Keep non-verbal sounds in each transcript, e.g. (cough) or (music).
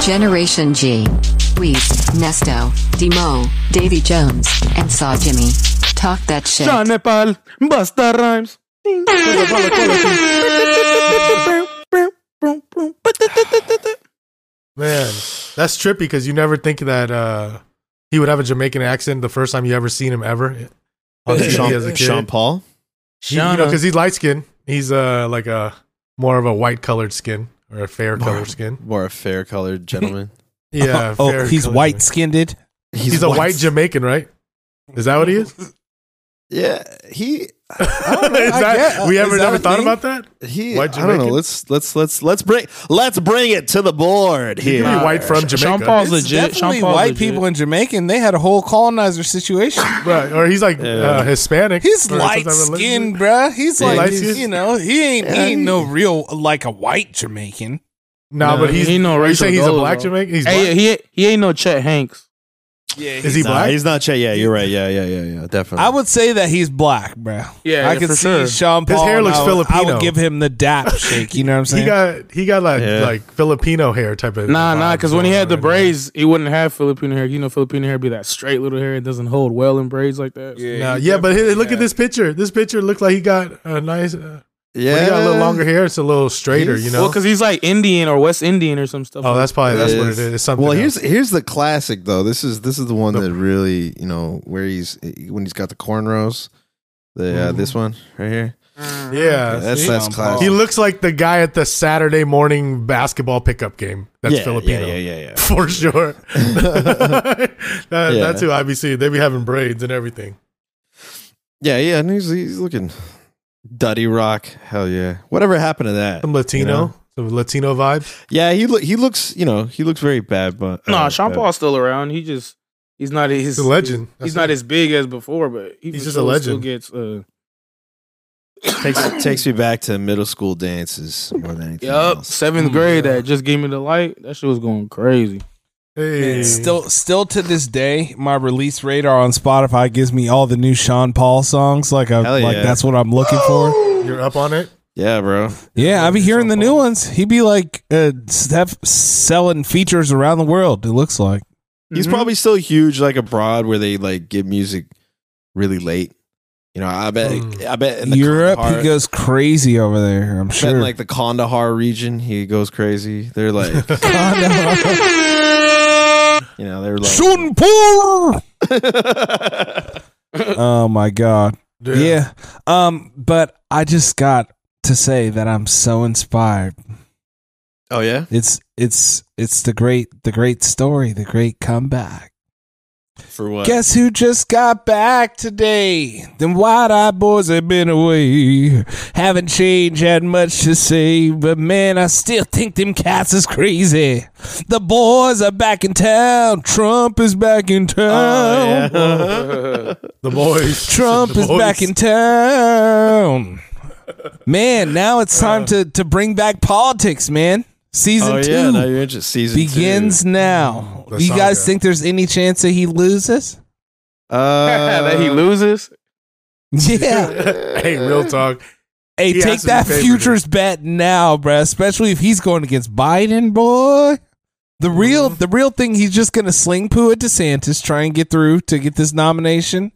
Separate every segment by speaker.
Speaker 1: Generation G. Weez, Nesto, Demo, Davy Jones, and Saw Jimmy. Talk that shit.
Speaker 2: Sean Nepal, Busta Rhymes.
Speaker 3: Man, that's trippy because you never think that uh, he would have a Jamaican accent the first time you ever seen him ever on TV as
Speaker 4: Sean,
Speaker 3: a kid.
Speaker 4: Sean Paul.
Speaker 3: He- you know, because he's light skinned. He's uh like a more of a white colored skin or a fair colored skin.
Speaker 4: More a fair colored gentleman.
Speaker 3: Yeah.
Speaker 5: oh,
Speaker 3: fair
Speaker 5: he's
Speaker 3: colored
Speaker 5: white
Speaker 3: skin.
Speaker 5: skinned.
Speaker 3: (laughs) He's, a white Jamaican, right? Is that what he
Speaker 5: (laughs)
Speaker 3: is?
Speaker 4: Yeah, he
Speaker 3: (laughs) is that,
Speaker 5: guess.
Speaker 3: we
Speaker 5: Is
Speaker 3: ever
Speaker 5: that
Speaker 3: never
Speaker 5: a
Speaker 3: thought
Speaker 5: thing?
Speaker 3: about that?
Speaker 4: he.
Speaker 3: White
Speaker 4: I don't know.
Speaker 3: Jamaican?
Speaker 4: Let's let's let's let's bring let's bring it to the board
Speaker 3: He
Speaker 4: here.
Speaker 3: could be white from Jamaica.
Speaker 2: Sean Paul's legit.
Speaker 5: Definitely
Speaker 2: Sean Paul's
Speaker 5: white
Speaker 2: legit.
Speaker 5: people in Jamaican. They had a whole
Speaker 2: (laughs)
Speaker 5: colonizer situation.
Speaker 3: Right, or he's like uh, Hispanic. or
Speaker 5: He's
Speaker 3: some type
Speaker 5: light
Speaker 3: of religion.
Speaker 5: skinned, bruh. He's
Speaker 3: Yeah,
Speaker 5: like,
Speaker 3: light
Speaker 5: he's-
Speaker 3: skin.
Speaker 5: you know, he ain't he ain't no real like a white Jamaican.
Speaker 3: No,
Speaker 2: Nah,
Speaker 3: but he's.
Speaker 2: he ain't no
Speaker 3: are you
Speaker 2: racial
Speaker 3: saying he's a
Speaker 2: gold,
Speaker 3: black
Speaker 2: though.
Speaker 3: Jamaican? He's
Speaker 2: Hey,
Speaker 3: black.
Speaker 2: he he ain't no Chet Hanks.
Speaker 5: Yeah,
Speaker 3: Is he
Speaker 4: Nah,
Speaker 3: black?
Speaker 4: he's not Chet. Yeah, you're right. Yeah, yeah, yeah, yeah. Definitely.
Speaker 5: I would say that he's black, bruh.
Speaker 2: Yeah,
Speaker 5: I
Speaker 2: yeah,
Speaker 5: can
Speaker 2: for
Speaker 5: see
Speaker 2: sure.
Speaker 5: Sean Paul.
Speaker 3: hair
Speaker 5: and
Speaker 3: looks
Speaker 5: I would- I
Speaker 3: Filipino.
Speaker 5: would give him
Speaker 3: (laughs)
Speaker 5: the dap shake. You know what I'm saying?
Speaker 3: He got he got like
Speaker 4: Yeah.
Speaker 3: like Filipino hair type of
Speaker 2: Nah, nah, because when he
Speaker 3: vibes
Speaker 2: had the
Speaker 3: going on right
Speaker 2: braids, he wouldn't have Filipino hair. You know, Filipino hair be that straight little hair. It doesn't hold well in braids like that.
Speaker 3: now. Nah, yeah, but hey, look at this picture. This picture looked like he got a nice. Uh,
Speaker 4: yeah,
Speaker 3: when he got a little longer hair. It's a little straighter, you know.
Speaker 2: Well, because he's like Indian or West Indian or some stuff.
Speaker 3: oh, that's probably that's
Speaker 4: It
Speaker 3: what it
Speaker 4: is.
Speaker 3: is. It's something.
Speaker 4: Well, here's
Speaker 3: else.
Speaker 4: here's the classic though. This is this is the one
Speaker 3: The-
Speaker 4: that really you know where he's when he's got the cornrows. The uh, this one right here.
Speaker 3: yeah,
Speaker 4: that's
Speaker 3: see?
Speaker 4: that's
Speaker 5: Sean
Speaker 4: classic.
Speaker 3: Mm-hmm. He looks like the guy at the Saturday morning basketball pickup game. That's
Speaker 4: yeah,
Speaker 3: Filipino.
Speaker 4: Yeah, yeah, yeah.
Speaker 3: (laughs)
Speaker 4: (laughs)
Speaker 3: For sure. (laughs) That-
Speaker 4: Yeah.
Speaker 3: That's who I be seeing. They be having braids and everything.
Speaker 4: Yeah, yeah. yeah and he's he's looking Duddy Rock. Hell yeah. Whatever happened to that?
Speaker 3: Some Latino,
Speaker 4: You know?
Speaker 3: some Latino vibe.
Speaker 4: Yeah, he look he looks you know he looks very bad, but
Speaker 2: no.
Speaker 4: uh,
Speaker 2: Sean
Speaker 4: bad.
Speaker 2: Paul's still around. He just he's not his
Speaker 3: He's a legend.
Speaker 2: He's,
Speaker 3: That's
Speaker 2: not
Speaker 3: it.
Speaker 2: as big as before, but he
Speaker 3: He's
Speaker 2: for
Speaker 3: just a
Speaker 2: sure
Speaker 3: legend.
Speaker 2: Still gets uh,
Speaker 4: takes takes me back to middle school dances more than anything.
Speaker 2: Yup,
Speaker 4: else.
Speaker 2: seventh grade. That just gave me the light. That shit was going crazy.
Speaker 3: Hey.
Speaker 5: And still, still to this day, my release radar on Spotify gives me all the new Sean Paul songs. Like, I,
Speaker 4: Hell
Speaker 5: like
Speaker 4: yeah.
Speaker 5: that's what I'm looking for.
Speaker 3: You're up on it.
Speaker 4: Yeah, bro.
Speaker 5: Yeah, I be hearing the
Speaker 3: Sean
Speaker 5: new
Speaker 3: Paul.
Speaker 5: ones. He be like, uh, Steph selling features around the world. It looks like.
Speaker 4: He's
Speaker 2: Mm-hmm.
Speaker 4: probably still huge, like abroad, where they like get music really late. You know, I bet.
Speaker 3: Mm.
Speaker 4: I bet in the
Speaker 5: Europe,
Speaker 4: Kandahar,
Speaker 5: he goes crazy over there.
Speaker 4: I
Speaker 5: I'm
Speaker 4: bet
Speaker 5: sure.
Speaker 4: in,
Speaker 5: (laughs)
Speaker 4: like the Kandahar region, he goes crazy. They're like, you know, they're (laughs) like, (laughs)
Speaker 5: Sean Paul. oh my god.
Speaker 3: Yeah.
Speaker 5: Yeah. Um. But I just got to say that I'm so inspired.
Speaker 4: oh yeah,
Speaker 5: It's it's it's the great the great story, the great comeback.
Speaker 4: for what?
Speaker 5: Guess who just got back today? Them wide eyed boys have been away. Haven't changed, had much to say, but man, I still think them cats is crazy. The boys are back in town. Trump is back in town.
Speaker 4: (laughs) Oh,
Speaker 3: The boys.
Speaker 5: Trump
Speaker 3: The
Speaker 5: is back
Speaker 3: (laughs) boys.
Speaker 5: in town. Man, now it's time to, to bring back politics, man. (laughs) Season
Speaker 4: oh
Speaker 5: two
Speaker 4: yeah, now you're interested. Season two.
Speaker 5: begins now.
Speaker 3: The
Speaker 5: Do you guys
Speaker 3: saga.
Speaker 5: think there's any chance that he loses? (laughs)
Speaker 2: (laughs)
Speaker 4: Uh,
Speaker 2: that
Speaker 4: (laughs)
Speaker 2: he loses.
Speaker 5: Yeah.
Speaker 3: hey, real talk.
Speaker 5: hey,
Speaker 3: He
Speaker 5: take
Speaker 3: has to be
Speaker 5: that
Speaker 3: favored.
Speaker 5: futures bet now, bruh. Especially if he's going against Biden, boy. The real
Speaker 2: Mm-hmm.
Speaker 5: the real thing, he's just gonna sling poo at DeSantis, try and get through to get this nomination.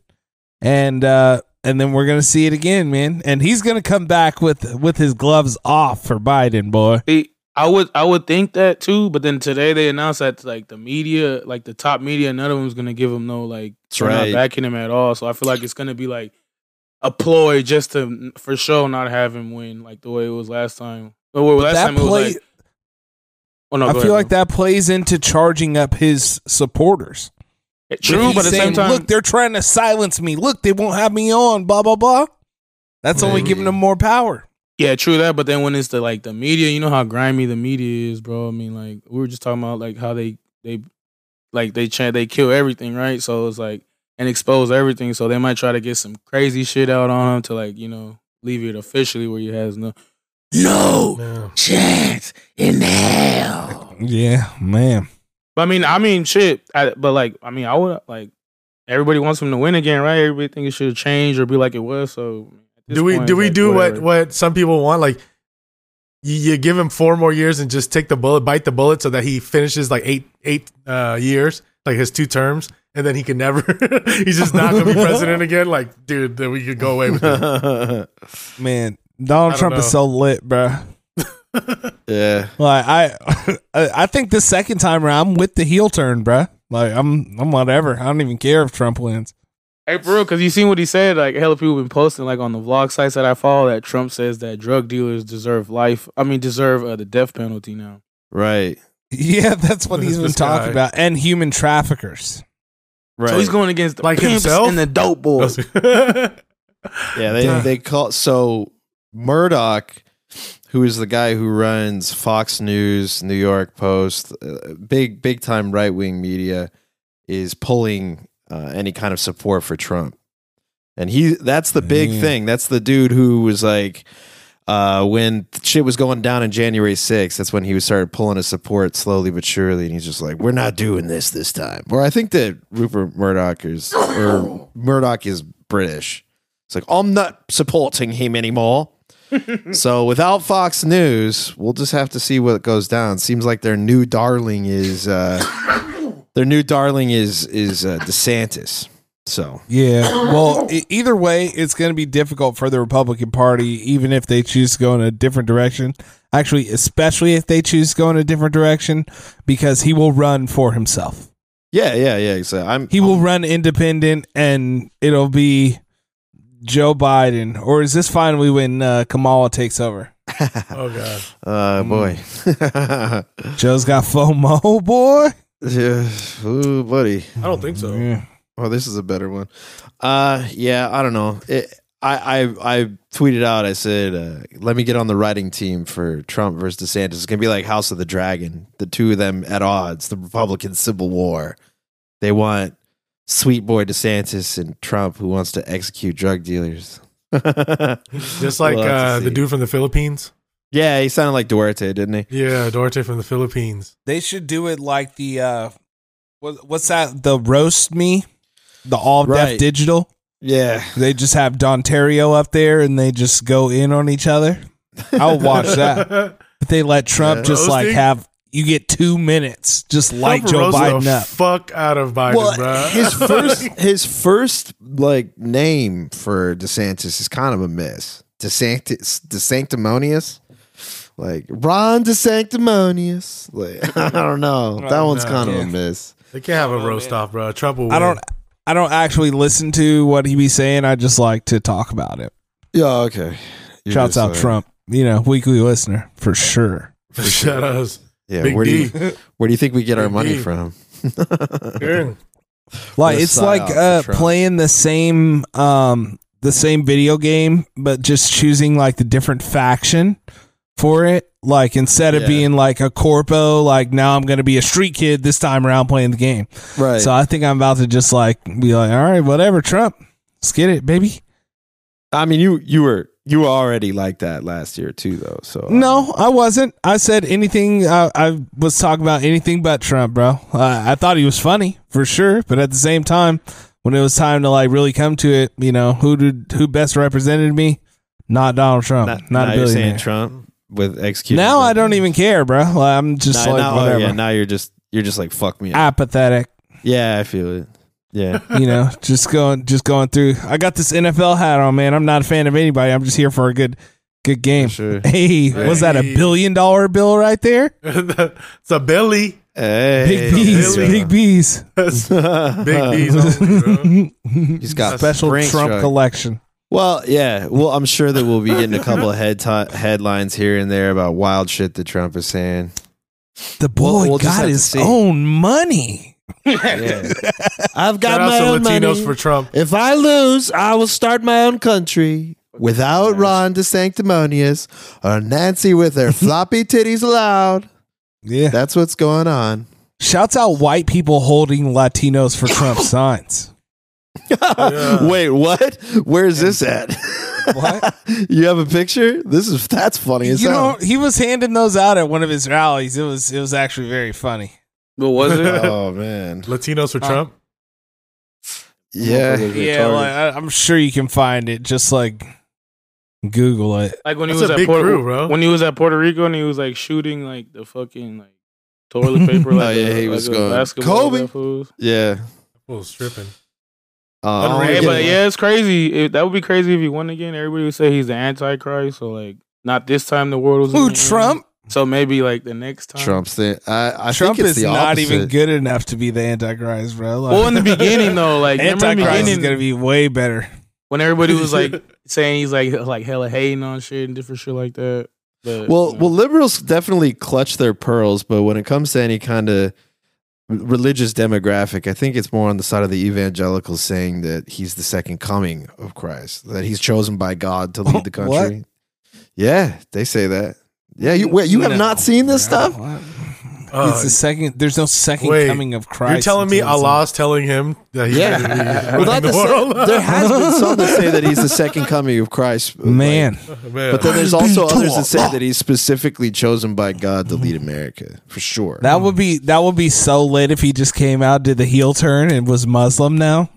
Speaker 5: And uh and then we're gonna see it again, man. And he's gonna come back with with his gloves off for Biden, boy.
Speaker 2: He- I would I would think that too, but then today they announced that like the media, like the top media, none of them's gonna give him no like
Speaker 4: That's
Speaker 2: they're not
Speaker 4: right.
Speaker 2: backing him at all. So I feel like it's gonna be like a ploy just to for sure not have him win like the way it was last time. Well, well, last
Speaker 5: that
Speaker 2: time it was
Speaker 5: play-
Speaker 2: like, oh no,
Speaker 5: I
Speaker 2: go
Speaker 5: feel
Speaker 2: ahead,
Speaker 5: like that plays into charging up his supporters.
Speaker 2: bro. true,
Speaker 5: He's
Speaker 2: but at the same
Speaker 5: saying,
Speaker 2: time,
Speaker 5: look, they're trying to silence me. Look, they won't have me on. Blah blah blah. That's only
Speaker 4: Mhm.
Speaker 5: giving them more power.
Speaker 2: Yeah, true that. But then when it's the like the media, you know how grimy the media is, bro. I mean, like we were just talking about like how they they like they try they kill everything, right? So it's like and expose everything. So they might try to get some crazy shit out on him to like you know leave it officially where he has no no
Speaker 3: Yeah.
Speaker 2: chance in hell.
Speaker 5: Yeah, man.
Speaker 2: But I mean, I mean, shit. I, but like, I mean, I would like everybody wants him to win again, right? Everybody think it should have changed or be like it was. So at this
Speaker 3: Do we
Speaker 2: point,
Speaker 3: do we
Speaker 2: like,
Speaker 3: do what
Speaker 2: whatever.
Speaker 3: what some people want? Like you, you give him four more years and just take the bullet, bite the bullet, so that he finishes like eight eight uh, years, like his two terms, and then he can never. (laughs) he's just not gonna be president again. Like, dude, then we could go away
Speaker 4: (laughs)
Speaker 3: with it.
Speaker 5: Man,
Speaker 3: I
Speaker 5: Donald
Speaker 3: don't
Speaker 5: Trump
Speaker 3: know.
Speaker 5: is so lit, bro.
Speaker 4: yeah.
Speaker 5: Like I, (laughs) I I think the second time around, I'm with the heel turn, bruh. Like I'm, I'm whatever. I don't even care if Trump wins. (laughs)
Speaker 2: Hey, for real, because you seen what he said. Like, hella people been posting, like, on the vlog sites that I follow, that Trump says that drug dealers deserve life. I mean, deserve uh, the death penalty now.
Speaker 4: Right.
Speaker 5: Yeah, that's what he's been
Speaker 3: This
Speaker 5: talking
Speaker 3: guy.
Speaker 5: about, and human traffickers.
Speaker 4: Right.
Speaker 2: So he's going against the
Speaker 3: Like
Speaker 2: pimps
Speaker 3: himself?
Speaker 2: and the dope
Speaker 4: (laughs)
Speaker 2: boys.
Speaker 4: Yeah, they
Speaker 3: Yeah.
Speaker 4: they call so Murdoch, who is the guy who runs Fox News, New York Post, uh, big big time right wing media, is pulling uh, any kind of support for Trump, and he that's the big
Speaker 5: Yeah.
Speaker 4: thing. That's the dude who was like. Uh, when shit was going down in January 6th, that's when he was started pulling his support slowly but surely, and he's just like, "We're not doing this this time." Or I think that Rupert Murdoch is or Murdoch is British, it's like, I'm not supporting him anymore. so without Fox News, we'll just have to see what goes down. Seems like their new darling is uh, their new darling is is uh, DeSantis. So
Speaker 5: Yeah.
Speaker 2: (coughs)
Speaker 5: Well, e- either way, it's going to be difficult for the Republican Party, even if they choose to go in a different direction. Actually, especially if they choose to go in a different direction, because he will run for himself.
Speaker 4: yeah, yeah, yeah. So I'm
Speaker 5: He will run independent, and it'll be Joe Biden. Or is this finally when uh, Kamala takes over?
Speaker 3: oh god,
Speaker 4: uh, boy. (laughs)
Speaker 5: Joe's got FOMO, (laughs) boy.
Speaker 4: Yeah. (laughs) Ooh, buddy.
Speaker 3: I don't think so.
Speaker 5: Yeah.
Speaker 4: Oh, this is a better one. Uh, yeah, I don't know. It, I, I I tweeted out. I said, uh, "Let me get on the writing team for Trump versus DeSantis. It's gonna be like House of the Dragon. The two of them at odds. The Republican Civil War. They want sweet boy DeSantis and Trump, who wants to execute drug dealers. (laughs)
Speaker 3: Just like
Speaker 4: We'll have to
Speaker 3: uh, the
Speaker 4: see.
Speaker 3: dude from the Philippines.
Speaker 4: Yeah, he sounded like Duarte, didn't he?
Speaker 3: Yeah, Duarte from the Philippines.
Speaker 5: They should do it like the uh what, what's that? The roast me? The all
Speaker 4: Right.
Speaker 5: deaf digital.
Speaker 4: Yeah,
Speaker 5: They just have Dontario up there and they just go in on each other. I'll watch that.
Speaker 3: (laughs)
Speaker 5: If they let Trump
Speaker 4: Yeah.
Speaker 5: just like
Speaker 3: Roasting?
Speaker 5: have you get two minutes, just light
Speaker 3: Trump
Speaker 5: Joe
Speaker 3: roasted
Speaker 5: Biden
Speaker 3: the
Speaker 5: up.
Speaker 3: Fuck out of Biden,
Speaker 4: well,
Speaker 3: bruh.
Speaker 4: (laughs)
Speaker 3: (laughs)
Speaker 4: his first his first like name for DeSantis is kind of a miss. DeSantis, DeSanctimonious, like Ron DeSanctimonious. Like (laughs) I don't know, that
Speaker 5: Oh,
Speaker 4: one's
Speaker 3: no.
Speaker 4: kind
Speaker 5: Yeah.
Speaker 4: of a miss.
Speaker 3: they can't have a
Speaker 4: Oh,
Speaker 3: roast off, bro. Trump will.
Speaker 5: I
Speaker 3: win. (laughs)
Speaker 5: don't I don't actually listen to what he be saying. I just like to talk about it.
Speaker 4: Yeah, okay. You're
Speaker 5: Shouts
Speaker 4: just
Speaker 5: out
Speaker 4: like-
Speaker 5: Trump, you know, weekly listener for sure.
Speaker 3: Shut us.
Speaker 4: Yeah,
Speaker 3: Big
Speaker 4: where
Speaker 3: D.
Speaker 4: do you where do you think we get our
Speaker 3: Big
Speaker 4: money
Speaker 3: D.
Speaker 4: from?
Speaker 3: Aaron.
Speaker 5: like
Speaker 4: With
Speaker 5: it's
Speaker 4: Psyop
Speaker 5: like
Speaker 4: for
Speaker 5: uh
Speaker 4: Trump.
Speaker 5: playing the same um the same video game but just choosing like the different faction for it like instead of
Speaker 4: Yeah.
Speaker 5: being like a corpo like now i'm gonna be a street kid this time around playing the game
Speaker 4: Right.
Speaker 5: so i think i'm about to just like be like all right whatever trump let's get it baby
Speaker 4: I mean, you you were you were already like that last year too, though. So um, I don't
Speaker 5: no i wasn't i said anything i, I was talking about anything but trump bro uh, i thought he was funny for sure but at the same time when it was time to like really come to it you know who did who best represented me not donald trump
Speaker 4: Now-
Speaker 5: not,
Speaker 4: now
Speaker 5: a
Speaker 4: you're
Speaker 5: billionaire
Speaker 4: saying Trump with executing.
Speaker 5: now i
Speaker 4: drug
Speaker 5: don't
Speaker 4: dealers.
Speaker 5: even care bro Like, i'm just
Speaker 4: Now,
Speaker 5: like
Speaker 4: now- oh,
Speaker 5: whatever
Speaker 4: yeah, now you're just you're just like fuck me. Up.
Speaker 5: apathetic
Speaker 4: Yeah, I feel it.
Speaker 3: (laughs)
Speaker 4: Yeah. (laughs)
Speaker 5: you know just going just going through i got this nfl hat on man i'm not a fan of anybody i'm just here for a good good game
Speaker 4: Sure.
Speaker 5: hey was that a
Speaker 3: Hey.
Speaker 5: billion dollar bill right there
Speaker 3: (laughs) it's a (laughs) belly.
Speaker 4: Hey,
Speaker 5: big bees
Speaker 3: billion.
Speaker 5: big bees
Speaker 4: (laughs)
Speaker 3: That's
Speaker 4: big
Speaker 3: big
Speaker 5: Uh,
Speaker 3: D's only, bro.
Speaker 5: (laughs)
Speaker 4: He's got
Speaker 5: special
Speaker 4: Sprint
Speaker 5: Trump
Speaker 4: truck.
Speaker 5: collection.
Speaker 4: Well, yeah. Well, I'm sure that we'll be getting a couple of head ti- headlines here and there about wild shit that Trump is saying.
Speaker 5: The boy
Speaker 4: We'll- we'll just have
Speaker 5: got
Speaker 4: to
Speaker 5: his
Speaker 4: see.
Speaker 5: own money.
Speaker 4: (laughs) Yeah. I've
Speaker 3: Shout out to Latinos for Trump.
Speaker 4: if I lose, I will start my own country without Ron DeSanctimonious or Nancy with (laughs) her floppy titties allowed.
Speaker 5: Yeah.
Speaker 4: That's what's going on.
Speaker 5: Shouts out white people holding Latinos
Speaker 2: (laughs)
Speaker 5: for Trump signs.
Speaker 4: (laughs)
Speaker 3: Yeah.
Speaker 4: Wait, what? Where is this at?
Speaker 5: What?
Speaker 4: (laughs) you have a picture? This is that's funny as
Speaker 5: you know,
Speaker 4: hell. (laughs)
Speaker 5: (laughs) he was handing those out at one of his rallies. It was it was actually very funny.
Speaker 2: But was it?
Speaker 4: (laughs) oh man,
Speaker 3: Latinos for
Speaker 5: Uh,
Speaker 3: Trump.
Speaker 4: yeah.
Speaker 5: Yeah, like, I, I'm sure you can find it. Just like Google it.
Speaker 2: Like when he
Speaker 3: That's
Speaker 2: was
Speaker 3: a
Speaker 2: at
Speaker 3: big
Speaker 2: Puerto,
Speaker 3: crew, bro.
Speaker 2: when he was at Puerto Rico and he was like shooting like the fucking like
Speaker 4: (laughs)
Speaker 2: toilet paper. Like
Speaker 4: Oh, yeah,
Speaker 2: a-
Speaker 4: he
Speaker 2: like
Speaker 4: was
Speaker 2: a
Speaker 4: going,
Speaker 2: basketball
Speaker 4: "Kobe!"
Speaker 2: that fool.
Speaker 4: Yeah.
Speaker 3: Fool's stripping.
Speaker 4: Uh,
Speaker 3: Unreal.
Speaker 4: I
Speaker 2: Hey,
Speaker 4: don't
Speaker 2: but
Speaker 4: get it.
Speaker 2: yeah, it's crazy. It, that would be crazy if he won again. Everybody would say he's the Antichrist. So like, not this time the world was.
Speaker 5: Who Trump?
Speaker 2: So maybe like the next time.
Speaker 4: Trump's the. Mm-hmm. I, I
Speaker 5: Trump
Speaker 4: think it's
Speaker 5: is
Speaker 4: the
Speaker 5: not
Speaker 4: opposite.
Speaker 5: even good enough to be the Antichrist, bro. Like,
Speaker 2: Well, in the
Speaker 5: (laughs)
Speaker 2: beginning though, like remember in the
Speaker 5: Antichrist is
Speaker 2: beginning
Speaker 5: gonna be way better.
Speaker 2: when everybody was like saying he's like like hella hating on shit and different shit like that. But,
Speaker 4: Well,
Speaker 2: you know.
Speaker 4: well, liberals definitely clutch their pearls, but when it comes to any kind of religious demographic, I think it's more on the side of the evangelicals saying that he's the second coming of Christ, that he's chosen by God to (laughs) lead the
Speaker 5: What?
Speaker 4: country. Yeah, they say that. Yeah, you wait, you have
Speaker 5: No,
Speaker 4: not seen this
Speaker 5: bro.
Speaker 4: stuff?
Speaker 5: What?
Speaker 3: Uh,
Speaker 5: it's the second. There's no second
Speaker 3: wait,
Speaker 5: coming of Christ.
Speaker 3: You're telling me
Speaker 5: until it's-
Speaker 3: Allah's telling him that he's
Speaker 4: Yeah.
Speaker 3: gonna (laughs) be
Speaker 4: Well, not
Speaker 3: running
Speaker 4: to
Speaker 3: the world.
Speaker 4: say, there (laughs) has
Speaker 5: (laughs)
Speaker 4: been some that say that he's (laughs) the second coming of Christ, like,
Speaker 5: Man,
Speaker 3: (laughs) Man.
Speaker 4: but then
Speaker 5: (laughs)
Speaker 4: there's also others that say that he's specifically chosen by God to lead America, for sure.
Speaker 5: that would be that would be so lit if he just came out, did the heel turn, and was Muslim now.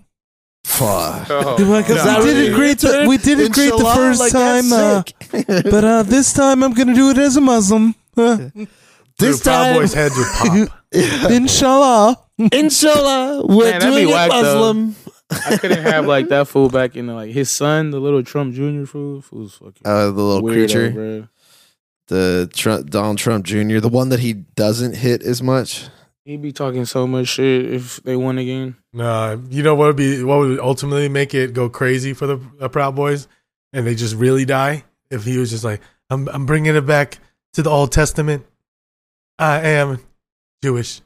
Speaker 4: Fuck.
Speaker 5: Because
Speaker 4: Oh, No,
Speaker 5: we did
Speaker 4: dude.
Speaker 5: it great. The, (laughs) we did it great the
Speaker 4: Inshallah,
Speaker 5: first
Speaker 4: like, that's
Speaker 5: time, uh,
Speaker 4: sick.
Speaker 5: but uh, this time I'm gonna do it as a Muslim. Uh,
Speaker 4: this
Speaker 3: Dude, Proud
Speaker 4: time,
Speaker 3: Boys heads
Speaker 4: (laughs)
Speaker 2: (laughs)
Speaker 3: would pop.
Speaker 5: (laughs) Inshallah.
Speaker 4: inshallah, we're
Speaker 2: Man, that'd be
Speaker 4: doing it
Speaker 2: whack, though.
Speaker 4: Muslim.
Speaker 2: I couldn't have
Speaker 4: (laughs)
Speaker 2: like that fool back in the, like his son, the little Trump Jr. fool. Fool's fucking
Speaker 4: Uh, the little
Speaker 2: weirdo,
Speaker 4: creature,
Speaker 2: bro.
Speaker 4: the Trump, Donald Trump Jr., the one that he doesn't hit
Speaker 2: (laughs)
Speaker 4: as much. (laughs)
Speaker 2: He'd be talking so much shit if they won again.
Speaker 3: Nah, you know what would be what would ultimately make it go crazy for the uh, Proud Boys, and they just really die if he was just like, "I'm I'm bringing it back to the Old Testament. I am
Speaker 2: (laughs)
Speaker 3: Jewish."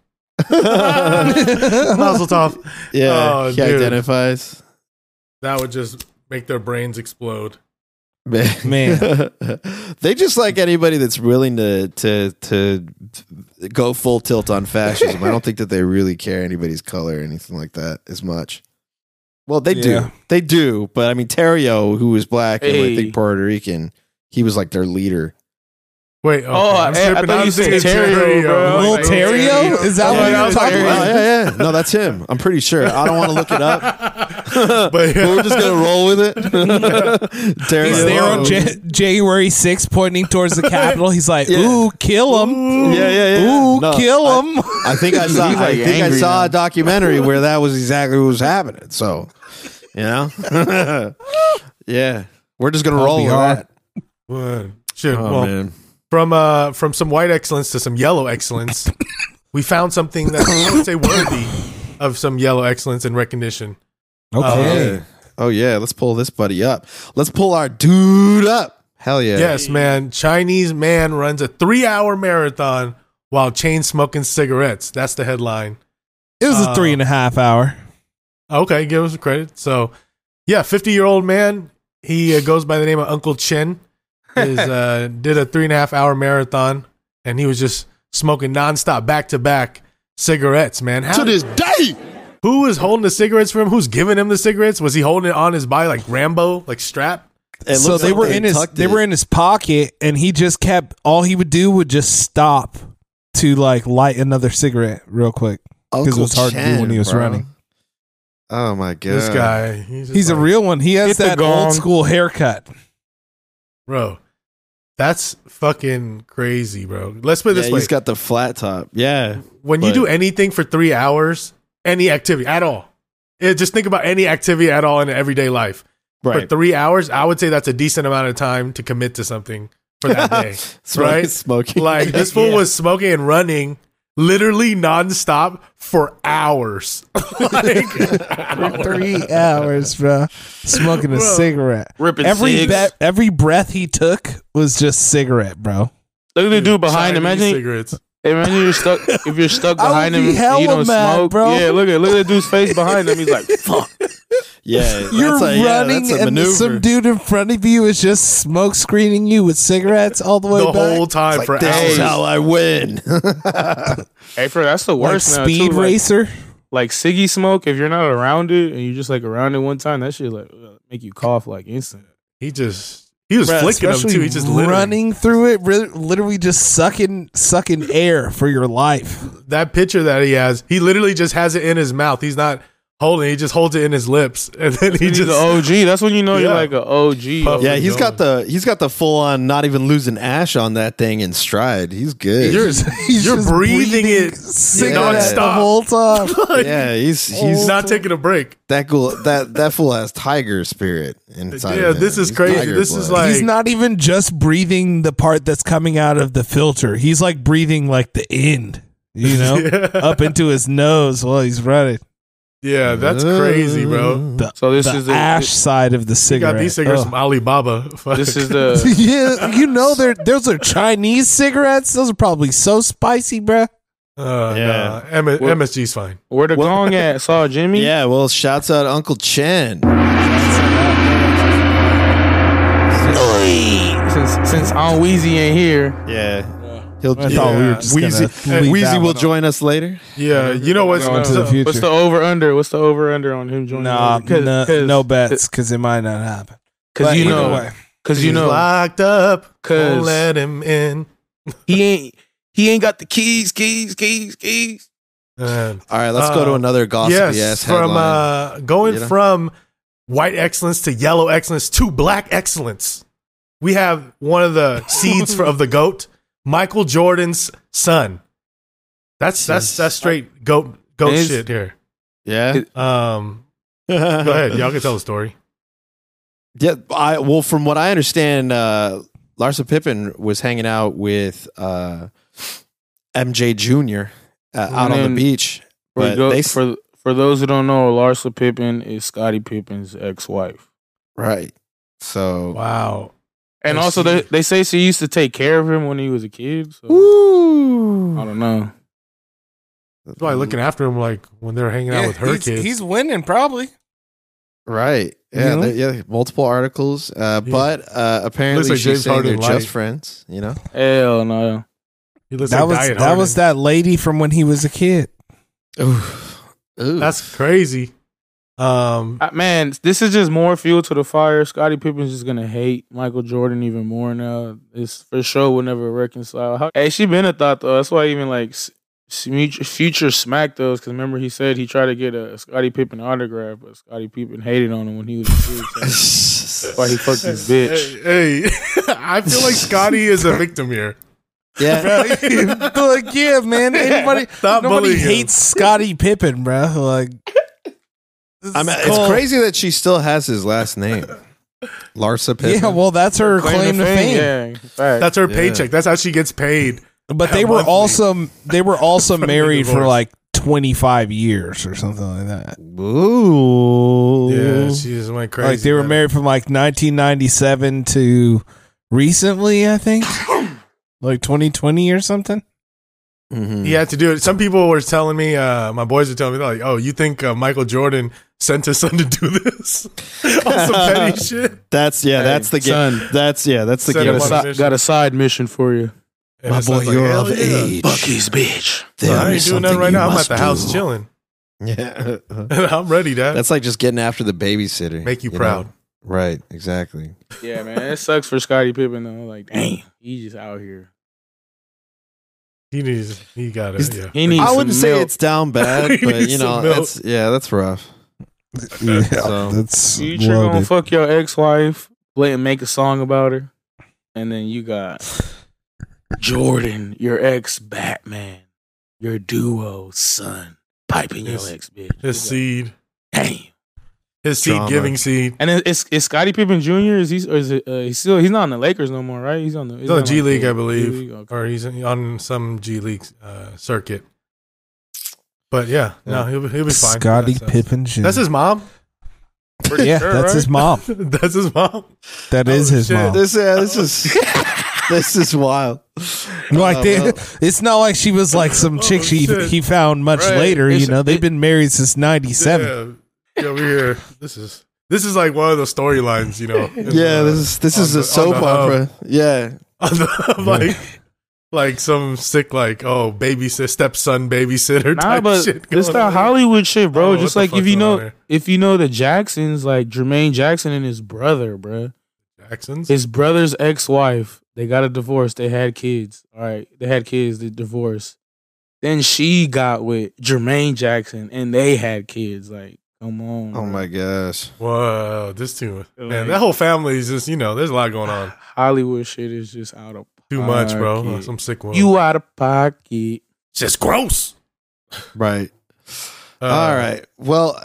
Speaker 4: Uh,
Speaker 5: (laughs)
Speaker 3: Mazel tov.
Speaker 4: Yeah,
Speaker 3: Oh,
Speaker 4: he
Speaker 3: dude.
Speaker 4: identifies.
Speaker 3: That would just make their brains explode.
Speaker 4: Man,
Speaker 5: Man.
Speaker 4: (laughs) they just like anybody that's willing to to to go full tilt on fascism. I don't think that they really care anybody's color or anything like that as much. Well, they
Speaker 5: Yeah.
Speaker 4: do, they do. But I mean, Terrio, who was black and I
Speaker 2: Hey.
Speaker 4: think Puerto Rican, he was like their leader.
Speaker 3: Wait, okay.
Speaker 2: Oh,
Speaker 3: I'm
Speaker 2: hey, I
Speaker 3: tripping.
Speaker 2: thought
Speaker 3: I'm
Speaker 2: you said
Speaker 3: thinking
Speaker 2: Terrio, bro.
Speaker 3: Like,
Speaker 5: Lil
Speaker 2: Like,
Speaker 5: Terrio?
Speaker 2: Terrio.
Speaker 5: Is that
Speaker 3: Yeah,
Speaker 5: what
Speaker 3: yeah, I
Speaker 5: you're
Speaker 3: was
Speaker 5: talking
Speaker 3: talking
Speaker 5: about?
Speaker 4: Oh, yeah, yeah. No, that's him. I'm pretty sure. I don't want to look it
Speaker 5: (laughs)
Speaker 4: up. (laughs)
Speaker 3: (laughs) but
Speaker 4: We're just gonna roll with it. Terrio.
Speaker 5: He's there
Speaker 4: Oh.
Speaker 5: on
Speaker 3: Whoa.
Speaker 5: Jan- January 6th, pointing towards the Capitol. He's like,
Speaker 4: Yeah.
Speaker 5: "Ooh, kill him!
Speaker 4: Yeah, yeah, yeah.
Speaker 5: Ooh,
Speaker 4: No, I-
Speaker 5: kill him!"
Speaker 4: (laughs) I think I saw.
Speaker 2: He's, like,
Speaker 4: I think I
Speaker 2: angry
Speaker 4: saw
Speaker 2: now.
Speaker 4: a documentary where that was exactly what was happening. So, you know, (laughs) yeah, we're just gonna
Speaker 5: I'll
Speaker 4: roll
Speaker 5: be
Speaker 4: with
Speaker 5: all
Speaker 4: that. Oh,
Speaker 3: Word. Shit.
Speaker 2: Oh,
Speaker 3: well, from uh from some white excellence to some yellow excellence, we found something that I would say worthy of some yellow excellence and recognition.
Speaker 5: okay,
Speaker 4: Yeah. Oh yeah, let's pull this buddy up. Let's pull our dude up. Hell yeah.
Speaker 3: Yes, man. Chinese man runs a three hour marathon while chain smoking cigarettes. That's the headline.
Speaker 5: it was a
Speaker 3: Uh,
Speaker 5: three and a half hour.
Speaker 3: Okay, give him some credit. So, yeah, fifty year old man. He uh, goes by the name of Uncle Chin.
Speaker 5: (laughs)
Speaker 3: Is uh, did a three and a half hour marathon, and he was just smoking nonstop, back to back cigarettes. Man, how,
Speaker 4: day.
Speaker 3: who was holding the cigarettes for him? Who's giving him the cigarettes? Was he holding it on his body like Rambo, like strap?
Speaker 5: So they were in his they were in his pocket, and he just kept all he would do would just stop to like light another cigarette real quick.
Speaker 4: because
Speaker 5: it was hard to do when he was running.
Speaker 4: Oh my god,
Speaker 3: This guy, he's, just
Speaker 5: He's a
Speaker 3: like,
Speaker 5: real one. He
Speaker 2: Hit
Speaker 5: has
Speaker 2: the
Speaker 5: that old
Speaker 2: gong.
Speaker 5: school haircut.
Speaker 3: bro. That's fucking crazy, bro. Let's put it
Speaker 4: Yeah,
Speaker 3: this way:
Speaker 4: he's got the flat top. Yeah,
Speaker 3: when you
Speaker 4: but-
Speaker 3: do anything for three hours, any activity at all, eh, just think about any activity at all in everyday life for
Speaker 4: right.
Speaker 3: three hours. I would say that's a decent amount of time to commit to something for that day.
Speaker 4: Smoking-
Speaker 3: right?
Speaker 4: (laughs) Smoking
Speaker 3: like this fool
Speaker 4: Yeah.
Speaker 3: was smoking and running literally nonstop for hours. (laughs) like,
Speaker 5: Three hours, bro, smoking a
Speaker 3: Bro.
Speaker 5: cigarette.
Speaker 2: Ripping
Speaker 5: Every
Speaker 2: every
Speaker 5: be- every breath he took was just cigarette, bro.
Speaker 2: Look at (laughs) the dude behind him.
Speaker 3: Chinese
Speaker 2: Imagine,
Speaker 3: cigarettes.
Speaker 2: imagine you're stuck if you're stuck
Speaker 5: (laughs) I would
Speaker 2: behind him.
Speaker 5: be
Speaker 2: and
Speaker 5: hella
Speaker 2: you don't
Speaker 5: mad,
Speaker 2: smoke,
Speaker 5: bro.
Speaker 2: Yeah, look at look at the dude's face behind him.
Speaker 5: (laughs)
Speaker 2: He's like, fuck.
Speaker 4: (laughs) Yeah,
Speaker 5: You're
Speaker 4: that's a- yeah,
Speaker 5: running
Speaker 4: that's a
Speaker 5: and
Speaker 4: maneuver.
Speaker 5: some dude in front of you is just smoke screening you with cigarettes all the way
Speaker 3: the
Speaker 5: back.
Speaker 3: whole time
Speaker 4: Like,
Speaker 3: for
Speaker 4: this
Speaker 3: hours.
Speaker 4: is how I (laughs) win.
Speaker 2: Hey, for that's the
Speaker 5: like
Speaker 2: worst. now, too,
Speaker 5: speed
Speaker 2: like-
Speaker 5: racer.
Speaker 2: like ciggy smoke. If you're not around it and you just like around it one time, that shit like uh, make you cough like instant.
Speaker 3: He just he was
Speaker 5: Bruh,
Speaker 3: flicking them
Speaker 5: especially
Speaker 3: too. He just literally
Speaker 5: running through it, re- literally just sucking sucking air for your life.
Speaker 3: that picture that he has. He literally just has it in his mouth. He's not holding. He just holds it in his lips, (laughs) and then he
Speaker 2: He's
Speaker 3: just
Speaker 2: an OG. That's when you know you're
Speaker 3: Yeah.
Speaker 2: like an OG.
Speaker 3: Puff.
Speaker 4: Yeah,
Speaker 3: Fucking
Speaker 4: he's got
Speaker 3: going.
Speaker 4: the he's got the full on not even losing ash on that thing in stride. He's good.
Speaker 3: You're- (laughs)
Speaker 5: He's
Speaker 3: you're
Speaker 5: just
Speaker 3: breathing it
Speaker 5: cigarettes the
Speaker 4: nonstop.
Speaker 3: (laughs)
Speaker 5: whole time.
Speaker 4: (laughs) yeah, he's he's
Speaker 3: he's not taking a break.
Speaker 4: that cool that that fool has tiger spirit inside.
Speaker 3: Yeah,
Speaker 4: of him.
Speaker 3: this is
Speaker 4: He's
Speaker 3: crazy.
Speaker 4: tiger
Speaker 3: This is
Speaker 4: blood.
Speaker 3: like-
Speaker 5: He's not even just breathing the part that's coming out of the filter. He's like breathing like the end,
Speaker 3: (laughs)
Speaker 5: you know, up into his nose while he's running.
Speaker 3: Yeah, that's crazy, bro.
Speaker 5: The,
Speaker 2: So this
Speaker 5: the
Speaker 2: is the-
Speaker 5: ash side of the
Speaker 3: He
Speaker 5: cigarette.
Speaker 3: got these cigarettes
Speaker 5: Ugh.
Speaker 3: from Alibaba. (laughs) Fuck.
Speaker 2: This is the
Speaker 5: (laughs) yeah, you know they're those are Chinese cigarettes. Those are probably so spicy, bruh.
Speaker 3: uh,
Speaker 4: Yeah.
Speaker 3: yeah. M-
Speaker 2: Well-
Speaker 3: MSG's fine.
Speaker 2: where the gong at. Saw Jimmy.
Speaker 4: Yeah, well, shouts out Uncle Chen.
Speaker 2: Since since Aunt Weezy ain't here,
Speaker 4: Yeah, he'll.
Speaker 5: I thought we were
Speaker 3: Yeah.
Speaker 5: just gonna
Speaker 3: Wheezy-
Speaker 5: leave that
Speaker 4: Wheezy will
Speaker 5: one
Speaker 4: join us later.
Speaker 3: Yeah, you know what's
Speaker 2: Going
Speaker 5: to the
Speaker 3: so-
Speaker 5: future.
Speaker 2: what's the over under? What's the over under on him
Speaker 5: on.
Speaker 2: joining?
Speaker 5: Nah,
Speaker 2: over? 'Cause-
Speaker 5: no,
Speaker 2: 'cause-
Speaker 5: no bets because it might not happen.
Speaker 2: Cause
Speaker 5: But
Speaker 2: you
Speaker 5: either
Speaker 2: know,
Speaker 5: way.
Speaker 2: cause you
Speaker 3: He's
Speaker 2: know,
Speaker 3: locked up. Don't
Speaker 2: cause
Speaker 3: let him in.
Speaker 2: he ain't he ain't got the keys, keys, keys, keys.
Speaker 3: Uh,
Speaker 4: All right, let's go
Speaker 3: Uh,
Speaker 4: to another gossipy ass
Speaker 3: yes, from
Speaker 4: headline.
Speaker 3: uh, going
Speaker 4: You know?
Speaker 3: from white excellence to yellow excellence to black excellence. We have one of the seeds for, of the goat, Michael Jordan's son. That's that's that's straight goat goat
Speaker 2: Is-
Speaker 3: shit here.
Speaker 4: yeah,
Speaker 3: Um, go ahead, y'all can tell the story.
Speaker 4: Yeah, I well, from what I understand, uh, Larsa Pippen was hanging out with uh, MJ Jr. Uh, out on
Speaker 2: then-
Speaker 4: the beach.
Speaker 2: For,
Speaker 4: But
Speaker 2: go-
Speaker 4: they s-
Speaker 2: for for those who don't know, Larsa Pippen is Scottie Pippen's ex wife.
Speaker 4: Right. So,
Speaker 3: Wow,
Speaker 2: And
Speaker 3: I
Speaker 2: also,
Speaker 3: see.
Speaker 2: they, they say she used to take care of him when he was a kid. So I don't know.
Speaker 3: probably looking after him like when they're hanging out with her
Speaker 5: he's,
Speaker 3: kids.
Speaker 5: he's winning probably.
Speaker 4: right. Yeah,
Speaker 5: Really?
Speaker 4: there- yeah, multiple articles. Uh,
Speaker 3: Yeah.
Speaker 4: But uh, apparently,
Speaker 3: like
Speaker 4: she's
Speaker 3: James
Speaker 4: saying
Speaker 3: Harden
Speaker 4: they're
Speaker 3: light.
Speaker 4: just friends. You know,
Speaker 2: Hell no.
Speaker 3: he looks
Speaker 5: that
Speaker 3: like
Speaker 5: was
Speaker 3: Diet
Speaker 5: that
Speaker 3: Harden.
Speaker 5: was that lady from when he was a kid. (laughs)
Speaker 4: (laughs)
Speaker 3: That's crazy. Um,
Speaker 2: I- man, this is just more fuel to the fire. Scottie Pippen's just gonna hate Michael Jordan even more now. It's for sure will never reconcile. How- hey, she been a thought though. That's why even like s- s- mut- future smacked those because remember he said he tried to get a Scottie Pippen autograph, but Scottie Pippen hated on him when he was a kid.
Speaker 4: (laughs)
Speaker 2: so that's why he fucked his bitch.
Speaker 3: hey, (laughs) hey. I feel like Scotty is a victim here. (laughs)
Speaker 4: yeah.
Speaker 5: like, yeah, man. Anybody,
Speaker 3: Stop
Speaker 5: nobody
Speaker 3: bullying him.
Speaker 5: hates Scottie Pippen, bro. Like, this
Speaker 4: I mean,
Speaker 5: is
Speaker 4: it's
Speaker 5: called-
Speaker 4: crazy that she still has his last
Speaker 3: (laughs)
Speaker 4: name, Larsa Pippen.
Speaker 5: Yeah, well, that's her claim, to fame.
Speaker 2: Yeah, fact.
Speaker 3: That's her
Speaker 4: Yeah.
Speaker 3: paycheck. That's how she gets paid.
Speaker 5: But they
Speaker 3: Yeah,
Speaker 5: were
Speaker 3: monthly.
Speaker 5: also they
Speaker 3: (laughs)
Speaker 5: were also
Speaker 3: From the
Speaker 5: married for
Speaker 3: divorce.
Speaker 5: like twenty five years or something like that.
Speaker 4: Ooh.
Speaker 3: Yeah, she just went crazy.
Speaker 5: like they were
Speaker 3: man.
Speaker 5: married from like nineteen ninety seven to recently, I
Speaker 3: (coughs)
Speaker 5: think, like twenty twenty or something.
Speaker 4: Mhm.
Speaker 3: He had to do it. Some people were telling me, uh, my boys were telling me, they're like, oh, you think uh, Michael Jordan sent his son to do this? (laughs) On some petty
Speaker 5: (laughs)
Speaker 3: shit.
Speaker 4: That's yeah.
Speaker 2: Hey,
Speaker 4: that's the game.
Speaker 2: son.
Speaker 4: That's yeah. That's the
Speaker 3: Son
Speaker 2: got,
Speaker 4: game.
Speaker 2: a
Speaker 3: of
Speaker 2: si-
Speaker 3: Mission.
Speaker 2: got a side mission for you.
Speaker 3: And his son's like, "Hell yeah."
Speaker 2: Fuck his bitch.
Speaker 3: Well, I ain't doing nothing right now. I'm at the house chilling.
Speaker 4: (laughs)
Speaker 3: (laughs)
Speaker 4: Yeah,
Speaker 3: I'm ready, Dad.
Speaker 4: that's like just getting after the babysitter.
Speaker 3: Make you
Speaker 4: know?
Speaker 3: proud.
Speaker 4: Right? Exactly.
Speaker 2: Yeah, man, it sucks for Scottie Pippen though. Like, dang, he's just out here.
Speaker 3: He needs, he got it.
Speaker 4: He's-
Speaker 3: Yeah.
Speaker 2: He needs
Speaker 4: I
Speaker 2: some
Speaker 4: wouldn't say
Speaker 2: milk.
Speaker 4: it's down bad,
Speaker 3: He
Speaker 4: but (laughs)
Speaker 3: needs
Speaker 4: you know,
Speaker 3: some milk.
Speaker 4: that's yeah, that's rough.
Speaker 5: Yeah,
Speaker 4: So-
Speaker 5: that's
Speaker 2: Future gonna
Speaker 5: loaded.
Speaker 2: fuck your ex wife, play and make a song about her, and then you got Jordan, your ex Batman, your duo son, piping your
Speaker 3: His-
Speaker 2: ex bitch.
Speaker 3: His
Speaker 2: You
Speaker 3: seed.
Speaker 2: like, Dang.
Speaker 3: His seed
Speaker 4: Drama.
Speaker 3: giving seed.
Speaker 2: And it- it's it's Scottie Pippen Jr. Is he or is it, uh, he's still he's not in the Lakers no more, right? He's on the
Speaker 3: He's on
Speaker 2: the
Speaker 3: G League, I believe.
Speaker 2: G League, okay.
Speaker 3: Or he's on some G League uh, circuit. But yeah, no, he'll, be- he'll be fine.
Speaker 5: Scottie
Speaker 3: That's- uh,
Speaker 5: Pippen. Jr.
Speaker 3: That's his mom.
Speaker 2: Pretty
Speaker 5: yeah,
Speaker 2: sure,
Speaker 5: that's
Speaker 2: right?
Speaker 5: his mom.
Speaker 3: (laughs) That's his mom.
Speaker 5: That is
Speaker 3: Oh,
Speaker 5: his
Speaker 3: shit.
Speaker 5: mom.
Speaker 4: This yeah, this is (laughs) this is wild.
Speaker 5: Like
Speaker 4: Oh,
Speaker 5: they,
Speaker 4: well.
Speaker 5: it's not like she was like some
Speaker 3: Oh,
Speaker 5: chick she
Speaker 3: shit.
Speaker 5: he found much
Speaker 2: Right.
Speaker 5: later.
Speaker 2: It's-
Speaker 5: you know, they've
Speaker 2: it-
Speaker 5: been married since '97.
Speaker 3: Yeah, over here. This is this is like one of those storylines, you know.
Speaker 4: (laughs)
Speaker 3: in
Speaker 4: Yeah,
Speaker 3: the-
Speaker 4: this is this
Speaker 3: on
Speaker 4: is
Speaker 3: the-
Speaker 4: a
Speaker 3: on
Speaker 4: soap
Speaker 3: the hub.
Speaker 4: opera. Yeah,
Speaker 3: on the- (laughs) like like some sick like oh babysit stepson babysitter
Speaker 2: (laughs) Nah,
Speaker 3: type
Speaker 2: but
Speaker 3: shit.
Speaker 2: this
Speaker 3: going
Speaker 2: that
Speaker 3: on.
Speaker 2: Hollywood shit,
Speaker 3: I
Speaker 2: bro.
Speaker 3: don't know
Speaker 2: Just
Speaker 3: what the
Speaker 2: like if
Speaker 3: fuck's
Speaker 2: you
Speaker 3: going on
Speaker 2: know,
Speaker 3: there.
Speaker 2: if you know the Jacksons, like Jermaine Jackson and his brother, bro.
Speaker 3: Jacksons.
Speaker 2: His brother's ex-wife, they got a divorce. They had kids. All right, they had kids. They divorced. Then she got with Jermaine Jackson, and they had kids. Like, Come on.
Speaker 4: Oh
Speaker 2: bro.
Speaker 4: my gosh.
Speaker 3: Whoa, this too.
Speaker 2: Like-
Speaker 3: Man, that whole family is just, you know, there's a lot going on.
Speaker 2: Hollywood shit is just out of
Speaker 3: Too much, bro.
Speaker 2: pocket.
Speaker 3: Some sick one.
Speaker 2: You out of pocket.
Speaker 3: it's just gross.
Speaker 4: Right.
Speaker 3: Uh,
Speaker 4: All right. Well,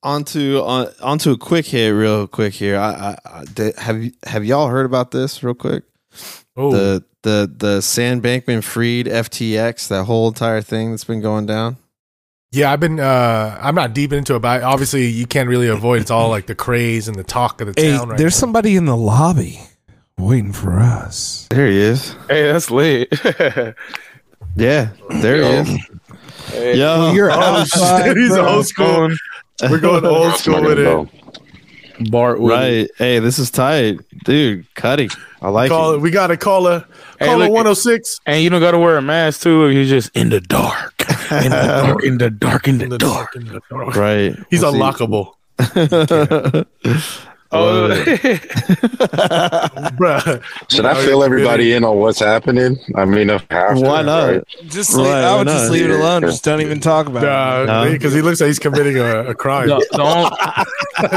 Speaker 4: (sighs) onto on onto a quick hit, real quick here. I, I, I did, have you have y'all heard about this real quick?
Speaker 3: Oh,
Speaker 4: The the the Sam Bankman Freed FTX, that whole entire thing that's been going down.
Speaker 3: yeah. I've been. uh I'm not deep into it, but I, obviously you can't really avoid. It's all like the craze and the talk of the
Speaker 5: Hey,
Speaker 3: town. Right
Speaker 5: there's
Speaker 3: now.
Speaker 5: somebody in the lobby waiting for
Speaker 4: (laughs)
Speaker 5: us.
Speaker 4: There he is.
Speaker 2: Hey, that's lit. (laughs)
Speaker 4: Yeah, there he is. Yo,
Speaker 5: You're
Speaker 3: Dude, (laughs) he's old school. We're going old school with it.
Speaker 2: Bart with it.
Speaker 4: right. Hey, this is tight, dude. Cutty, I like
Speaker 3: Call
Speaker 4: it.
Speaker 3: it. We got to call a
Speaker 2: Hey,
Speaker 3: call a
Speaker 2: look-
Speaker 3: 106.
Speaker 2: And you don't gotta wear a mask too if you're just in the dark. In the dark, in the dark, in the dark.
Speaker 5: (laughs)
Speaker 4: Right,
Speaker 3: He's
Speaker 4: Let's see.
Speaker 3: unlockable,
Speaker 2: Oh, (laughs)
Speaker 3: bruh. (laughs)
Speaker 6: Should I fill everybody in on what's happening? I mean, if half.
Speaker 4: Why not?
Speaker 5: Just
Speaker 4: Right,
Speaker 5: leave, I
Speaker 4: why
Speaker 5: would just
Speaker 4: not?
Speaker 5: leave it alone.
Speaker 6: Yeah.
Speaker 5: Just don't even talk about it.
Speaker 4: No.
Speaker 3: because he looks like he's committing a, a crime.
Speaker 2: the, the on-
Speaker 3: (laughs)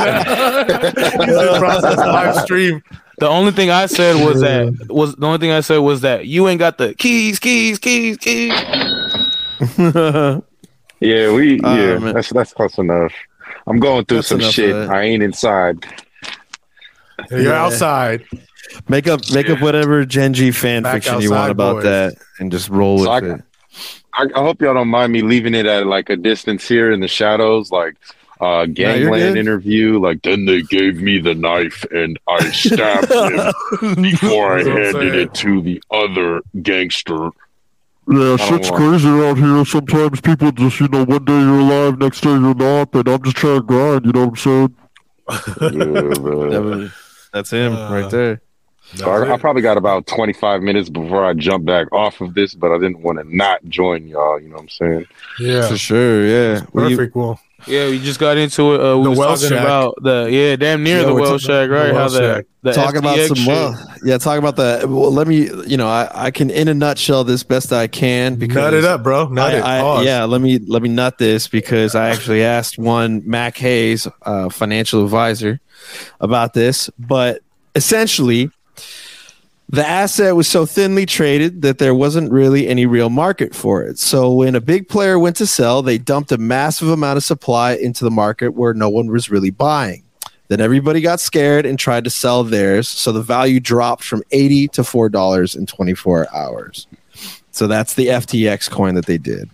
Speaker 3: he's in process live stream.
Speaker 2: the only thing I said was that was the only thing I said was that you ain't got the keys, keys, keys, keys.
Speaker 6: Yeah, we.
Speaker 4: Oh,
Speaker 6: yeah,
Speaker 4: man.
Speaker 6: that's that's close enough. I'm going through
Speaker 4: That's
Speaker 6: some
Speaker 4: enough of
Speaker 6: shit.
Speaker 4: that.
Speaker 6: I ain't inside.
Speaker 3: You're outside.
Speaker 4: (laughs) Make up, make up whatever Gen G fan
Speaker 3: Back
Speaker 4: fiction you
Speaker 3: outside,
Speaker 4: want about
Speaker 3: boys.
Speaker 4: that, and just roll with
Speaker 6: So I-
Speaker 4: it.
Speaker 6: I, I hope y'all don't mind me leaving it at like a distance here in the shadows, like uh, gangland
Speaker 4: good.
Speaker 6: interview. Like then they gave me the knife and I
Speaker 4: (laughs)
Speaker 6: stabbed him before I
Speaker 3: That's what I'm
Speaker 6: handed
Speaker 3: saying.
Speaker 6: it to the
Speaker 3: (laughs)
Speaker 6: other gangster.
Speaker 7: Yeah,
Speaker 6: don't
Speaker 7: shit's
Speaker 6: want-
Speaker 7: crazy around here. Sometimes people just, you know, one day you're alive, next day you're not, and I'm just trying to grind, you know what I'm saying?
Speaker 6: Yeah, man.
Speaker 4: That was- that's him right there.
Speaker 6: So I, I probably got about 25 minutes before I jump back off of this, but I didn't want to not join y'all. You know what I'm saying?
Speaker 3: Yeah,
Speaker 4: For sure, yeah. We-
Speaker 3: perfect. Well,
Speaker 2: Yeah, we just got into it. Uh, we
Speaker 3: The
Speaker 2: was
Speaker 3: well
Speaker 2: talking
Speaker 3: shack.
Speaker 2: about the yeah, damn near
Speaker 3: Yeah,
Speaker 2: the
Speaker 3: we're
Speaker 2: well
Speaker 3: talking
Speaker 2: shack,
Speaker 3: about the
Speaker 2: right? How
Speaker 3: well
Speaker 2: the,
Speaker 3: shack.
Speaker 2: the
Speaker 4: talk about
Speaker 2: FTX
Speaker 4: some
Speaker 2: shit.
Speaker 4: well, yeah. Talk about that. Well, let me, you know, I, I can in a nutshell this best I can because
Speaker 3: nut it up, bro. Nut
Speaker 4: I-
Speaker 3: it.
Speaker 4: I-
Speaker 3: Pause.
Speaker 4: yeah, let me let me nut this because I actually asked one Mac Hayes, uh, financial advisor, about this. But essentially, the asset was so thinly traded that there wasn't really any real market for it. So when a big player went to sell, they dumped a massive amount of supply into the market where no one was really buying. Then everybody got scared and tried to sell theirs, so the value dropped from eighty to four dollars in twenty four hours. So that's the FTX coin that they did.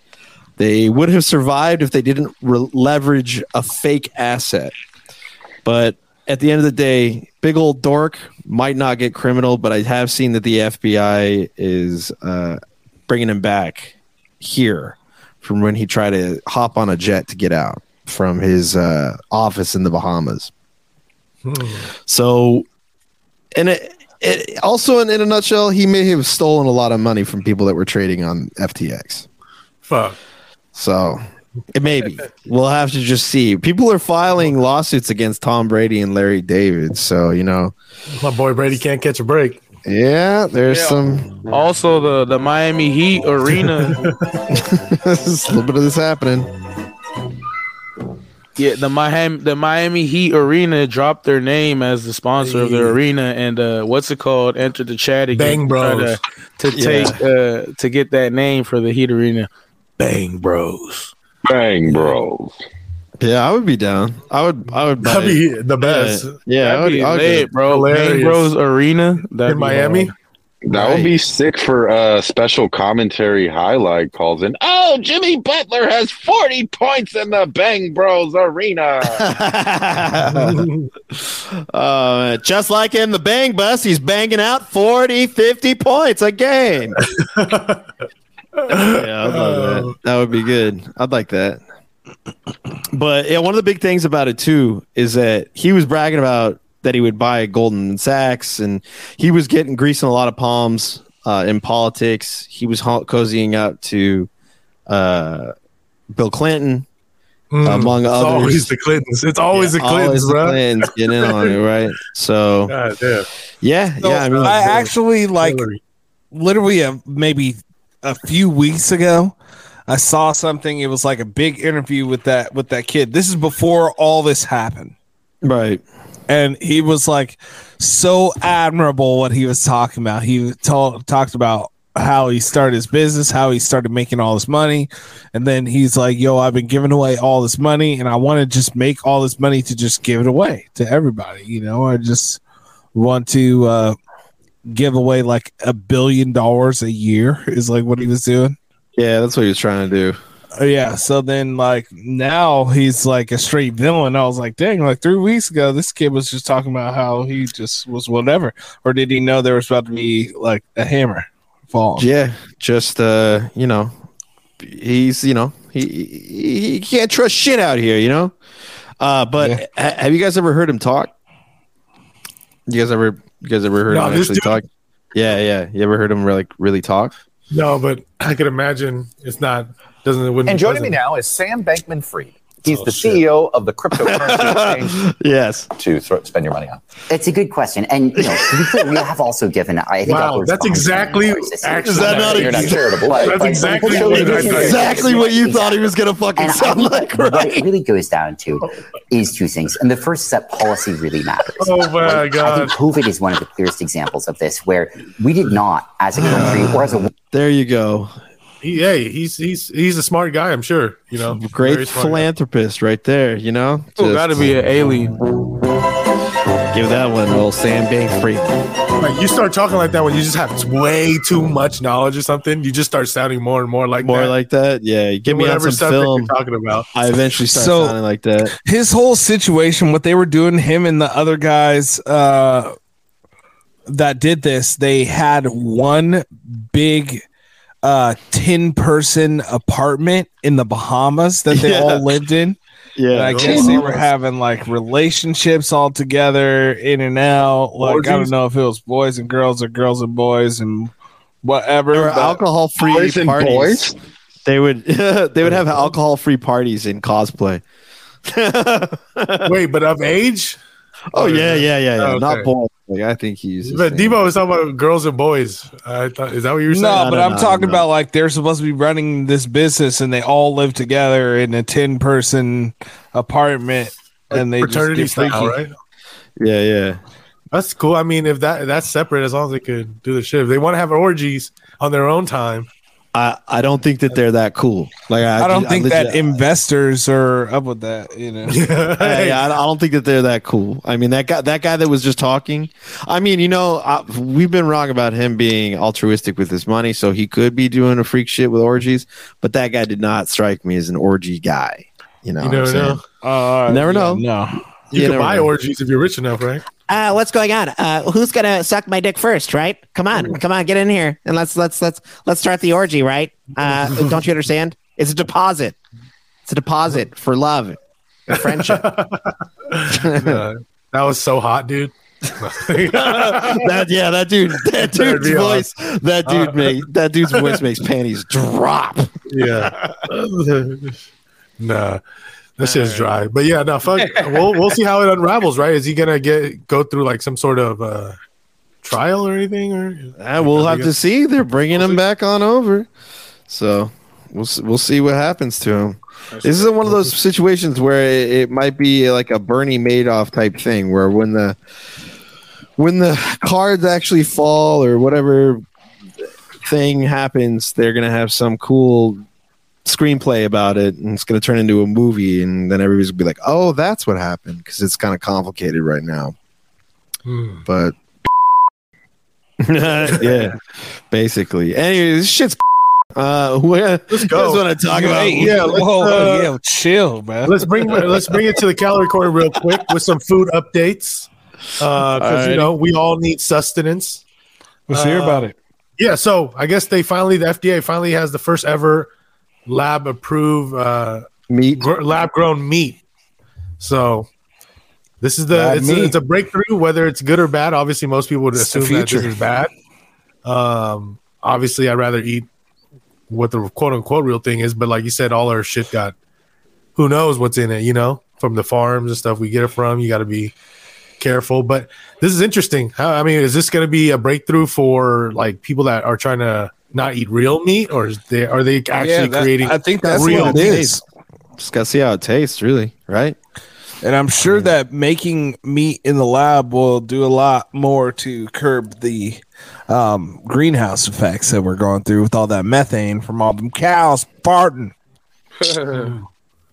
Speaker 4: They would have survived if they didn't re- leverage a fake asset. But at the end of the day, big old dork might not get criminal, but I have seen that the FBI is uh, bringing him back here from when he tried to hop on a jet to get out from his uh, office in the Bahamas. So, and it, it also in, in a nutshell, he may have stolen a lot of money from people that were trading on FTX.
Speaker 3: Fuck.
Speaker 4: So it may be. We'll have to just see. People are filing lawsuits against Tom Brady and Larry David. So, you know,
Speaker 3: My boy Brady can't catch a break.
Speaker 4: yeah, there's some, (laughs)
Speaker 2: Also, the the Miami Heat arena. (laughs)
Speaker 4: there's a little bit of this happening.
Speaker 2: yeah, the Miami the Miami Heat arena dropped their name as the sponsor of their arena, and uh, what's it called? Enter the chat again.
Speaker 3: Bang
Speaker 2: Try
Speaker 3: Bros.
Speaker 2: to, to take uh, to get that name for the Heat arena. Bang Bros.
Speaker 6: Bang, bros.
Speaker 4: Yeah, I would be down. I would, I would buy
Speaker 3: That'd
Speaker 4: it.
Speaker 3: be the best.
Speaker 4: Yeah, I
Speaker 2: That'd
Speaker 4: would,
Speaker 2: be
Speaker 4: I would
Speaker 2: lit, bro. Bang
Speaker 3: Hilarious.
Speaker 2: Bros arena That'd
Speaker 3: In
Speaker 2: be
Speaker 3: Miami?
Speaker 2: hard.
Speaker 6: That would be sick for a special commentary highlight calls in. Oh, Jimmy Butler has 40 points in the Bang Bros arena.
Speaker 4: (laughs) Uh, just like in the bang bus, he's banging out 40, 50 points a
Speaker 3: (laughs)
Speaker 4: game. yeah, I'd love
Speaker 3: Oh.
Speaker 4: that. That would be good. I'd like that. But yeah, one of the big things about it too is that he was bragging about that he would buy Goldman Sachs, and he was getting greasing a lot of palms uh, in politics. He was ho- cozying up to uh, Bill Clinton,
Speaker 2: Um,
Speaker 4: among
Speaker 3: Hmm. Mm. It's
Speaker 4: others.
Speaker 3: always the Clintons. It's always the
Speaker 4: Always
Speaker 3: Clintons,
Speaker 4: the
Speaker 3: bro.
Speaker 4: Clintons getting in on it, right? So
Speaker 3: God damn.
Speaker 4: yeah,
Speaker 5: So
Speaker 4: yeah. I mean,
Speaker 5: I actually like
Speaker 3: Hillary.
Speaker 5: literally a, maybe a few weeks ago, I saw something. It was like a big interview with that with that kid. This is before all this happened.
Speaker 4: Right.
Speaker 5: and he was like so admirable what he was talking about. He ta- talked about how he started his business, how he started making all this money, and then he's like, "Yo, I've been giving away all this money, and I want to just make all this money to just give it away to everybody. You know, I just want to uh, give away like a billion dollars a year." Is like what he was doing.
Speaker 4: Yeah, that's what he was trying to do.
Speaker 5: Uh, Yeah. So then, like now, he's like a straight villain. I was like, dang, like three weeks ago, this kid was just talking about how he just was whatever, or did he know there was about to be like a hammer fall?
Speaker 4: Yeah, just uh, you know, he's you know he he, he can't trust shit out here, you know. Uh, but
Speaker 5: Yeah.
Speaker 4: ha- have you guys ever heard him talk? You guys ever you guys ever heard
Speaker 3: No,
Speaker 4: him
Speaker 3: this
Speaker 4: actually
Speaker 3: dude-
Speaker 4: talk? Yeah, yeah. You ever heard him like really
Speaker 3: (laughs)
Speaker 4: talk?
Speaker 3: No, but I could imagine it's not doesn't it wouldn't
Speaker 8: And
Speaker 3: be
Speaker 8: joining me
Speaker 3: pleasant.
Speaker 8: now is Sam Bankman Fried. He's
Speaker 3: Oh,
Speaker 8: the
Speaker 3: shit.
Speaker 8: CEO of the cryptocurrency exchange
Speaker 4: yes.
Speaker 8: to throw, spend your money on.
Speaker 9: It's a good question, and you know, to be clear, we have also given. I think
Speaker 3: Wow,
Speaker 9: upwards
Speaker 3: that's
Speaker 9: of $100
Speaker 3: exactly
Speaker 9: million this year.
Speaker 3: actually-
Speaker 4: Is that
Speaker 8: No,
Speaker 4: not
Speaker 8: you're not
Speaker 4: ex-
Speaker 8: charitable.
Speaker 9: That's
Speaker 8: But- but-
Speaker 3: exactly
Speaker 8: but-
Speaker 3: what I thought.
Speaker 4: (laughs) Exactly what you thought he was gonna fucking
Speaker 9: And I
Speaker 4: sound
Speaker 9: think
Speaker 4: like,
Speaker 9: what
Speaker 4: right?
Speaker 9: it really goes down to is two things, and the first is that policy really matters.
Speaker 3: (laughs) Oh my
Speaker 9: Like, I
Speaker 3: god.
Speaker 9: think COVID is one of the clearest examples of this, where we did not, as a country or as a
Speaker 4: There you go.
Speaker 3: He, hey, he's he's he's a smart guy, I'm sure. You know, very
Speaker 4: Great
Speaker 3: smart guy.
Speaker 4: philanthropist right there, you know?
Speaker 2: You
Speaker 4: Just
Speaker 2: gotta be an alien.
Speaker 4: give that one old Sam Bank free.
Speaker 3: Like you start talking like that when you just have way too much knowledge or something, you just start sounding more and more like
Speaker 4: More
Speaker 3: that.
Speaker 4: like that. Yeah. Give me on
Speaker 3: whatever
Speaker 4: some
Speaker 3: subject
Speaker 4: film.
Speaker 3: you're talking about.
Speaker 4: (laughs) I eventually started
Speaker 5: So-
Speaker 4: sounding like
Speaker 5: (laughs)
Speaker 4: that.
Speaker 5: His whole situation, what they were doing, him and the other guys uh, that did this, they had one big uh 10 person apartment in the Bahamas that they
Speaker 4: (laughs) Yeah.
Speaker 5: all lived in.
Speaker 4: Yeah.
Speaker 5: I guess they were having like relationships all together, in and out. Like I don't
Speaker 3: Orgies?
Speaker 5: know if it was boys and girls or girls and boys and whatever.
Speaker 4: there were
Speaker 5: but-
Speaker 4: alcohol free
Speaker 6: Boys and
Speaker 4: parties.
Speaker 6: boys.
Speaker 4: They would (laughs) they would have alcohol free parties in cosplay. (laughs)
Speaker 3: Wait, but of age?
Speaker 4: oh yeah, yeah, yeah, yeah.
Speaker 3: Oh,
Speaker 4: Not
Speaker 3: okay.
Speaker 4: boys. Like, I think he's
Speaker 3: But Debo was talking about girls and boys. I thought, is that what you were saying?
Speaker 5: no,
Speaker 4: no,
Speaker 5: but
Speaker 4: no,
Speaker 5: I'm
Speaker 4: no,
Speaker 5: talking
Speaker 4: no.
Speaker 5: about like they're supposed to be running this business and they all live together in a ten person apartment and they
Speaker 3: fraternity
Speaker 5: just get
Speaker 3: style, right?
Speaker 5: freaky.
Speaker 4: Yeah, yeah.
Speaker 3: That's cool. I mean, if that that's separate, as long as they could do the shit. If they want to have orgies on their own time,
Speaker 4: I, I don't think that they're that cool. Like I,
Speaker 5: I don't think
Speaker 4: legit-
Speaker 5: that investors are up with that, you know.
Speaker 4: Yeah, yeah, I, don't- I don't think that they're that cool. I mean, that guy, that guy that was just talking. I mean, you know, I, we've been wrong about him being altruistic with his money, so he could be doing a freak shit with orgies. But that guy did not strike me as an orgy guy. You know,
Speaker 3: you
Speaker 4: what I'm
Speaker 3: never
Speaker 4: saying?
Speaker 3: know.
Speaker 5: Uh,
Speaker 4: Never know.
Speaker 5: No.
Speaker 3: You
Speaker 4: Yeah,
Speaker 3: can
Speaker 4: never
Speaker 3: buy
Speaker 4: know.
Speaker 3: orgies if you're rich enough, right?
Speaker 10: uh, what's going on? Uh, who's gonna suck my dick first? Right? Come
Speaker 4: (laughs)
Speaker 10: on, come on, get in here and let's let's let's let's start the orgy. Right? Uh, don't you understand? It's a deposit.
Speaker 4: It's a deposit for love, friendship.
Speaker 3: Uh, that was so hot, dude.
Speaker 4: that yeah, that
Speaker 3: (laughs)
Speaker 4: dude, that
Speaker 3: That'd
Speaker 4: dude's
Speaker 3: be Uh.
Speaker 4: voice, that dude make that dude's voice makes panties drop.
Speaker 3: yeah. (laughs) nah. This is dry. But yeah, no, fuck. we'll we'll see how it unravels, right? Is he gonna get go through like some sort of uh trial or anything or
Speaker 4: Uh, we'll have to see. They're bringing him back on over, so we'll s- we'll see what happens to him. This is one of those situations where it, it might be like a Bernie Madoff type thing, where when the when the cards actually fall or whatever thing happens, they're gonna have some cool screenplay about it, and it's gonna turn into a movie, and then everybody's gonna be like, "Oh, that's what happened," because it's kind of complicated right now.
Speaker 3: Hmm.
Speaker 4: But yeah, basically. Anyway, this shit's. (laughs) Uh, (laughs) where, let's
Speaker 3: go.
Speaker 4: want to talk about.
Speaker 5: Hey,
Speaker 2: (laughs)
Speaker 3: yeah, let's,
Speaker 5: whoa,
Speaker 3: uh,
Speaker 5: yeah, chill, man.
Speaker 3: let's bring let's bring it to the calorie corner real quick with some food updates. Uh 'cause, you
Speaker 4: Alrighty.
Speaker 3: know, we all need sustenance.
Speaker 5: Let's hear
Speaker 3: uh,
Speaker 5: about it.
Speaker 3: Yeah, so I guess they finally the FDA finally has the first ever lab approved uh
Speaker 4: meat.
Speaker 3: gr- lab grown meat. So this is the
Speaker 5: Lab
Speaker 3: it's a,
Speaker 5: meat.
Speaker 3: it's a breakthrough, whether it's good or bad. Obviously, most people would
Speaker 5: It's the
Speaker 3: assume that this
Speaker 5: future.
Speaker 3: is bad. Um, obviously, I'd rather eat what the quote unquote real thing is, but like you said, all our shit got who knows what's in it, you know, from the farms and stuff we get it from. You got to be careful. But this is interesting. How- I mean, is this going to be a breakthrough for like people that are trying to not eat real meat, or is they are they actually
Speaker 2: that-
Speaker 3: creating?
Speaker 2: I think that's
Speaker 3: real
Speaker 2: what it is.
Speaker 4: Just gotta see how it tastes, really, right?
Speaker 5: And I'm sure that making meat in the lab will do a lot more to curb the um, greenhouse effects that we're going through with all that methane from all them cows farting.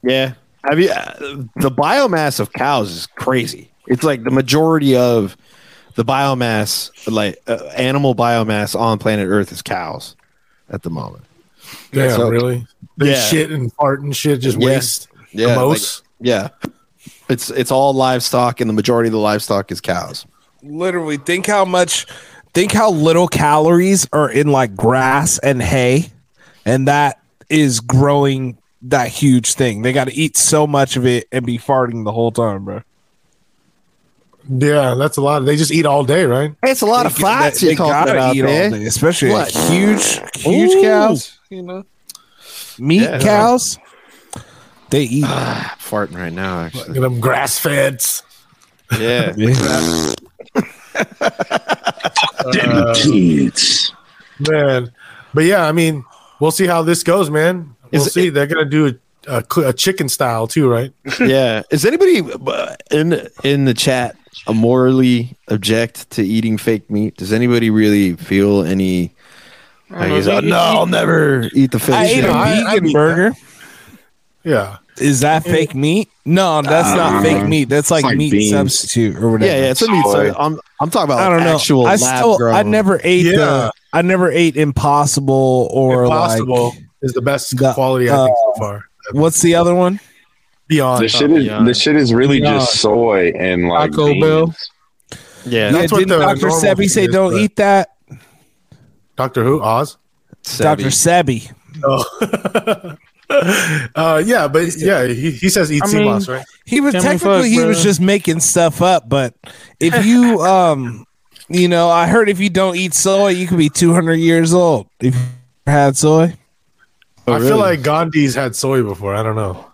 Speaker 4: Yeah. Have you uh, the biomass of cows is crazy. It's like the majority of the biomass, like uh, animal biomass on planet Earth, is cows at the moment.
Speaker 3: yeah,
Speaker 4: so-
Speaker 3: really. They
Speaker 4: Yeah.
Speaker 3: shit and fart and shit just
Speaker 4: Yeah.
Speaker 3: waste.
Speaker 4: Yeah,
Speaker 3: gross.
Speaker 4: like- yeah. It's it's all livestock, and the majority of the livestock is cows.
Speaker 5: Literally, think how much, think how little calories are in like grass and hay, and that is growing that huge thing. They got to eat so much of it and be farting the whole time, bro.
Speaker 3: yeah, that's a lot. They just eat all day, right?
Speaker 4: It's a lot of flats
Speaker 5: They
Speaker 4: you're talking about there.
Speaker 5: day, especially
Speaker 4: What?
Speaker 5: huge, huge cows. You know, meat
Speaker 4: Yeah.
Speaker 5: cows. They (sighs) eat.
Speaker 4: I'm farting right now, actually.
Speaker 3: Look at them grass feds.
Speaker 4: (laughs) Yeah,
Speaker 6: kids.
Speaker 3: man. But yeah, I mean, we'll see how this goes, man. We'll
Speaker 4: Is it-
Speaker 3: see. They're gonna do a, a, cl- a chicken style too, right?
Speaker 4: yeah. Is anybody uh, in in the chat morally object to eating fake meat? Does anybody really feel any? Like, is, oh, no, I'll never eat the fake.
Speaker 5: I ate
Speaker 4: shit."
Speaker 5: a
Speaker 3: I- I
Speaker 5: vegan
Speaker 3: mean-
Speaker 5: burger.
Speaker 3: Yeah, Mm-hmm.
Speaker 5: Is that fake meat? No, that's not fake meat. That's like,
Speaker 6: like
Speaker 5: meat
Speaker 6: beans.
Speaker 5: substitute or whatever.
Speaker 4: yeah, yeah. It's a meat. So I'm I'm talking about
Speaker 5: I don't know.
Speaker 4: actual
Speaker 5: I
Speaker 4: lab
Speaker 5: still, I
Speaker 4: grown.
Speaker 5: never ate
Speaker 3: Yeah.
Speaker 5: the, I never ate Impossible or
Speaker 3: impossible
Speaker 5: like
Speaker 3: is the best
Speaker 5: the-
Speaker 3: quality I think
Speaker 4: uh,
Speaker 3: so far.
Speaker 5: what's the other one?
Speaker 3: Beyond uh,
Speaker 6: The shit is
Speaker 4: Beyond.
Speaker 6: the shit is really
Speaker 2: Beyond.
Speaker 6: just soy and like
Speaker 2: Taco Bell.
Speaker 6: beans.
Speaker 4: Yeah,
Speaker 5: Yeah,
Speaker 3: that's what
Speaker 5: didn't
Speaker 3: the
Speaker 5: Dr.
Speaker 3: normal
Speaker 5: Sebi
Speaker 3: thing
Speaker 5: say
Speaker 3: is,
Speaker 5: don't
Speaker 3: but-
Speaker 5: eat that?
Speaker 3: Doctor Who, Oz.
Speaker 4: savvy.
Speaker 5: Dr. Sebi.
Speaker 3: Oh. (laughs) uh, yeah, but yeah, he, he says eat
Speaker 2: I
Speaker 3: sea
Speaker 2: mean-
Speaker 3: bass, right?
Speaker 5: He was
Speaker 2: Can't be
Speaker 5: technically
Speaker 2: fucked,
Speaker 5: he
Speaker 2: bro.
Speaker 5: was just making stuff up, but if you um you know, I heard if you don't eat soy, you could be 200 years old if you had soy.
Speaker 4: Oh,
Speaker 3: I feel like Gandhi's had soy before. I don't know.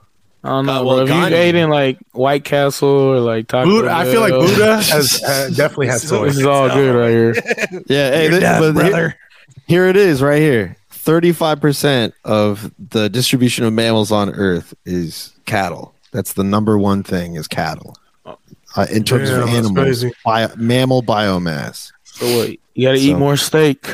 Speaker 2: I don't know.
Speaker 4: Uh,
Speaker 2: bro.
Speaker 4: well,
Speaker 2: if
Speaker 4: Gandhi-
Speaker 2: you ate in like White Castle or like Taco
Speaker 3: Buddha, I feel like
Speaker 2: Bell, (laughs)
Speaker 3: Buddha has uh, definitely had soy.
Speaker 2: This is all good right here.
Speaker 4: yeah. Hey, thi- but he- here it is, right here. Thirty-five percent of the distribution of mammals on Earth is cattle. That's the number one thing is cattle.
Speaker 5: Oh.
Speaker 4: Uh, in terms
Speaker 3: Damn,
Speaker 4: of
Speaker 3: that's
Speaker 4: animals,
Speaker 3: crazy.
Speaker 4: bio, mammal biomass.
Speaker 2: So what? You gotta eat
Speaker 4: So-
Speaker 2: more steak.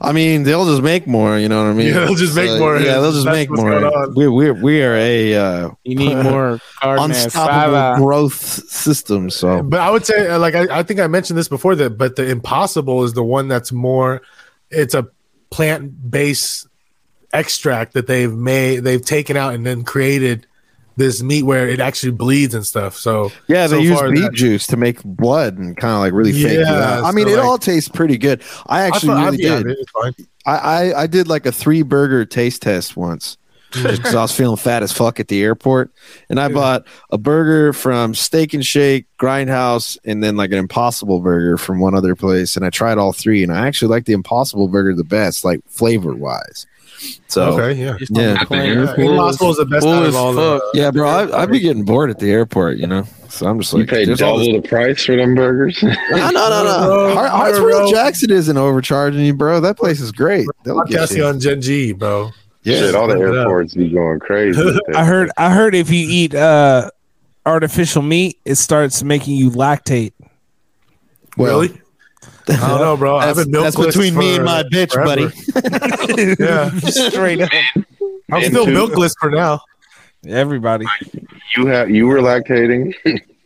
Speaker 4: I mean, they'll just make more. You know what I mean?
Speaker 3: Yeah, they'll just make more.
Speaker 4: Yeah, they'll just
Speaker 3: That's
Speaker 4: make
Speaker 3: what's going
Speaker 4: more.
Speaker 3: on.
Speaker 4: We we we are a uh,
Speaker 2: You need more carne
Speaker 4: unstoppable
Speaker 2: asada.
Speaker 4: growth system. So
Speaker 3: But I would say, uh, like, I, I think I mentioned this before that, but the impossible is the one that's more, it's a plant based extract that they've made, they've taken out and then created this meat where it actually bleeds and stuff. So,
Speaker 4: yeah, they
Speaker 3: so
Speaker 4: use
Speaker 3: far
Speaker 4: beet
Speaker 3: that-
Speaker 4: juice to make blood and kind of like really fake it
Speaker 3: Yeah,
Speaker 4: out. I mean,
Speaker 3: so
Speaker 4: it
Speaker 3: like-
Speaker 4: all tastes pretty good. I
Speaker 3: I
Speaker 4: actually
Speaker 3: thought- I'd
Speaker 4: really
Speaker 3: be on
Speaker 4: did.
Speaker 3: it, it's fine.
Speaker 4: I, I I did like a three burger taste test once (laughs)
Speaker 3: Mm.
Speaker 4: because I was feeling fat as fuck at the airport, and I bought a burger from Steak and Shake, Grindhouse, and then like an Impossible burger from one other place, and I tried all three, and I actually liked the Impossible burger the best, like flavor wise. So
Speaker 3: Okay. Yeah.
Speaker 4: yeah,
Speaker 3: Yeah, Impossible is the best out of all the-
Speaker 4: yeah, bro, I, I'd be getting bored at the airport, you know. So I'm just
Speaker 6: You
Speaker 4: like,
Speaker 6: pay
Speaker 4: there's all
Speaker 6: double
Speaker 4: this-
Speaker 6: the price for them burgers.
Speaker 4: no, no, no, no.
Speaker 3: Bro,
Speaker 4: Har-
Speaker 3: bro.
Speaker 4: Hartsfield Jackson isn't overcharging you, bro. That place is great. They'll get
Speaker 3: Podcasting
Speaker 4: you.
Speaker 3: on Gen G, bro.
Speaker 6: (laughs) Shit, all the
Speaker 3: Look it up.
Speaker 6: airports be going crazy.
Speaker 5: I heard I heard if you eat uh artificial meat, it starts making you lactate. (laughs)
Speaker 4: Well,
Speaker 3: really? (laughs) I don't know, bro. I've been milk
Speaker 4: that's between me and my bitch, buddy.
Speaker 5: (laughs)
Speaker 3: buddy. (laughs) yeah,
Speaker 5: Straight up.
Speaker 3: I'm
Speaker 6: And
Speaker 3: still
Speaker 6: two-
Speaker 3: milkless for now.
Speaker 5: Everybody.
Speaker 6: You have you were lactating.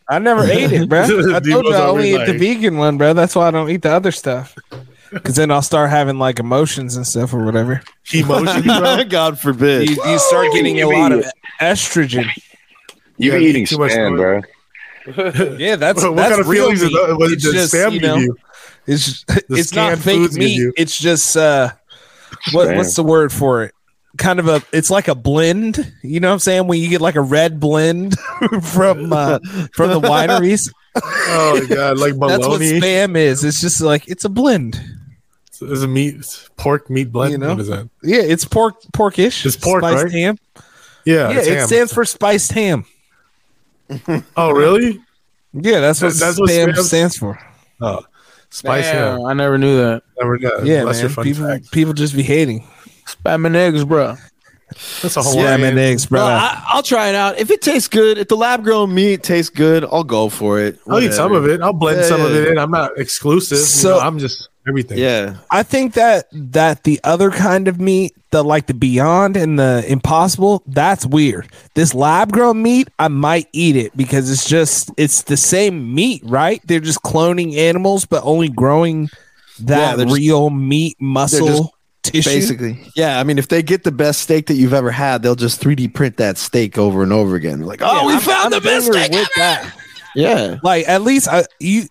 Speaker 5: I never ate it, bro. I
Speaker 3: Dude
Speaker 5: told you
Speaker 3: was
Speaker 5: I only ate
Speaker 3: always
Speaker 5: the
Speaker 3: like-
Speaker 5: vegan one, bro. That's why I don't eat the other stuff. Because then I'll start having like emotions and stuff or whatever.
Speaker 3: Emotion,
Speaker 5: (laughs)
Speaker 3: bro.
Speaker 4: (laughs) God forbid.
Speaker 5: You, you start getting a
Speaker 6: you
Speaker 5: lot
Speaker 6: mean
Speaker 5: of estrogen.
Speaker 6: You
Speaker 3: Yeah,
Speaker 6: be
Speaker 3: you
Speaker 6: eating
Speaker 3: eat too much food.
Speaker 6: sand, bro.
Speaker 5: Yeah, that's
Speaker 3: what
Speaker 5: that's
Speaker 3: kind of
Speaker 5: real
Speaker 3: feelings is
Speaker 5: meat.
Speaker 3: that? Was it
Speaker 5: It's
Speaker 3: just,
Speaker 5: just,
Speaker 3: spam
Speaker 5: you know,
Speaker 3: you?
Speaker 5: it's
Speaker 3: The
Speaker 5: (laughs) it's not
Speaker 3: scanned
Speaker 5: fake
Speaker 3: foods you
Speaker 5: meat.
Speaker 3: do.
Speaker 5: It's just uh, what,
Speaker 6: Spam.
Speaker 5: what's the word for it? Kind of a it's like a blend. You know what I'm saying? When you get like a red blend (laughs) from uh, from
Speaker 3: (laughs)
Speaker 5: the wineries,
Speaker 3: Oh my god, like
Speaker 5: (laughs) that's what
Speaker 3: bologna.
Speaker 5: spam is. It's just like it's a blend.
Speaker 3: Is a meat pork meat blend?
Speaker 5: You know?
Speaker 3: What is that?
Speaker 5: Yeah, it's pork porkish.
Speaker 3: It's pork,
Speaker 5: spiced
Speaker 3: right?
Speaker 5: ham.
Speaker 3: Yeah,
Speaker 5: yeah,
Speaker 3: it's
Speaker 5: it
Speaker 3: ham.
Speaker 5: stands for spiced ham.
Speaker 3: oh really?
Speaker 5: Yeah, that's what
Speaker 3: That's
Speaker 5: that's
Speaker 3: what
Speaker 5: spam
Speaker 3: spam-
Speaker 5: stands for.
Speaker 3: Oh, Spicy.
Speaker 2: Damn, I never knew that.
Speaker 3: Never know.
Speaker 5: Yeah,
Speaker 3: That's
Speaker 5: man.
Speaker 3: your fun
Speaker 5: People,
Speaker 3: fact.
Speaker 5: people just be hating.
Speaker 2: Spam and eggs, bro.
Speaker 3: That's a whole
Speaker 5: Spam and eggs, bro.
Speaker 4: Well, I, I'll try it out. If it tastes good, if the lab grown meat tastes good, I'll go for it.
Speaker 3: I'll eat
Speaker 4: Whatever.
Speaker 3: some of it. I'll blend
Speaker 4: Yeah,
Speaker 3: some of
Speaker 4: yeah,
Speaker 3: it in. I'm not exclusive.
Speaker 5: So-
Speaker 3: you know, I'm just everything.
Speaker 4: Yeah.
Speaker 5: I think that that the other kind of meat, the like the beyond and the impossible, that's weird. This lab grown meat, I might eat it because it's just it's the same meat, right? They're just cloning animals, but only growing
Speaker 4: Yeah,
Speaker 5: that
Speaker 4: they're just-
Speaker 5: real meat muscle tissue.
Speaker 4: Basically, yeah. I mean, if they get the best steak that you've ever had, they'll just 3D print that steak over and over again. Like, oh, we
Speaker 5: I'm-
Speaker 4: found the
Speaker 5: I'm
Speaker 4: best
Speaker 5: down
Speaker 4: steak
Speaker 5: with
Speaker 4: ever.
Speaker 5: that.
Speaker 4: Yeah,
Speaker 5: Like at least I, you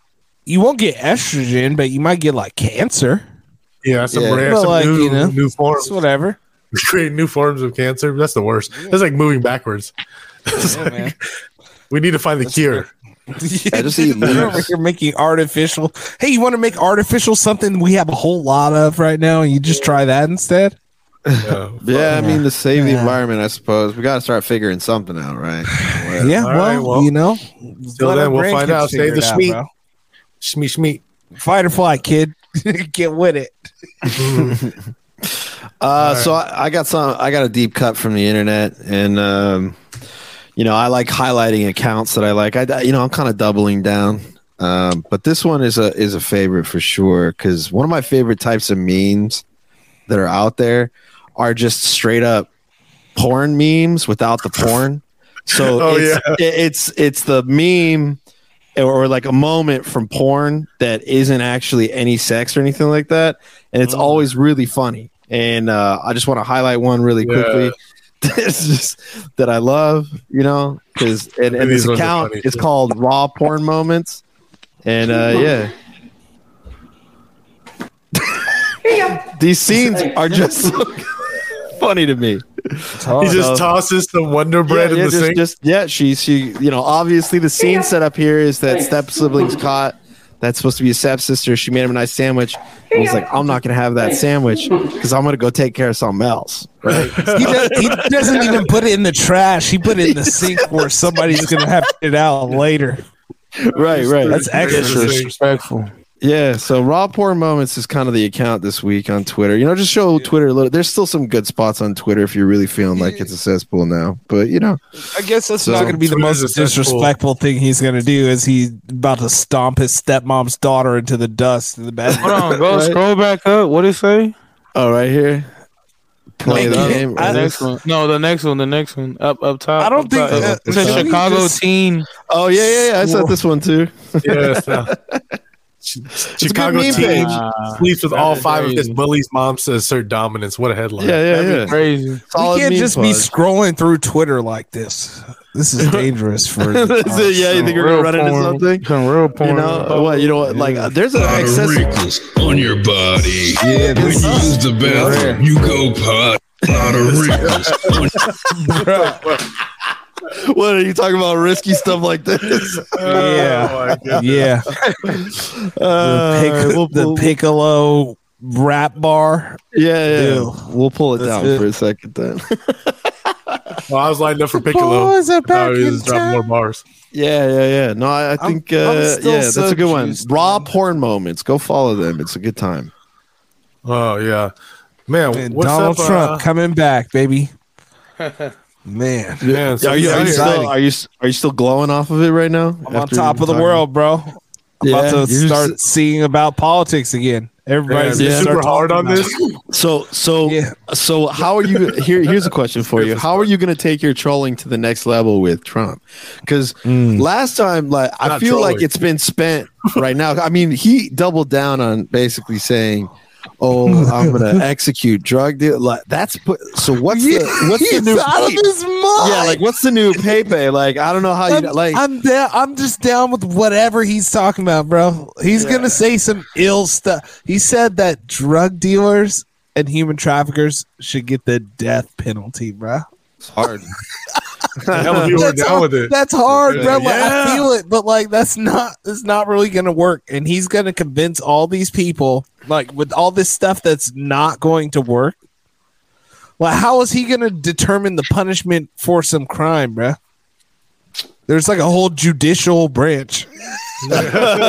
Speaker 5: you won't get estrogen, but you might get like cancer.
Speaker 3: Yeah, that's some
Speaker 4: Yeah.
Speaker 3: rare,
Speaker 5: But
Speaker 3: some
Speaker 5: like,
Speaker 3: new,
Speaker 5: you know,
Speaker 3: new forms.
Speaker 5: It's whatever.
Speaker 3: (laughs) Create new forms of cancer. That's the worst. That's like moving backwards. It's like,
Speaker 5: man.
Speaker 3: we need to find the cure.
Speaker 4: I just
Speaker 5: (laughs)
Speaker 4: eat
Speaker 5: You're over
Speaker 4: leaves.
Speaker 5: here making artificial. Hey, you want to make artificial something we have a whole lot of right now, and you just try that instead?
Speaker 3: Yeah.
Speaker 4: yeah. I mean, to save the environment, I suppose we got to start figuring something out, right? Whatever.
Speaker 5: Yeah,
Speaker 3: All
Speaker 5: well,
Speaker 3: right, well,
Speaker 5: you know. let
Speaker 3: then,
Speaker 5: our
Speaker 3: we'll find
Speaker 5: grandkids
Speaker 3: out. Save
Speaker 5: figure
Speaker 3: the
Speaker 5: it out,
Speaker 3: sweet.
Speaker 5: bro.
Speaker 3: Shmee shmee.
Speaker 5: Fight or flight, kid. (laughs) Get with it.
Speaker 4: Uh, so I, I got some. I got a deep cut from the internet, and um, you know, I like highlighting accounts that I like. I, you know, I'm kind of doubling down. Um, but this one is a is a favorite for sure because one of my favorite types of memes that are out there are just straight up porn memes without the porn. So
Speaker 3: Oh,
Speaker 4: it's, it- it's it's the meme or like a moment from porn that isn't actually any sex or anything like that, and
Speaker 3: Mm.
Speaker 4: it's always really funny. And uh, I just want to highlight one really
Speaker 3: Yeah.
Speaker 4: quickly. (laughs) It's just that I love, you know, because and, and
Speaker 3: These
Speaker 4: this
Speaker 3: ones are
Speaker 4: account
Speaker 3: funny,
Speaker 4: is
Speaker 3: too.
Speaker 4: called Raw Porn Moments, and uh, yeah. These scenes are just so funny to me.
Speaker 3: (laughs) He just
Speaker 4: no.
Speaker 3: tosses the Wonder Bread
Speaker 4: yeah,
Speaker 3: in
Speaker 4: yeah,
Speaker 3: the
Speaker 4: just,
Speaker 3: sink.
Speaker 4: just- yeah, she she you know, obviously the scene set up here is that step siblings caught that's supposed to be a stepsister. She made him a nice sandwich. I was like, I'm not gonna have that sandwich because I'm gonna go take care of something else. Right.
Speaker 5: He, does, he doesn't even put it in the trash. He put it in the sink where somebody's going to have to get it out later.
Speaker 4: right, right.
Speaker 5: That's extra.
Speaker 2: Disrespectful.
Speaker 4: Yeah, so raw porn moments is kind of the account this week on Twitter. You know, just show Twitter a little. There's still some good spots on Twitter if you're really feeling like it's a cesspool now. But you know,
Speaker 5: I guess that's
Speaker 4: So-
Speaker 5: not going to be the
Speaker 3: Twitter's
Speaker 5: most
Speaker 3: a cesspool.
Speaker 5: disrespectful thing he's going to do is he's about to stomp his stepmom's daughter into the dust in the bathroom.
Speaker 2: Hold on, go scroll back up. What it say?
Speaker 4: oh, right here, play
Speaker 5: Like,
Speaker 4: the
Speaker 5: I-
Speaker 4: game.
Speaker 5: I-
Speaker 4: or
Speaker 2: Next
Speaker 4: this.
Speaker 2: one. No, the next one. The next one. Up, up top.
Speaker 5: I don't
Speaker 2: up
Speaker 5: think-
Speaker 2: top.
Speaker 5: uh,
Speaker 2: it says
Speaker 5: shouldn't we
Speaker 2: Chicago
Speaker 5: just-
Speaker 2: teen.
Speaker 4: Oh yeah, yeah, yeah. I saw this one too.
Speaker 3: Yes. uh, Ch- Chicago
Speaker 4: meme
Speaker 3: team
Speaker 2: page.
Speaker 3: sleeps with
Speaker 2: Nah,
Speaker 3: all
Speaker 2: that's
Speaker 3: five of his
Speaker 2: crazy.
Speaker 3: bullies' moms to assert dominance. What a headline!
Speaker 4: Yeah, yeah, yeah.
Speaker 2: Crazy.
Speaker 5: We
Speaker 4: Solid
Speaker 5: can't
Speaker 4: meme
Speaker 5: just be
Speaker 4: pause.
Speaker 5: scrolling through Twitter like this.
Speaker 4: (laughs)
Speaker 5: This is dangerous for.
Speaker 4: That's it, yeah, you think we're gonna run into something?
Speaker 2: Some real porn.
Speaker 4: You know what? You know what? Like, uh, there's an excess.
Speaker 7: wrinkles on your body.
Speaker 5: Yeah, this
Speaker 7: Use the bathroom. You go pot. Lot of
Speaker 11: (laughs)
Speaker 7: wrinkles.
Speaker 4: (laughs) What are you talking about? Risky stuff like this?
Speaker 3: Oh,
Speaker 5: (laughs) yeah, yeah.
Speaker 4: (laughs) Uh,
Speaker 5: the, pic-
Speaker 4: we'll-
Speaker 5: the
Speaker 4: we'll-
Speaker 5: piccolo rap bar.
Speaker 4: yeah, yeah.
Speaker 5: Ew.
Speaker 4: We'll pull it
Speaker 5: That's
Speaker 4: down
Speaker 5: it.
Speaker 4: for a second then. (laughs)
Speaker 3: Well, I was lined up for Piccolo.
Speaker 5: Boys are
Speaker 3: Now
Speaker 5: back
Speaker 3: he
Speaker 5: in
Speaker 3: just dropped more
Speaker 5: town.
Speaker 3: bars.
Speaker 4: Yeah, yeah, yeah. No, I, I
Speaker 5: I'm-
Speaker 4: think
Speaker 5: I'm
Speaker 4: uh,
Speaker 5: still
Speaker 4: yeah, that's
Speaker 5: so
Speaker 4: a good one.
Speaker 5: juiced,
Speaker 4: Raw
Speaker 5: man.
Speaker 4: porn moments. Go follow them. It's a good time.
Speaker 3: Oh yeah, man.
Speaker 5: And
Speaker 3: What's
Speaker 5: Donald
Speaker 3: up,
Speaker 5: Trump
Speaker 3: uh,
Speaker 5: coming back, (laughs) baby. Man,
Speaker 3: man,
Speaker 4: Are you, are you
Speaker 3: something's
Speaker 4: still
Speaker 3: exciting.
Speaker 4: are you are you still glowing off of it right now?
Speaker 5: I'm on top of the world, bro. I'm
Speaker 4: Yeah,
Speaker 5: about to
Speaker 4: you're
Speaker 5: start
Speaker 4: s-
Speaker 5: seeing about politics again.
Speaker 3: Man,
Speaker 5: Everybody's
Speaker 3: you're
Speaker 5: gonna
Speaker 3: super
Speaker 5: start
Speaker 3: hard
Speaker 5: talking
Speaker 3: on
Speaker 5: about it.
Speaker 3: this.
Speaker 4: So so
Speaker 5: Yeah.
Speaker 4: so how are you here here's a question
Speaker 5: (laughs)
Speaker 4: for you. How are you going to take your trolling to the next level with Trump? Cuz
Speaker 5: Mm.
Speaker 4: last time like I
Speaker 3: Not
Speaker 4: feel like
Speaker 3: trolling.
Speaker 4: it's been spent right now. I mean, he doubled down on basically saying Oh, I'm
Speaker 5: (laughs)
Speaker 4: gonna execute drug deal. Like that's put, so. What's the what's the
Speaker 5: (laughs) (laughs) He's
Speaker 4: new
Speaker 5: out of
Speaker 4: peep?
Speaker 5: his mind.
Speaker 4: Yeah, like what's the new Pepe? Like I don't know how you
Speaker 5: I'm,
Speaker 4: like.
Speaker 5: I'm down. I'm just down with whatever he's talking about, bro. He's gonna say some ill stuff. He said that drug dealers and human traffickers should get the death penalty, bro.
Speaker 4: it's hard.
Speaker 3: Hell, if (laughs) you were
Speaker 5: That's
Speaker 3: down with
Speaker 5: hard,
Speaker 3: it.
Speaker 5: that's hard, bro. Like, I
Speaker 4: Yeah.
Speaker 5: feel it, but like that's not it's not really gonna work. And he's gonna convince all these people, like with all this stuff that's not going to work. Like, how is he gonna determine the punishment for some crime, bro? There's like a whole judicial branch. (laughs)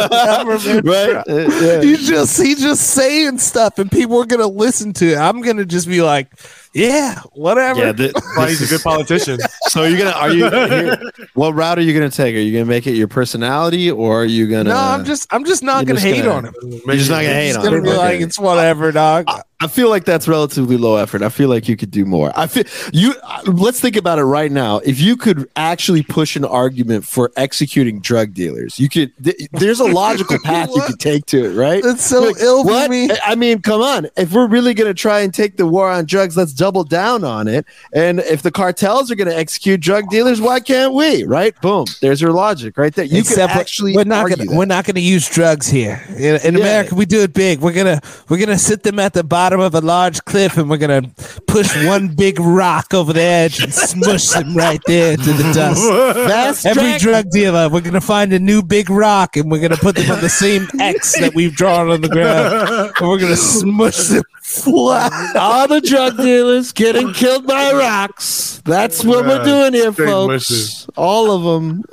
Speaker 4: right? Uh, yeah.
Speaker 5: You just he just saying stuff, and people are gonna listen to it. I'm gonna just be like, yeah, whatever.
Speaker 4: Yeah, thi-
Speaker 5: (laughs)
Speaker 3: Why
Speaker 4: this
Speaker 3: he's a
Speaker 4: is-
Speaker 3: good politician.
Speaker 4: so you're gonna are you (laughs) here- what route are you gonna take? Are you gonna make it your personality or are you gonna
Speaker 5: no, I'm just I'm just
Speaker 4: you're
Speaker 5: not gonna
Speaker 4: just
Speaker 5: hate
Speaker 4: uh, gonna-
Speaker 5: on him.
Speaker 4: You're just not gonna hate
Speaker 5: It's
Speaker 4: on
Speaker 5: gonna
Speaker 4: it.
Speaker 5: be like
Speaker 4: Okay.
Speaker 5: it's whatever, dog.
Speaker 4: I- I feel like that's relatively low effort. I feel like you could do more. I feel you. I- Let's think about it right now. If you could actually push an argument for executing drug dealers, you could. Th- there's a (laughs) logical path you could take to it, right?
Speaker 5: That's so ill for
Speaker 4: what?
Speaker 5: me.
Speaker 4: I- I mean, come on. If we're really gonna try and take the war on drugs, let's double down on it. And if the cartels are gonna execute drug dealers, why can't we? Right? Boom. There's your logic right there. You
Speaker 5: Except
Speaker 4: could
Speaker 5: we're-
Speaker 4: actually.
Speaker 5: we're not
Speaker 4: argue
Speaker 5: gonna
Speaker 4: that.
Speaker 5: we're not gonna use drugs here in, in
Speaker 4: Yeah.
Speaker 5: America. We do it big. We're gonna we're gonna sit them at the bottom of a large cliff, and we're gonna push
Speaker 4: (laughs)
Speaker 5: one big rock over the edge and smush them right there to the dust.
Speaker 4: That's
Speaker 5: Every drug dealer, we're gonna find a new big rock, and we're gonna put them on the same X that we've drawn on the ground, and we're gonna smush them flat.
Speaker 4: all the drug dealers getting killed by rocks. That's what we're
Speaker 3: Oh, Yeah,
Speaker 4: doing here,
Speaker 3: big
Speaker 4: folks.
Speaker 3: mushes.
Speaker 4: All of them.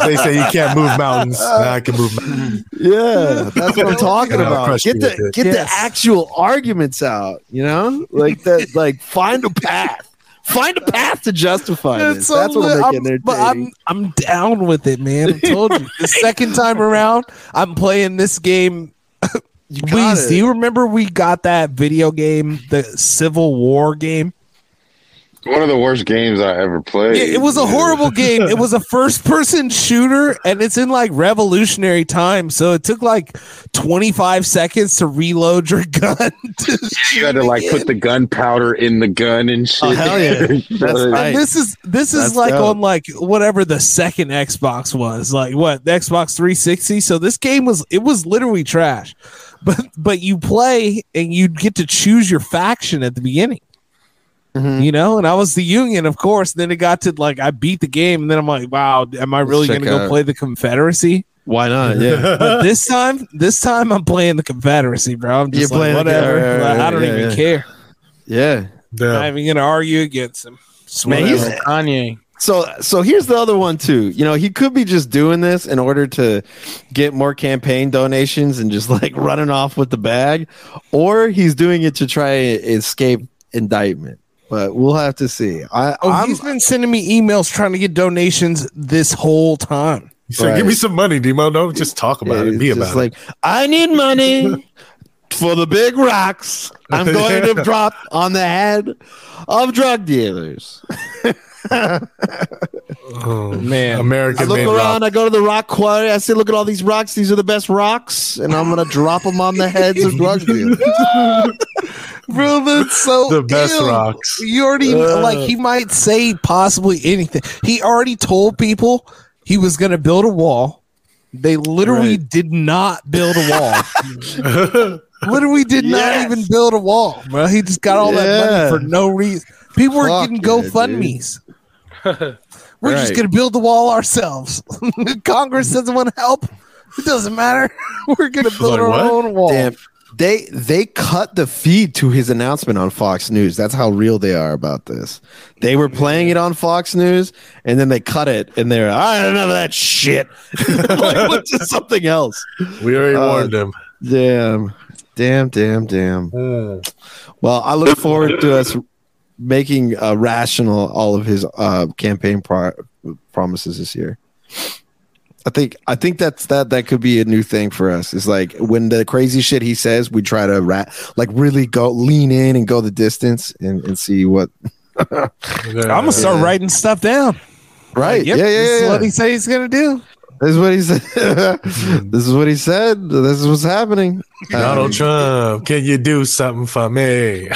Speaker 3: They say you can't move
Speaker 4: (laughs)
Speaker 3: mountains. Nah, I can move. Mountains.
Speaker 4: Yeah, (laughs) that's what I'm talking
Speaker 3: Yeah, I'll
Speaker 4: about.
Speaker 3: crush
Speaker 4: Get
Speaker 3: you with
Speaker 4: the
Speaker 3: it.
Speaker 4: get
Speaker 5: Yes.
Speaker 4: the actual arguments out. You know, like that. Like find a path. Find a path to justify this.
Speaker 5: It's so
Speaker 4: That's what
Speaker 5: lit.
Speaker 4: I'm
Speaker 5: I'm,
Speaker 4: making
Speaker 5: but I'm, I'm down with it, man. I told you. The second time around, I'm playing this game.
Speaker 4: got
Speaker 5: Please,
Speaker 4: it.
Speaker 5: do you remember we got that video game, the Civil War game?
Speaker 6: One of the worst games I ever played.
Speaker 5: Yeah, it was a horrible game. It was a first person shooter and it's in like revolutionary time. So it took like 25 seconds to reload your (laughs) gun. to
Speaker 6: You had to
Speaker 5: shoot
Speaker 6: like
Speaker 5: again.
Speaker 6: put the gunpowder in the gun and shit.
Speaker 4: Oh, hell
Speaker 6: (laughs)
Speaker 4: yeah. That's
Speaker 6: So,
Speaker 4: right.
Speaker 5: And this is this is
Speaker 4: That's
Speaker 5: like
Speaker 4: dope.
Speaker 5: on like whatever the second Xbox was, like what the Xbox 360. So this game was it was literally trash, (laughs) but but you play and you get to choose your faction at the beginning.
Speaker 4: Mm-hmm.
Speaker 5: You know, and I was the Union, of course. Then it got to like I beat the game, and then I'm like, wow, am I really
Speaker 4: check
Speaker 5: going to go
Speaker 4: out-
Speaker 5: play the Confederacy?
Speaker 4: Why not? Yeah,
Speaker 3: (laughs)
Speaker 5: But this time, this time I'm playing the Confederacy, bro. I'm just
Speaker 4: You're
Speaker 5: like
Speaker 4: playing the-
Speaker 5: whatever.
Speaker 4: right, right,
Speaker 5: Like, I
Speaker 4: right,
Speaker 5: don't
Speaker 4: yeah,
Speaker 5: even
Speaker 4: yeah.
Speaker 5: care.
Speaker 4: yeah.
Speaker 5: I'm not
Speaker 3: Yeah.
Speaker 5: even going to argue against him.
Speaker 4: Man, he's-
Speaker 2: Whatever. Kanye.
Speaker 4: So so here's the other one too. You know, he could be just doing this in order to get more campaign donations and just like (laughs) running off with the bag, or he's doing it to try and escape indictment. But we'll have to see. I
Speaker 5: Oh,
Speaker 4: I'm,
Speaker 5: he's been sending me emails trying to get donations this whole time.
Speaker 3: He said, "Give me some money, Demo. Don't just talk about it. Be
Speaker 4: it's
Speaker 3: about
Speaker 4: just
Speaker 3: it."
Speaker 4: like I need money for the big rocks.
Speaker 3: (laughs)
Speaker 4: I'm going to drop on the head of drug dealers.
Speaker 5: Man,
Speaker 4: I
Speaker 3: American
Speaker 4: look
Speaker 3: made
Speaker 4: around.
Speaker 3: rock.
Speaker 4: I go to the rock quarry. I say, "Look at all these rocks. These are the best rocks," and I'm gonna drop them on the heads of
Speaker 3: (laughs)
Speaker 4: drug dealers.
Speaker 5: bro, that's so
Speaker 3: The best
Speaker 5: ew.
Speaker 3: rocks.
Speaker 5: You already like he might say possibly anything. He already told people he was going to build a wall. They literally did not build a wall. literally did
Speaker 4: Yes.
Speaker 5: not even build a wall, bro. He just got all
Speaker 4: Yeah.
Speaker 5: that money for no reason. People were
Speaker 4: Fuck
Speaker 5: getting
Speaker 4: yeah,
Speaker 5: GoFundmes. We're just
Speaker 4: Right.
Speaker 5: going to build the wall ourselves. (laughs) Congress doesn't want to help. It doesn't matter. (laughs) We're going to build
Speaker 3: Like
Speaker 5: our
Speaker 3: what?
Speaker 5: own wall.
Speaker 4: Damn. They they cut the feed to his announcement on Fox News. That's how real they are about this. They were playing it on Fox News and then they cut it and they're I don't know that shit. (laughs) like what's just something else.
Speaker 3: We already
Speaker 4: Uh,
Speaker 3: warned him.
Speaker 4: Damn. Damn, damn, damn. Well, I look forward to us making uh, rational all of his uh, campaign pro- promises this year. I think I think that's that that could be a new thing for us. Is like when the crazy shit he says, we try to rat like really go lean in and go the distance and, and see what
Speaker 5: I'm gonna start writing stuff down.
Speaker 4: right.
Speaker 5: Yep,
Speaker 4: yeah,
Speaker 5: this
Speaker 4: yeah,
Speaker 5: is
Speaker 4: yeah.
Speaker 5: what he said he's gonna (laughs) do.
Speaker 4: This is what he said. (laughs) this is what he said. This is what's happening.
Speaker 3: Donald
Speaker 4: Um,
Speaker 3: Trump, can you do something for me?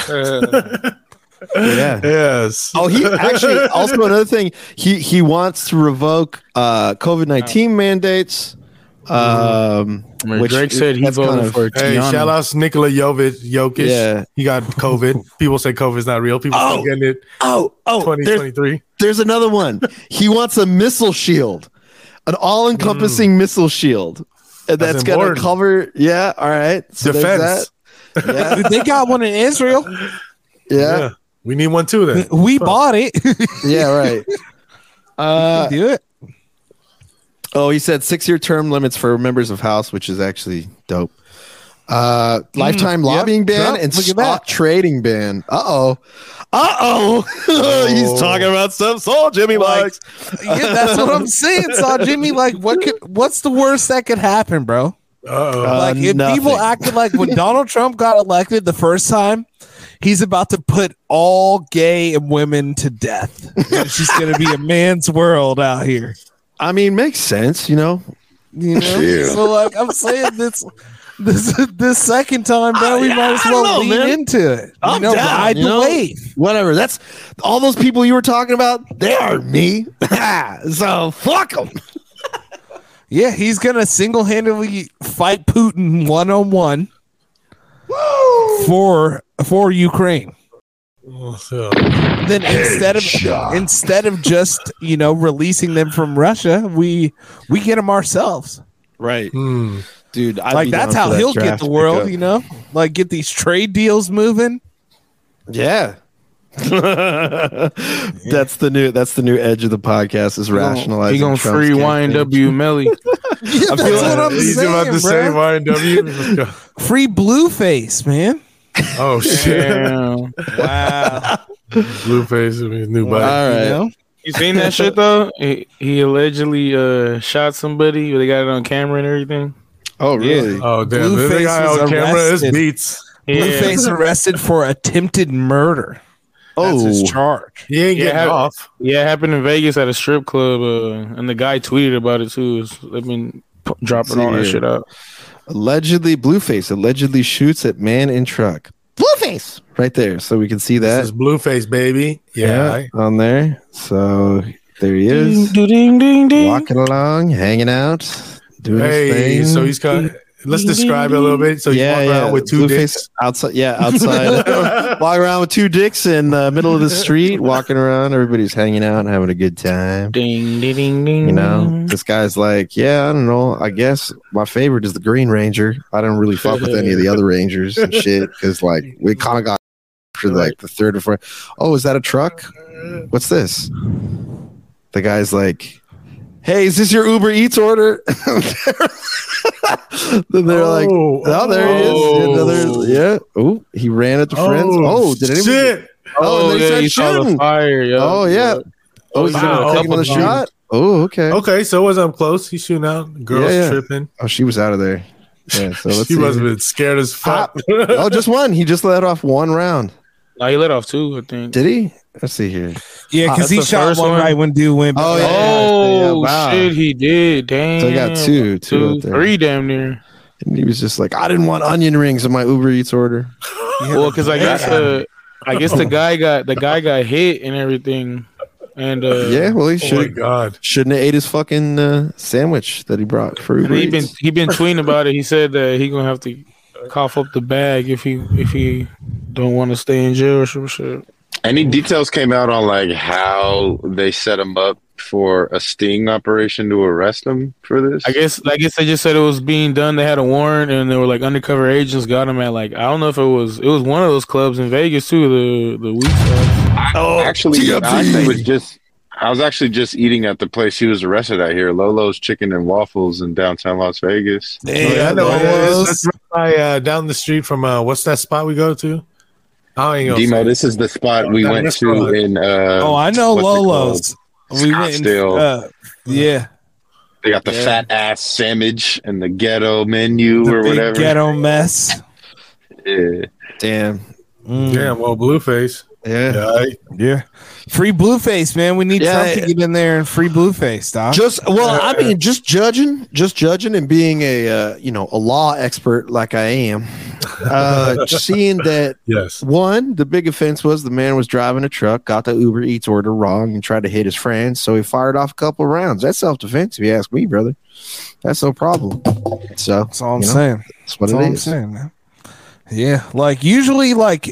Speaker 4: Yeah.
Speaker 3: yes.
Speaker 4: Oh,
Speaker 2: (laughs)
Speaker 4: he actually also another thing. He he wants to revoke uh, COVID nineteen mandates. Um,
Speaker 2: Man, Drake Mm-hmm. said he
Speaker 4: that's
Speaker 2: voted
Speaker 4: kind of-
Speaker 2: for
Speaker 3: (laughs) Hey,
Speaker 2: Tiana.
Speaker 3: shout outs Nikola Jovic, Jokic.
Speaker 4: Yeah.
Speaker 3: He got COVID. People say COVID's not real. People
Speaker 4: Oh.
Speaker 3: still getting it
Speaker 4: Oh, oh, there's,
Speaker 3: 2023.
Speaker 4: there's another one. He wants a missile shield, an all-encompassing
Speaker 2: Mm.
Speaker 4: missile shield, and
Speaker 3: That's
Speaker 4: that's, going to
Speaker 3: important.
Speaker 4: cover. Yeah, all right. So there's
Speaker 3: Defense.
Speaker 4: that.
Speaker 5: They got one in Israel.
Speaker 3: Yeah.
Speaker 4: Yeah,
Speaker 3: We need one too then.
Speaker 5: We bought it.
Speaker 2: (laughs)
Speaker 4: yeah, yeah, right. Uh,
Speaker 5: do it.
Speaker 4: Oh, he said six year term limits for members of House, which is actually dope. Uh, lifetime lobbying ban
Speaker 5: Yep,
Speaker 4: and
Speaker 5: look at
Speaker 4: stock trading ban. Uh oh. Uh oh. (laughs) He's talking about stuff. So Jimmy likes.
Speaker 5: Yeah, that's what I'm saying. Saw Jimmy, like, what could, what's the worst that could happen, bro?
Speaker 3: Uh-oh.
Speaker 5: Like, if people
Speaker 4: nothing.
Speaker 5: acted like when Donald Trump got elected the first time, he's about to put all gay and women to death. It's just gonna be a man's world out here.
Speaker 4: I mean, makes sense, you know.
Speaker 5: You know,
Speaker 6: Yeah.
Speaker 5: so like I'm saying this, this this second time, bro, we might as
Speaker 4: I
Speaker 5: well
Speaker 4: don't know,
Speaker 5: lean
Speaker 4: man.
Speaker 5: into it.
Speaker 4: I'm
Speaker 5: you know,
Speaker 4: down,
Speaker 5: ride
Speaker 4: you
Speaker 5: the
Speaker 4: know?
Speaker 5: wave.
Speaker 4: Whatever. That's all those people you were talking about. They are me. (laughs) so fuck them.
Speaker 5: Yeah, he's gonna single handedly fight Putin one on one for for Ukraine. Then instead of instead of just you know releasing them from Russia, we we get them ourselves.
Speaker 4: Right,
Speaker 3: Hmm.
Speaker 4: dude. I'd
Speaker 5: like
Speaker 4: be down
Speaker 5: that's how
Speaker 4: for that
Speaker 5: he'll get
Speaker 4: draft
Speaker 5: the world.
Speaker 4: pickup.
Speaker 5: You know, like get these trade deals moving.
Speaker 4: Yeah. that's the new that's the new edge of the podcast is rationalizing.
Speaker 2: He gonna
Speaker 4: Trump's
Speaker 2: free
Speaker 4: campaign.
Speaker 2: YNW Melly.
Speaker 5: Yeah, that's (laughs) what I'm
Speaker 3: He's
Speaker 5: saying,
Speaker 3: about to say
Speaker 5: bruh.
Speaker 3: YNW. Let's go.
Speaker 5: Free Blueface, man.
Speaker 3: Oh shit!
Speaker 2: Damn.
Speaker 3: Blueface, I mean, new
Speaker 4: All
Speaker 3: buddy.
Speaker 5: You
Speaker 4: right.
Speaker 5: know?
Speaker 2: You seen that shit though? He, he allegedly uh, shot somebody. They got it on camera and everything.
Speaker 4: Oh really?
Speaker 3: Oh damn! This
Speaker 5: Blueface
Speaker 3: guy
Speaker 5: was
Speaker 3: on camera is
Speaker 5: arrested.
Speaker 3: beats.
Speaker 2: Yeah.
Speaker 5: Blueface arrested for attempted murder. That's
Speaker 4: Oh,
Speaker 5: his charge.
Speaker 3: He ain't
Speaker 2: Yeah,
Speaker 3: getting
Speaker 2: have-
Speaker 3: off.
Speaker 2: Yeah, it happened in Vegas at a strip club, uh, and the guy tweeted about it too. So They've been p- dropping all that
Speaker 4: See.
Speaker 2: shit out.
Speaker 4: allegedly Blueface allegedly shoots at man in truck. Blueface, right there, so we can see
Speaker 3: This
Speaker 4: that.
Speaker 3: is Blueface, baby. Yeah.
Speaker 4: Yeah, on there. So there he is,
Speaker 2: Ding, ding, ding, ding.
Speaker 4: walking along, hanging out, doing his
Speaker 3: Hey,
Speaker 4: thing.
Speaker 3: so he's kind. Of, let's describe it a little bit. So he's walking around with two
Speaker 4: Blueface
Speaker 3: dicks.
Speaker 4: outside.
Speaker 3: (laughs)
Speaker 4: Yeah, outside, walking around with two dicks in the middle of the street, walking around. Everybody's hanging out and having a good time.
Speaker 2: Ding, ding, ding, ding. Mm-hmm.
Speaker 4: You know, this guy's like, yeah, I don't know. I guess my favorite is the Green Ranger. I don't really fuck with any of the other Rangers and shit because, like, we kind of got after like the third or fourth. Oh, is that a truck? What's this? The guy's like, hey, is this your Uber Eats order? (laughs) then they're like,
Speaker 3: Oh,
Speaker 4: oh, there he
Speaker 2: oh.
Speaker 4: is. Another, yeah. Oh, he ran at the friends. Oh, did anyone?
Speaker 3: shit?
Speaker 4: Oh, and they started
Speaker 2: he saw the
Speaker 4: shooting.
Speaker 2: fire. Yo.
Speaker 4: Oh, yeah. Oh, he's
Speaker 3: Wow.
Speaker 4: gonna take another
Speaker 2: Couple
Speaker 4: shot. Oh, okay.
Speaker 3: Okay, so it was up close. He's shooting out. Girls
Speaker 4: Yeah, yeah.
Speaker 3: tripping.
Speaker 4: Oh, she was out of there.
Speaker 3: (laughs)
Speaker 4: Yeah, so let's
Speaker 3: He
Speaker 4: see.
Speaker 3: must have been scared as fuck. (laughs)
Speaker 4: oh, just one. He just let off one round.
Speaker 2: No, he let off two, I think.
Speaker 4: Did he? Let's see here.
Speaker 5: Yeah,
Speaker 4: Ah, that's
Speaker 5: because he
Speaker 2: the
Speaker 5: shot
Speaker 2: first
Speaker 5: one
Speaker 2: one?
Speaker 5: right when dude went.
Speaker 4: Oh, yeah.
Speaker 2: Oh,
Speaker 4: Yeah, wow.
Speaker 2: shit, he did. Damn.
Speaker 4: So he got two, two
Speaker 2: Two,
Speaker 4: out there.
Speaker 2: three damn near.
Speaker 4: And he was just like, I didn't want onion rings in my Uber Eats order.
Speaker 2: Well, because I guess the, I guess the guy got the guy got hit and everything, and uh,
Speaker 4: Yeah, well, he
Speaker 3: Oh my
Speaker 4: should
Speaker 3: god.
Speaker 4: shouldn't have ate his fucking uh, sandwich that he brought for Uber
Speaker 2: he been
Speaker 4: Eats.
Speaker 2: he been tweeting about it. He said that he gonna have to cough up the bag if he if he don't want to stay in jail or some shit.
Speaker 6: (laughs) Any details came out on like how they set him up for a sting operation to arrest him for this?
Speaker 2: I guess I guess they just said it was being done. They had a warrant and they were like undercover agents got him at like I don't know if it was it was one of those clubs in Vegas too. The the week stuff.
Speaker 6: actually, I was just I was actually just eating at the place he was arrested at here, Lolo's Chicken and Waffles in downtown Las Vegas.
Speaker 3: Oh, yeah, I know what it
Speaker 5: Lolo's.
Speaker 3: is. That's right by, uh, down the street from uh, what's that spot we go to? I ain't gonna
Speaker 6: Demo,
Speaker 3: say.
Speaker 6: this is the spot we
Speaker 3: That
Speaker 6: went to
Speaker 3: restaurant.
Speaker 6: in. Uh,
Speaker 5: Oh, I know
Speaker 6: what's it
Speaker 5: Lolo's.
Speaker 6: called?
Speaker 5: We went. in-
Speaker 6: Scottsdale.
Speaker 5: uh, yeah,
Speaker 6: They got the fat ass sandwich and the ghetto menu or
Speaker 5: big
Speaker 6: whatever.
Speaker 5: ghetto mess.
Speaker 6: Yeah.
Speaker 4: Damn.
Speaker 5: Mm.
Speaker 3: Damn, well, Blueface.
Speaker 4: Yeah.
Speaker 3: I-
Speaker 5: Yeah. Free Blueface, man. We need
Speaker 4: Yeah,
Speaker 5: Trump to
Speaker 4: I-
Speaker 5: get in there and free Blueface, doc.
Speaker 4: Just well, I mean, just judging, just judging, and being a uh, you know a law expert like I am,
Speaker 3: (laughs)
Speaker 4: uh, seeing that
Speaker 3: Yes. (laughs)
Speaker 4: One, the big offense was the man was driving a truck, got the Uber Eats order wrong, and tried to hit his friend, so he fired off a couple rounds. That's self defense, if you ask me, brother. That's no problem. So
Speaker 5: That's all I'm
Speaker 4: you know,
Speaker 5: saying.
Speaker 4: That's what
Speaker 5: That's all
Speaker 4: it
Speaker 5: I'm
Speaker 4: is.
Speaker 5: saying, man. Yeah. Like usually like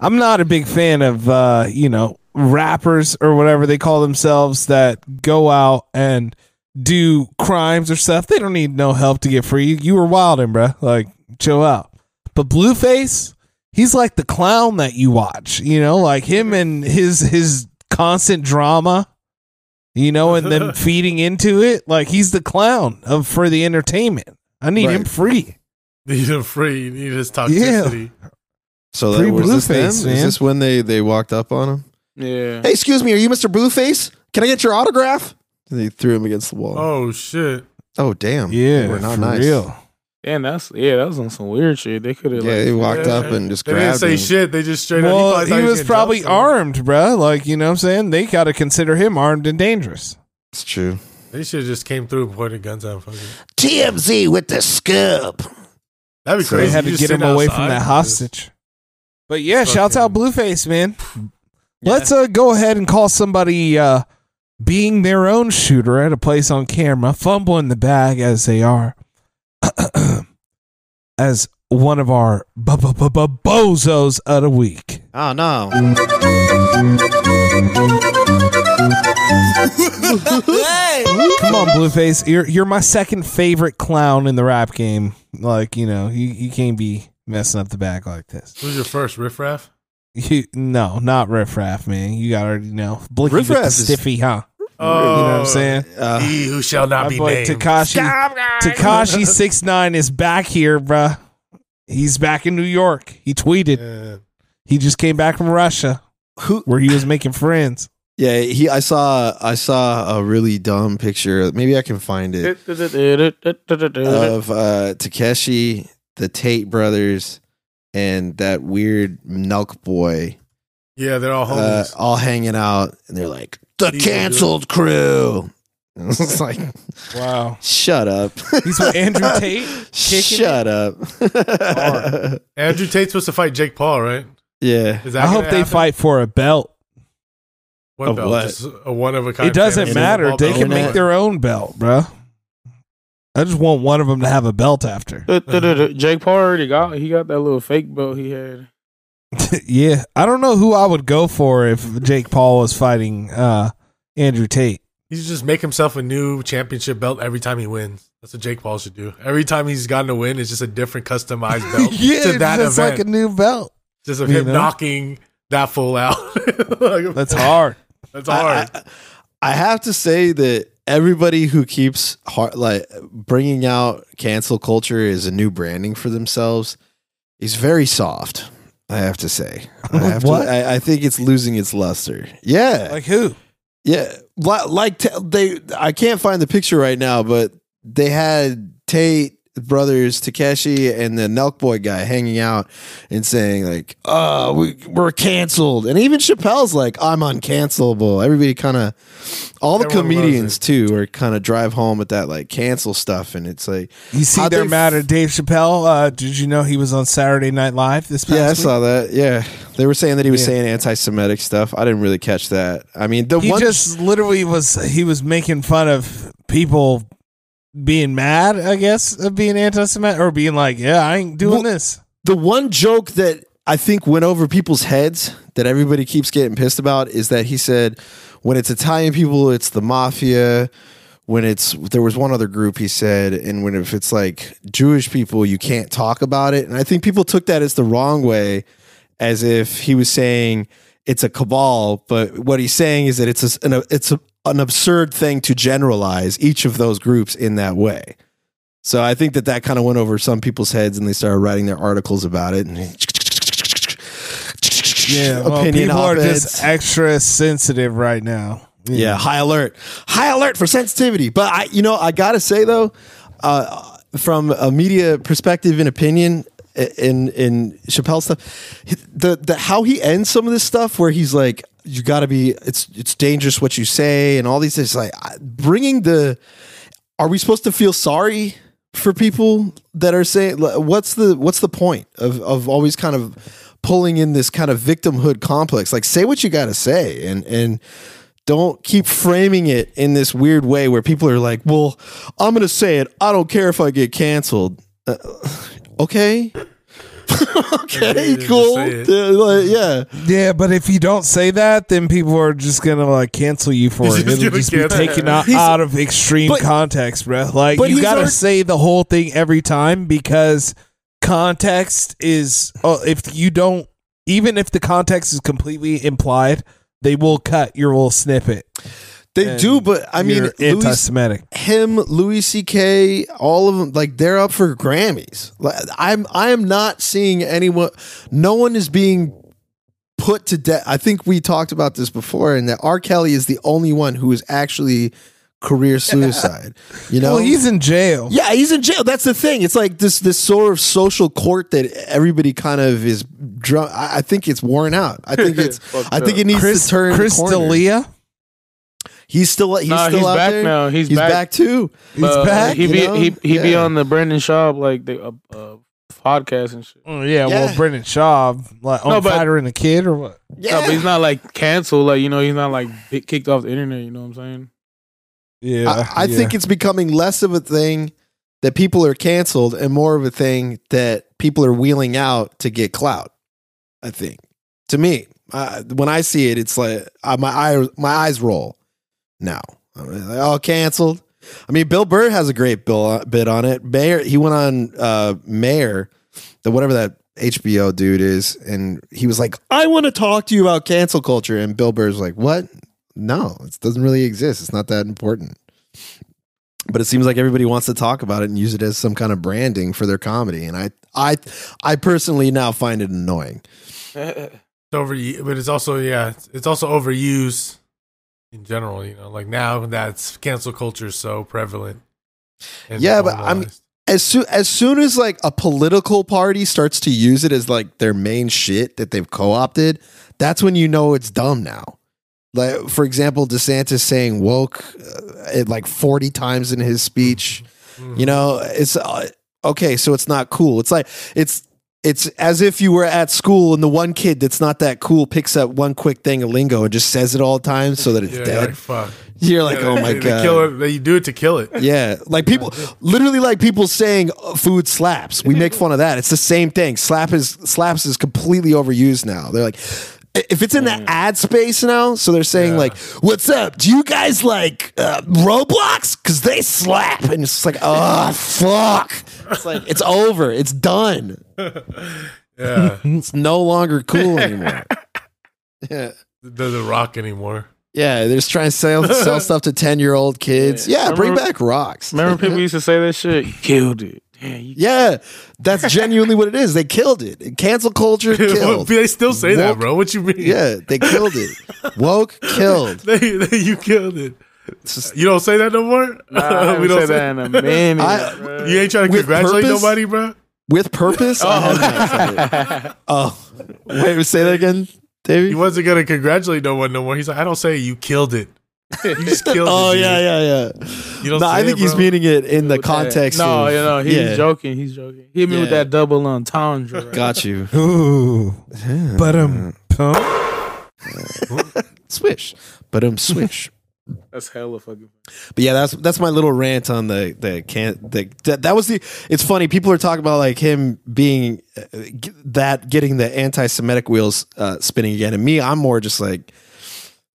Speaker 5: I'm not a big fan of uh, you know, rappers or whatever they call themselves that go out and do crimes or stuff. They don't need no help to get free. You were wilding, bruh. Like, chill out. But Blueface, he's like the clown that you watch, you know, like him and his his constant drama. you know, and then feeding into it. Like he's the clown of for the entertainment. I need him
Speaker 4: Right.
Speaker 5: free.
Speaker 3: Need him free. You need his toxicity.
Speaker 4: So
Speaker 5: Free
Speaker 4: that, was this them?
Speaker 5: Blueface,
Speaker 4: Is
Speaker 5: man.
Speaker 4: this when they they walked up on him?
Speaker 2: Yeah.
Speaker 4: Hey, excuse me, are you Mr. Blueface? Can I get your autograph? And they threw him against the wall. Oh,
Speaker 3: Oh shit!
Speaker 4: damn.
Speaker 5: Yeah,
Speaker 4: They we're not
Speaker 5: for
Speaker 4: nice.
Speaker 5: real.
Speaker 2: And that's yeah, that was on some weird shit. They could have
Speaker 4: Yeah,
Speaker 2: like
Speaker 4: he walked
Speaker 3: Yeah.
Speaker 4: up and just
Speaker 3: They didn't
Speaker 4: grabbed
Speaker 3: say
Speaker 4: him.
Speaker 3: shit. They just straight
Speaker 5: well,
Speaker 3: up.
Speaker 5: he was probably
Speaker 3: armed.
Speaker 5: armed, bro. Like you know, what I'm saying they got to consider him armed and dangerous.
Speaker 4: It's true.
Speaker 3: They should have just came through and pointed guns at him. fucking-
Speaker 4: TMZ with the scoop.
Speaker 3: That'd be
Speaker 4: So
Speaker 3: crazy.
Speaker 5: They had
Speaker 3: You
Speaker 5: to
Speaker 3: just
Speaker 5: get him
Speaker 3: sitting
Speaker 5: away
Speaker 3: outside.
Speaker 5: from that hostage. But yeah, shouts out
Speaker 3: Fucking-
Speaker 5: Blueface, man.
Speaker 4: Yeah.
Speaker 5: Let's uh, go ahead and call somebody uh, being their own shooter at a place on camera, fumbling the bag as they are, (clears throat) as one of our bu- bu- bu- bu- bozos of the week.
Speaker 4: Oh no.
Speaker 5: Come on, Blueface, you're you're my second favorite clown in the rap game. Like you know, you, you can't be messing up the bag like this.
Speaker 3: Who's your first riffraff?
Speaker 5: You, no, not Riff Raff, man. You already know. Blicky
Speaker 4: Riff
Speaker 5: with the
Speaker 4: Raff is-
Speaker 5: stiffy, huh?
Speaker 3: Oh,
Speaker 5: You know what I'm saying?
Speaker 4: Uh,
Speaker 3: He who shall not
Speaker 5: My
Speaker 3: be
Speaker 5: boy
Speaker 3: named.
Speaker 5: Takashi Takashi six nine is back here, bruh. He's back in New York. He tweeted.
Speaker 3: Yeah.
Speaker 5: He just came back from Russia,
Speaker 4: who
Speaker 5: where he was making friends.
Speaker 4: Yeah, he I saw I saw a really dumb picture. Maybe I can find it. of uh, Takeshi, the Tate brothers, and that weird Nelk boy
Speaker 3: yeah, they're all
Speaker 5: Oh,
Speaker 4: uh,
Speaker 3: homies.
Speaker 4: all hanging out, and they're like the
Speaker 3: These are
Speaker 4: canceled crew. (laughs) it's like
Speaker 5: Wow.
Speaker 4: shut up.
Speaker 5: He's
Speaker 4: (laughs)
Speaker 5: with Andrew Tate. kicking
Speaker 4: shut up.
Speaker 3: Hard. Andrew Tate's supposed to fight Jake Paul, right?
Speaker 4: (laughs) yeah,
Speaker 3: Is
Speaker 5: I
Speaker 3: gonna
Speaker 5: hope they
Speaker 3: happen?
Speaker 5: fight for a belt.
Speaker 3: What
Speaker 4: Of
Speaker 3: belt?
Speaker 4: what?
Speaker 3: Just a one of a kind.
Speaker 5: it doesn't
Speaker 3: fantasy
Speaker 5: matter.
Speaker 3: football
Speaker 5: They
Speaker 3: belt?
Speaker 5: can make
Speaker 4: Internet.
Speaker 5: their own belt, bruh. I just want one of them to have a belt after.
Speaker 2: Uh, Jake Paul already got he got that little fake belt he had.
Speaker 5: (laughs) yeah, I don't know who I would go for if Jake Paul was fighting uh, Andrew Tate.
Speaker 3: He should just make himself a new championship belt every time he wins. That's what Jake Paul should do. Every time he's gotten a win, it's just a different
Speaker 5: (laughs)
Speaker 3: customized belt to that event.
Speaker 5: it's like a new belt.
Speaker 3: just of
Speaker 5: you
Speaker 3: him
Speaker 5: know?
Speaker 3: knocking that fool out. (laughs) Like,
Speaker 5: That's hard.
Speaker 3: That's (laughs) hard.
Speaker 4: I, I- I have to say that everybody who keeps har like bringing out cancel culture is a new branding for themselves. Is very soft. I have to say. I have
Speaker 5: What?
Speaker 4: To, I, I think it's losing its luster. Yeah,
Speaker 5: Like who?
Speaker 4: yeah. Li- Like t- they, I can't find the picture right now, but they had Tate brothers Takeshi and the Nelk Boy guy hanging out and saying like, "Oh, we we're canceled," and even Chappelle's like, "I'm uncancelable." Everybody kind of, all the
Speaker 3: Everyone loves
Speaker 4: comedians
Speaker 3: it.
Speaker 4: too are kind of drive home with that like cancel stuff, and it's like,
Speaker 5: You see,
Speaker 4: How'd
Speaker 5: they're
Speaker 4: they
Speaker 5: mad
Speaker 4: f-
Speaker 5: at Dave Chappelle. Uh, did you know he was on Saturday Night Live this past
Speaker 4: yeah, I
Speaker 5: week?
Speaker 4: saw that. Yeah, they were saying that he was
Speaker 5: Yeah.
Speaker 4: saying anti-Semitic stuff. I didn't really catch that. I mean, the
Speaker 5: He
Speaker 4: one
Speaker 5: just literally was. He was making fun of people being mad. I guess of being anti-Semitic or being like, "Yeah, I ain't doing
Speaker 4: Well,
Speaker 5: this."
Speaker 4: the one joke that I think went over people's heads that everybody keeps getting pissed about is that he said, when it's Italian people, it's the mafia. When it's there was one other group he said, and when if it's like Jewish people, you can't talk about it. And I think people took that as the wrong way, as if he was saying it's a cabal. But what he's saying is that it's a, an it's a, an absurd thing to generalize each of those groups in that way. So I think that that kind of went over some people's heads, and they started writing their articles about it. And
Speaker 5: Yeah, well,
Speaker 4: opinion
Speaker 5: people are
Speaker 4: op-eds.
Speaker 5: just extra sensitive right now.
Speaker 4: yeah, high alert, high alert for sensitivity. But I, you know, I gotta say though, uh, from a media perspective and opinion, i- in in Chappelle stuff, hi- the the how he ends some of this stuff where he's like, you gotta be, it's it's dangerous what you say, and all these things like I- bringing the. Are we supposed to feel sorry for people that are saying like, what's the what's the point of of always kind of pulling in this kind of victimhood complex? Like, say what you gotta say, and and don't keep framing it in this weird way where people are like, "Well, I'm going to say it. I don't care if I get canceled." Uh, (sighs) okay. (laughs) okay,
Speaker 3: just
Speaker 4: cool.
Speaker 3: say it.
Speaker 4: Yeah, like, yeah.
Speaker 5: Yeah, but if you don't say that, then people are just gonna like cancel you for
Speaker 3: He's
Speaker 5: it.
Speaker 3: just
Speaker 5: It'll
Speaker 4: (laughs)
Speaker 3: gonna
Speaker 5: just be
Speaker 3: cancel.
Speaker 5: taken out,
Speaker 4: He's-
Speaker 5: out of extreme
Speaker 4: but-
Speaker 5: context, bro. Like
Speaker 4: but
Speaker 5: you
Speaker 4: he's
Speaker 5: gotta
Speaker 4: already-
Speaker 5: say the whole thing every time because context is. Uh, if you don't, even if the context is completely implied, they will cut your little snippet.
Speaker 4: They do, but I mean,
Speaker 5: anti
Speaker 4: Louis,
Speaker 5: Semitic.
Speaker 4: him, Louis C.K., all of them, like they're up for Grammys. Like, I'm, I am not seeing anyone. No one is being put to death. I think we talked about this before, and that R. Kelly is the only one who is actually
Speaker 5: (laughs)
Speaker 4: career suicide. You know,
Speaker 5: Well, he's in jail.
Speaker 4: Yeah, he's in jail. That's the thing. It's like this this sort of social court that everybody kind of is drunk. I, I think it's worn out. I think
Speaker 5: (laughs)
Speaker 4: it's.
Speaker 2: Fucked
Speaker 4: I think
Speaker 2: up.
Speaker 4: it needs
Speaker 5: Chris,
Speaker 4: to turn.
Speaker 5: Chris
Speaker 4: corner.
Speaker 5: D'Elia.
Speaker 4: He's still. He's
Speaker 2: Nah,
Speaker 4: still
Speaker 2: he's
Speaker 4: out
Speaker 2: back
Speaker 4: there.
Speaker 2: now. He's
Speaker 4: back.
Speaker 2: back.
Speaker 4: too.
Speaker 2: He's
Speaker 4: back,
Speaker 2: He
Speaker 4: you
Speaker 2: be
Speaker 4: know?
Speaker 2: he he be
Speaker 4: Yeah.
Speaker 2: on the Brendan Schaub like the uh, uh, podcast and shit.
Speaker 5: Oh,
Speaker 4: Yeah.
Speaker 5: yeah, well, Brendan Shaw, like on
Speaker 2: No, but-
Speaker 5: fire and a kid or what?
Speaker 4: Yeah.
Speaker 2: No, but he's not like canceled. Like you know, he's not like big- kicked off the internet. You know what I'm saying?
Speaker 5: Yeah,
Speaker 4: I, I think it's becoming less of a thing that people are canceled and more of a thing that people are wheeling out to get clout. I think. To me, uh, when I see it, it's like uh, my eye, my eyes roll. Now, I'm really like, oh, canceled. I mean, Bill Burr has a great bill, uh, bit on it. Mayor, he went on uh, Mayor, the whatever that HBO dude is, and he was like, "I want to talk to you about cancel culture," and Bill Burr's like, "What? No, it doesn't really exist. It's not that important." but it seems like everybody wants to talk about it and use it as some kind of branding for their comedy and i i i personally now find it annoying
Speaker 3: It's over, but it's also yeah, it's- it's also overused in general. You know, like now that's cancel culture is so prevalent. and
Speaker 4: Yeah, but I'm-
Speaker 3: normalized.
Speaker 4: as soon as soon as like a political party starts to use it as like their main shit that they've co-opted that's when you know it's dumb now like for example desantis saying woke uh, it like 40 times in his speech
Speaker 3: Mm-hmm.
Speaker 4: you know it's uh, okay so it's not cool it's like it's it's as if you were at school and the one kid that's not that cool picks up one quick thing of lingo and just says it all the time so that it's
Speaker 3: yeah, you're
Speaker 4: dead
Speaker 3: like, fuck.
Speaker 4: you're like oh my
Speaker 3: (laughs) They
Speaker 4: god
Speaker 3: kill it. They do it to kill it.
Speaker 4: yeah, like people, literally, like people saying uh, food slaps. We make fun of that. It's the same thing. Slap is slaps is completely overused now. They're like, if it's in
Speaker 2: Mm.
Speaker 4: the ad space now, so they're saying like, "What's up? Do you guys like uh, Roblox? Because they slap." And it's just like, oh fuck! It's like it's over.
Speaker 2: (laughs)
Speaker 4: It's done.
Speaker 3: Yeah,
Speaker 4: It's no longer cool anymore. Yeah.
Speaker 3: does not rock anymore? (laughs)
Speaker 4: Yeah, they're just trying to sell
Speaker 2: (laughs)
Speaker 4: sell stuff to ten year old kids.
Speaker 2: Yeah.
Speaker 4: Yeah, bring
Speaker 2: Remember-
Speaker 4: back rocks.
Speaker 2: Remember people used to say that shit. You killed
Speaker 3: (laughs)
Speaker 2: it. Damn, you
Speaker 4: Yeah, that's genuinely what it is. They killed it.
Speaker 2: (laughs)
Speaker 4: Cancel culture killed.
Speaker 3: they still say that,
Speaker 4: Woke-
Speaker 3: bro. What you mean?
Speaker 4: Yeah, they killed
Speaker 2: (laughs)
Speaker 4: it. Woke killed.
Speaker 3: (laughs) they, they, you killed it.
Speaker 4: just-
Speaker 3: you don't say that no more.
Speaker 2: Nah, I haven't
Speaker 3: (laughs) we don't
Speaker 2: said
Speaker 3: say
Speaker 2: that in a minute.
Speaker 4: I-
Speaker 2: bruh.
Speaker 3: You ain't trying to
Speaker 4: With
Speaker 3: congratulate
Speaker 4: purpose?
Speaker 3: nobody, bro.
Speaker 4: With purpose?
Speaker 2: Oh.
Speaker 4: I have not
Speaker 2: (laughs)
Speaker 4: said it. Oh, wait, say that again,
Speaker 3: He
Speaker 4: Davey?
Speaker 3: wasn't gonna congratulate no one no more. He's like, I don't say you killed it.
Speaker 4: (laughs)
Speaker 3: You just killed
Speaker 4: Oh,
Speaker 3: it.
Speaker 4: yeah, yeah,
Speaker 3: yeah. You
Speaker 4: yeah. No,
Speaker 3: don't say
Speaker 4: I
Speaker 3: it,
Speaker 4: think he's
Speaker 3: bro.
Speaker 4: meaning it in the
Speaker 2: With that.
Speaker 4: context.
Speaker 2: No,
Speaker 4: of-
Speaker 2: you know he's
Speaker 4: yeah.
Speaker 2: joking. He's joking. Hit me with
Speaker 4: Yeah.
Speaker 2: that double entendre. Right? (laughs)
Speaker 4: Got you.
Speaker 5: Ooh, but um,
Speaker 4: Swish. But um, swish.
Speaker 2: That's hella fucking.
Speaker 4: But yeah, that's that's my little rant on the the can the that, that was the. It's funny people are talking about like him being uh, g- that getting the anti-Semitic wheels uh, spinning again, and me, I'm more just like,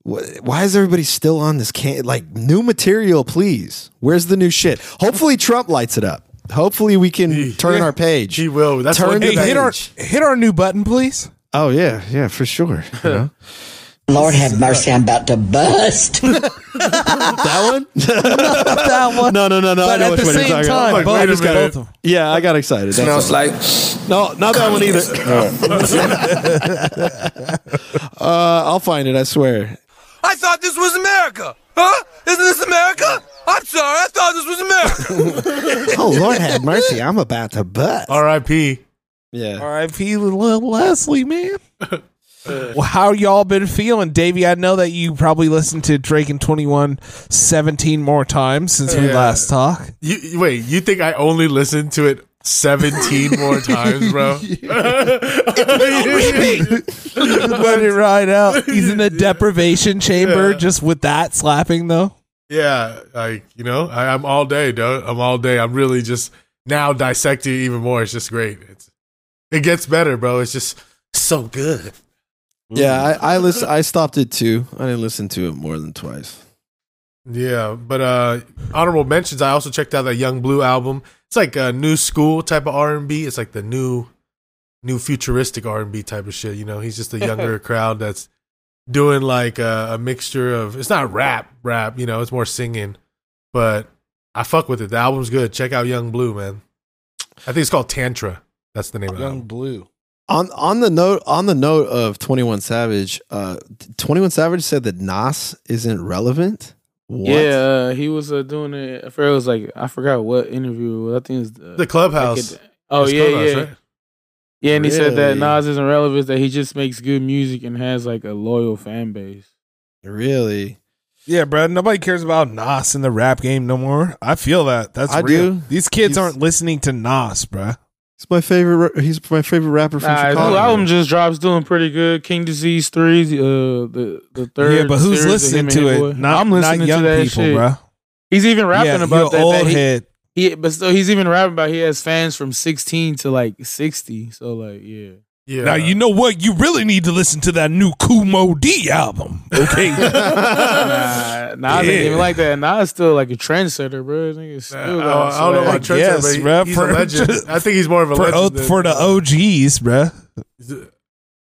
Speaker 4: wh- why is everybody still on this can like new material? Please, where's the new shit? Hopefully, Trump lights it up. Hopefully, we can turn our page.
Speaker 3: He will. That's
Speaker 4: Turn
Speaker 3: what
Speaker 4: the
Speaker 5: hey, hit our
Speaker 4: page.
Speaker 5: hit our new
Speaker 4: (laughs)
Speaker 5: button, please.
Speaker 4: Oh yeah, yeah, for
Speaker 3: (laughs)
Speaker 4: sure. you know?
Speaker 12: Lord have mercy, I'm about to bust.
Speaker 4: that one?
Speaker 5: that one.
Speaker 4: No, no, no, no. I
Speaker 5: But
Speaker 4: know
Speaker 5: at
Speaker 4: which
Speaker 5: the
Speaker 4: one you're
Speaker 5: same
Speaker 4: talking about.
Speaker 5: time,
Speaker 3: Like,
Speaker 5: both,
Speaker 3: wait a
Speaker 5: both
Speaker 3: minute.
Speaker 5: of them.
Speaker 4: Yeah, I got excited. That's all.
Speaker 12: like
Speaker 4: No, not that one either. (laughs) uh, I'll find it. I swear.
Speaker 12: I thought this was America. Huh? Isn't this America? I'm sorry, I thought this was America.
Speaker 3: (laughs)
Speaker 4: Oh Lord, have mercy! I'm about to butt.
Speaker 3: R.I.P.
Speaker 4: Yeah.
Speaker 5: R.I.P. Little Leslie, (laughs) man. well, how y'all been feeling, Davey? I know that you probably listened to Drake and Twenty One 17 more times since we
Speaker 3: Yeah.
Speaker 5: last (laughs) talked.
Speaker 3: You you- wait. You think I only listened to it seventeen
Speaker 4: (laughs)
Speaker 3: more times, bro?
Speaker 5: Let it ride out. He's in a deprivation chamber just with that slapping though.
Speaker 3: (laughs) yeah, like you know, I, I'm all day, dude. I'm all day. I'm really just now dissecting it even more. It's just great. It's it gets better, bro. It's just so good.
Speaker 4: Yeah. I, I listen. I stopped it too. I didn't listen to it more than twice.
Speaker 3: Yeah, but uh honorable mentions. I also checked out that Young Blue album. It's like a new school type of R and B. It's like
Speaker 2: (laughs)
Speaker 3: the new, new futuristic R and B type of shit. You know, he's just a younger crowd that's doing like a, a mixture of it's not rap, rap, you know, it's more singing. But I fuck with it. The album's good. Check out Young Blue, man. I think it's called Tantra. That's the name of it. Young
Speaker 5: Blue.
Speaker 4: On on the note on the note of Twenty One Savage, uh, Twenty One Savage said that Nas isn't relevant. What?
Speaker 2: Yeah, uh, he was uh, doing it. I forgot it was like I forgot what interview. it was. I think it's uh,
Speaker 3: The Clubhouse.
Speaker 2: like it- oh
Speaker 3: It's
Speaker 2: yeah,
Speaker 3: Clubhouse,
Speaker 2: yeah,
Speaker 3: right?
Speaker 2: yeah. And he said that
Speaker 4: Really?
Speaker 2: Nas isn't relevant. That he just makes good music and has like a loyal fan base.
Speaker 4: Really?
Speaker 5: Yeah, bro. Nobody cares about Nas in the rap game no more. I feel that. That's
Speaker 4: I
Speaker 5: real.
Speaker 4: do.
Speaker 5: These kids aren't listening to Nas, bro.
Speaker 4: He's my favorite. ra- He's my favorite rapper from
Speaker 2: Nah, his
Speaker 4: Chicago.
Speaker 2: new album just drops, doing pretty good. King Disease Three, uh, the the third.
Speaker 5: yeah, but who's
Speaker 2: series of
Speaker 5: listening
Speaker 2: him and
Speaker 5: to
Speaker 2: Hit
Speaker 5: it?
Speaker 2: Boy.
Speaker 5: Not,
Speaker 2: I'm listening
Speaker 5: not young
Speaker 2: to that
Speaker 5: people,
Speaker 2: shit.
Speaker 5: bro.
Speaker 2: He's even rapping
Speaker 5: Yeah,
Speaker 2: about
Speaker 5: you're
Speaker 2: that. that
Speaker 5: old
Speaker 2: he,
Speaker 5: head.
Speaker 2: he- but still, he's even rapping about he has fans from 16 to like 60. So like, yeah.
Speaker 3: Yeah.
Speaker 5: Now you know what? You really need to listen to that new Kumo D album. Okay.
Speaker 2: (laughs) Nah, Nas ain't
Speaker 5: Yeah.
Speaker 2: even like that. Nas still like a trendsetter, bro. This nigga still
Speaker 3: Uh,
Speaker 2: got
Speaker 3: I don't know
Speaker 2: swag.
Speaker 3: about Trent,
Speaker 5: guess,
Speaker 3: but he-
Speaker 5: bruh,
Speaker 3: he's
Speaker 5: for-
Speaker 3: a
Speaker 5: (laughs)
Speaker 3: legend. I think he's more of a
Speaker 5: (laughs) for,
Speaker 3: legend.
Speaker 5: o-
Speaker 3: than-
Speaker 5: for the OGs, bro.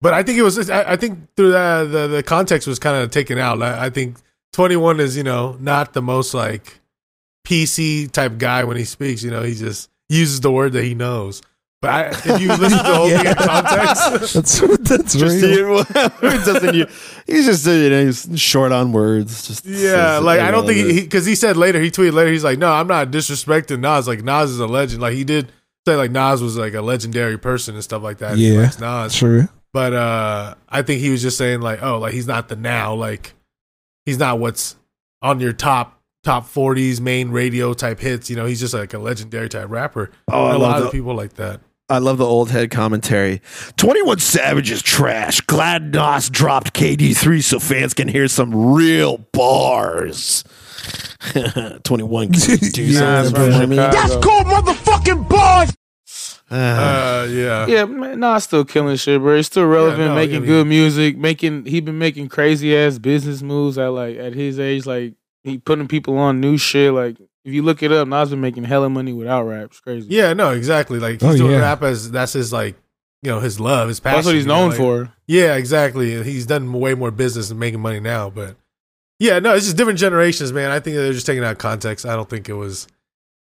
Speaker 3: But I think it was. I, I think through the, the the context was kind of taken out. I, I think twenty one is you know not the most like PC type guy when he speaks. You know, he just uses the word that he knows. But I, if you listen to the whole thing in
Speaker 5: (laughs)
Speaker 3: context,
Speaker 5: That's that's
Speaker 4: Just
Speaker 5: real.
Speaker 4: (laughs) he doesn't. u- He's just uh, you know he's short on words. Just
Speaker 3: yeah,
Speaker 4: says
Speaker 3: like
Speaker 4: it
Speaker 3: I don't
Speaker 4: all
Speaker 3: think
Speaker 4: the-
Speaker 3: he because he, said later he tweeted later he's like, no, I'm not disrespecting Nas. Like Nas is a legend. Like he did say like Nas was like a legendary person and stuff like that. He
Speaker 5: Yeah.
Speaker 3: likes Nas.
Speaker 5: True.
Speaker 3: But uh I think he was just saying like, oh, like he's not the now, like he's not what's on your top top forties main radio type hits. You know, he's just like a legendary type rapper.
Speaker 4: Oh, I
Speaker 3: And a
Speaker 4: love
Speaker 3: lot of
Speaker 4: the-
Speaker 3: people like that.
Speaker 4: I love the old head commentary. 21 Savage is trash. Glad Nas dropped KD3 so fans can hear some real
Speaker 2: (laughs)
Speaker 4: bars. 21 can
Speaker 5: (laughs)
Speaker 4: do
Speaker 2: Nas
Speaker 4: something.
Speaker 2: from
Speaker 4: for me.
Speaker 2: Chicago.
Speaker 12: called motherfucking bars.
Speaker 4: Ah,
Speaker 3: Uh yeah.
Speaker 2: Yeah, man, nah, still killing shit, bro. He's still relevant,
Speaker 3: no,
Speaker 2: making
Speaker 3: I mean-
Speaker 2: good music, making he been making crazy ass business moves at like at his age, like he putting people on new shit. Like if you look it up, Nas been making hella money without rap. It's crazy.
Speaker 3: Yeah, no, exactly. Like he's
Speaker 5: Oh,
Speaker 3: doing
Speaker 5: yeah.
Speaker 3: rap as that's his like you know, his love, his passion.
Speaker 2: that's what he's
Speaker 3: you know,
Speaker 2: known
Speaker 3: like-
Speaker 2: for.
Speaker 3: Yeah, exactly. He's done way more business and making money now, but yeah, no, it's just different generations, man. I think they're just taking out context. I don't think it was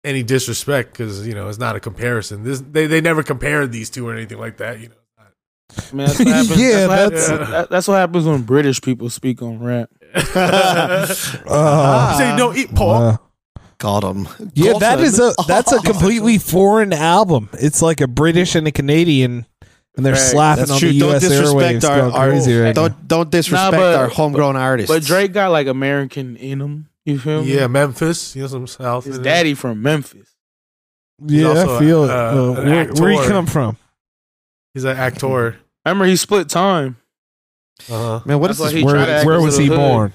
Speaker 3: any disrespect because you know it's not a comparison. This they they never compared these two or anything like that.
Speaker 4: (laughs)
Speaker 3: You know,
Speaker 2: I mean, that's what happens.
Speaker 5: Yeah,
Speaker 2: that's, what happens
Speaker 3: that's-
Speaker 2: that- that's what happens when British people speak on rap.
Speaker 5: Uh,
Speaker 3: you say don't eat pork.
Speaker 5: uh,
Speaker 4: Got him.
Speaker 5: Uh-huh. yeah,
Speaker 4: Got
Speaker 5: that
Speaker 4: him.
Speaker 5: is a that's a completely foreign album. It's like a British and a Canadian, and they're
Speaker 2: Right.
Speaker 5: slapping
Speaker 4: That's
Speaker 5: on
Speaker 4: true.
Speaker 5: the
Speaker 4: Don't
Speaker 5: U.S. airwaves.
Speaker 4: disrespect our,
Speaker 5: going
Speaker 4: our
Speaker 5: crazy right now.
Speaker 4: don't don't disrespect
Speaker 2: but-
Speaker 4: our homegrown artists.
Speaker 2: But Drake got like American in him. You feel me?
Speaker 3: Yeah, Memphis. You know some South.
Speaker 2: His daddy from Memphis.
Speaker 3: he's
Speaker 5: Yeah,
Speaker 3: also
Speaker 5: I feel it.
Speaker 3: a-
Speaker 5: Uh,
Speaker 3: an
Speaker 5: where, where you
Speaker 3: actor.
Speaker 5: come from?
Speaker 3: He's an actor.
Speaker 2: Remember he split time.
Speaker 3: Uh-huh.
Speaker 4: man, what
Speaker 2: That's
Speaker 4: is
Speaker 2: why
Speaker 4: this?
Speaker 2: he
Speaker 4: word?
Speaker 2: tried to
Speaker 5: Where,
Speaker 2: act
Speaker 5: where
Speaker 2: as
Speaker 5: was
Speaker 2: a
Speaker 5: he
Speaker 2: hood.
Speaker 5: born?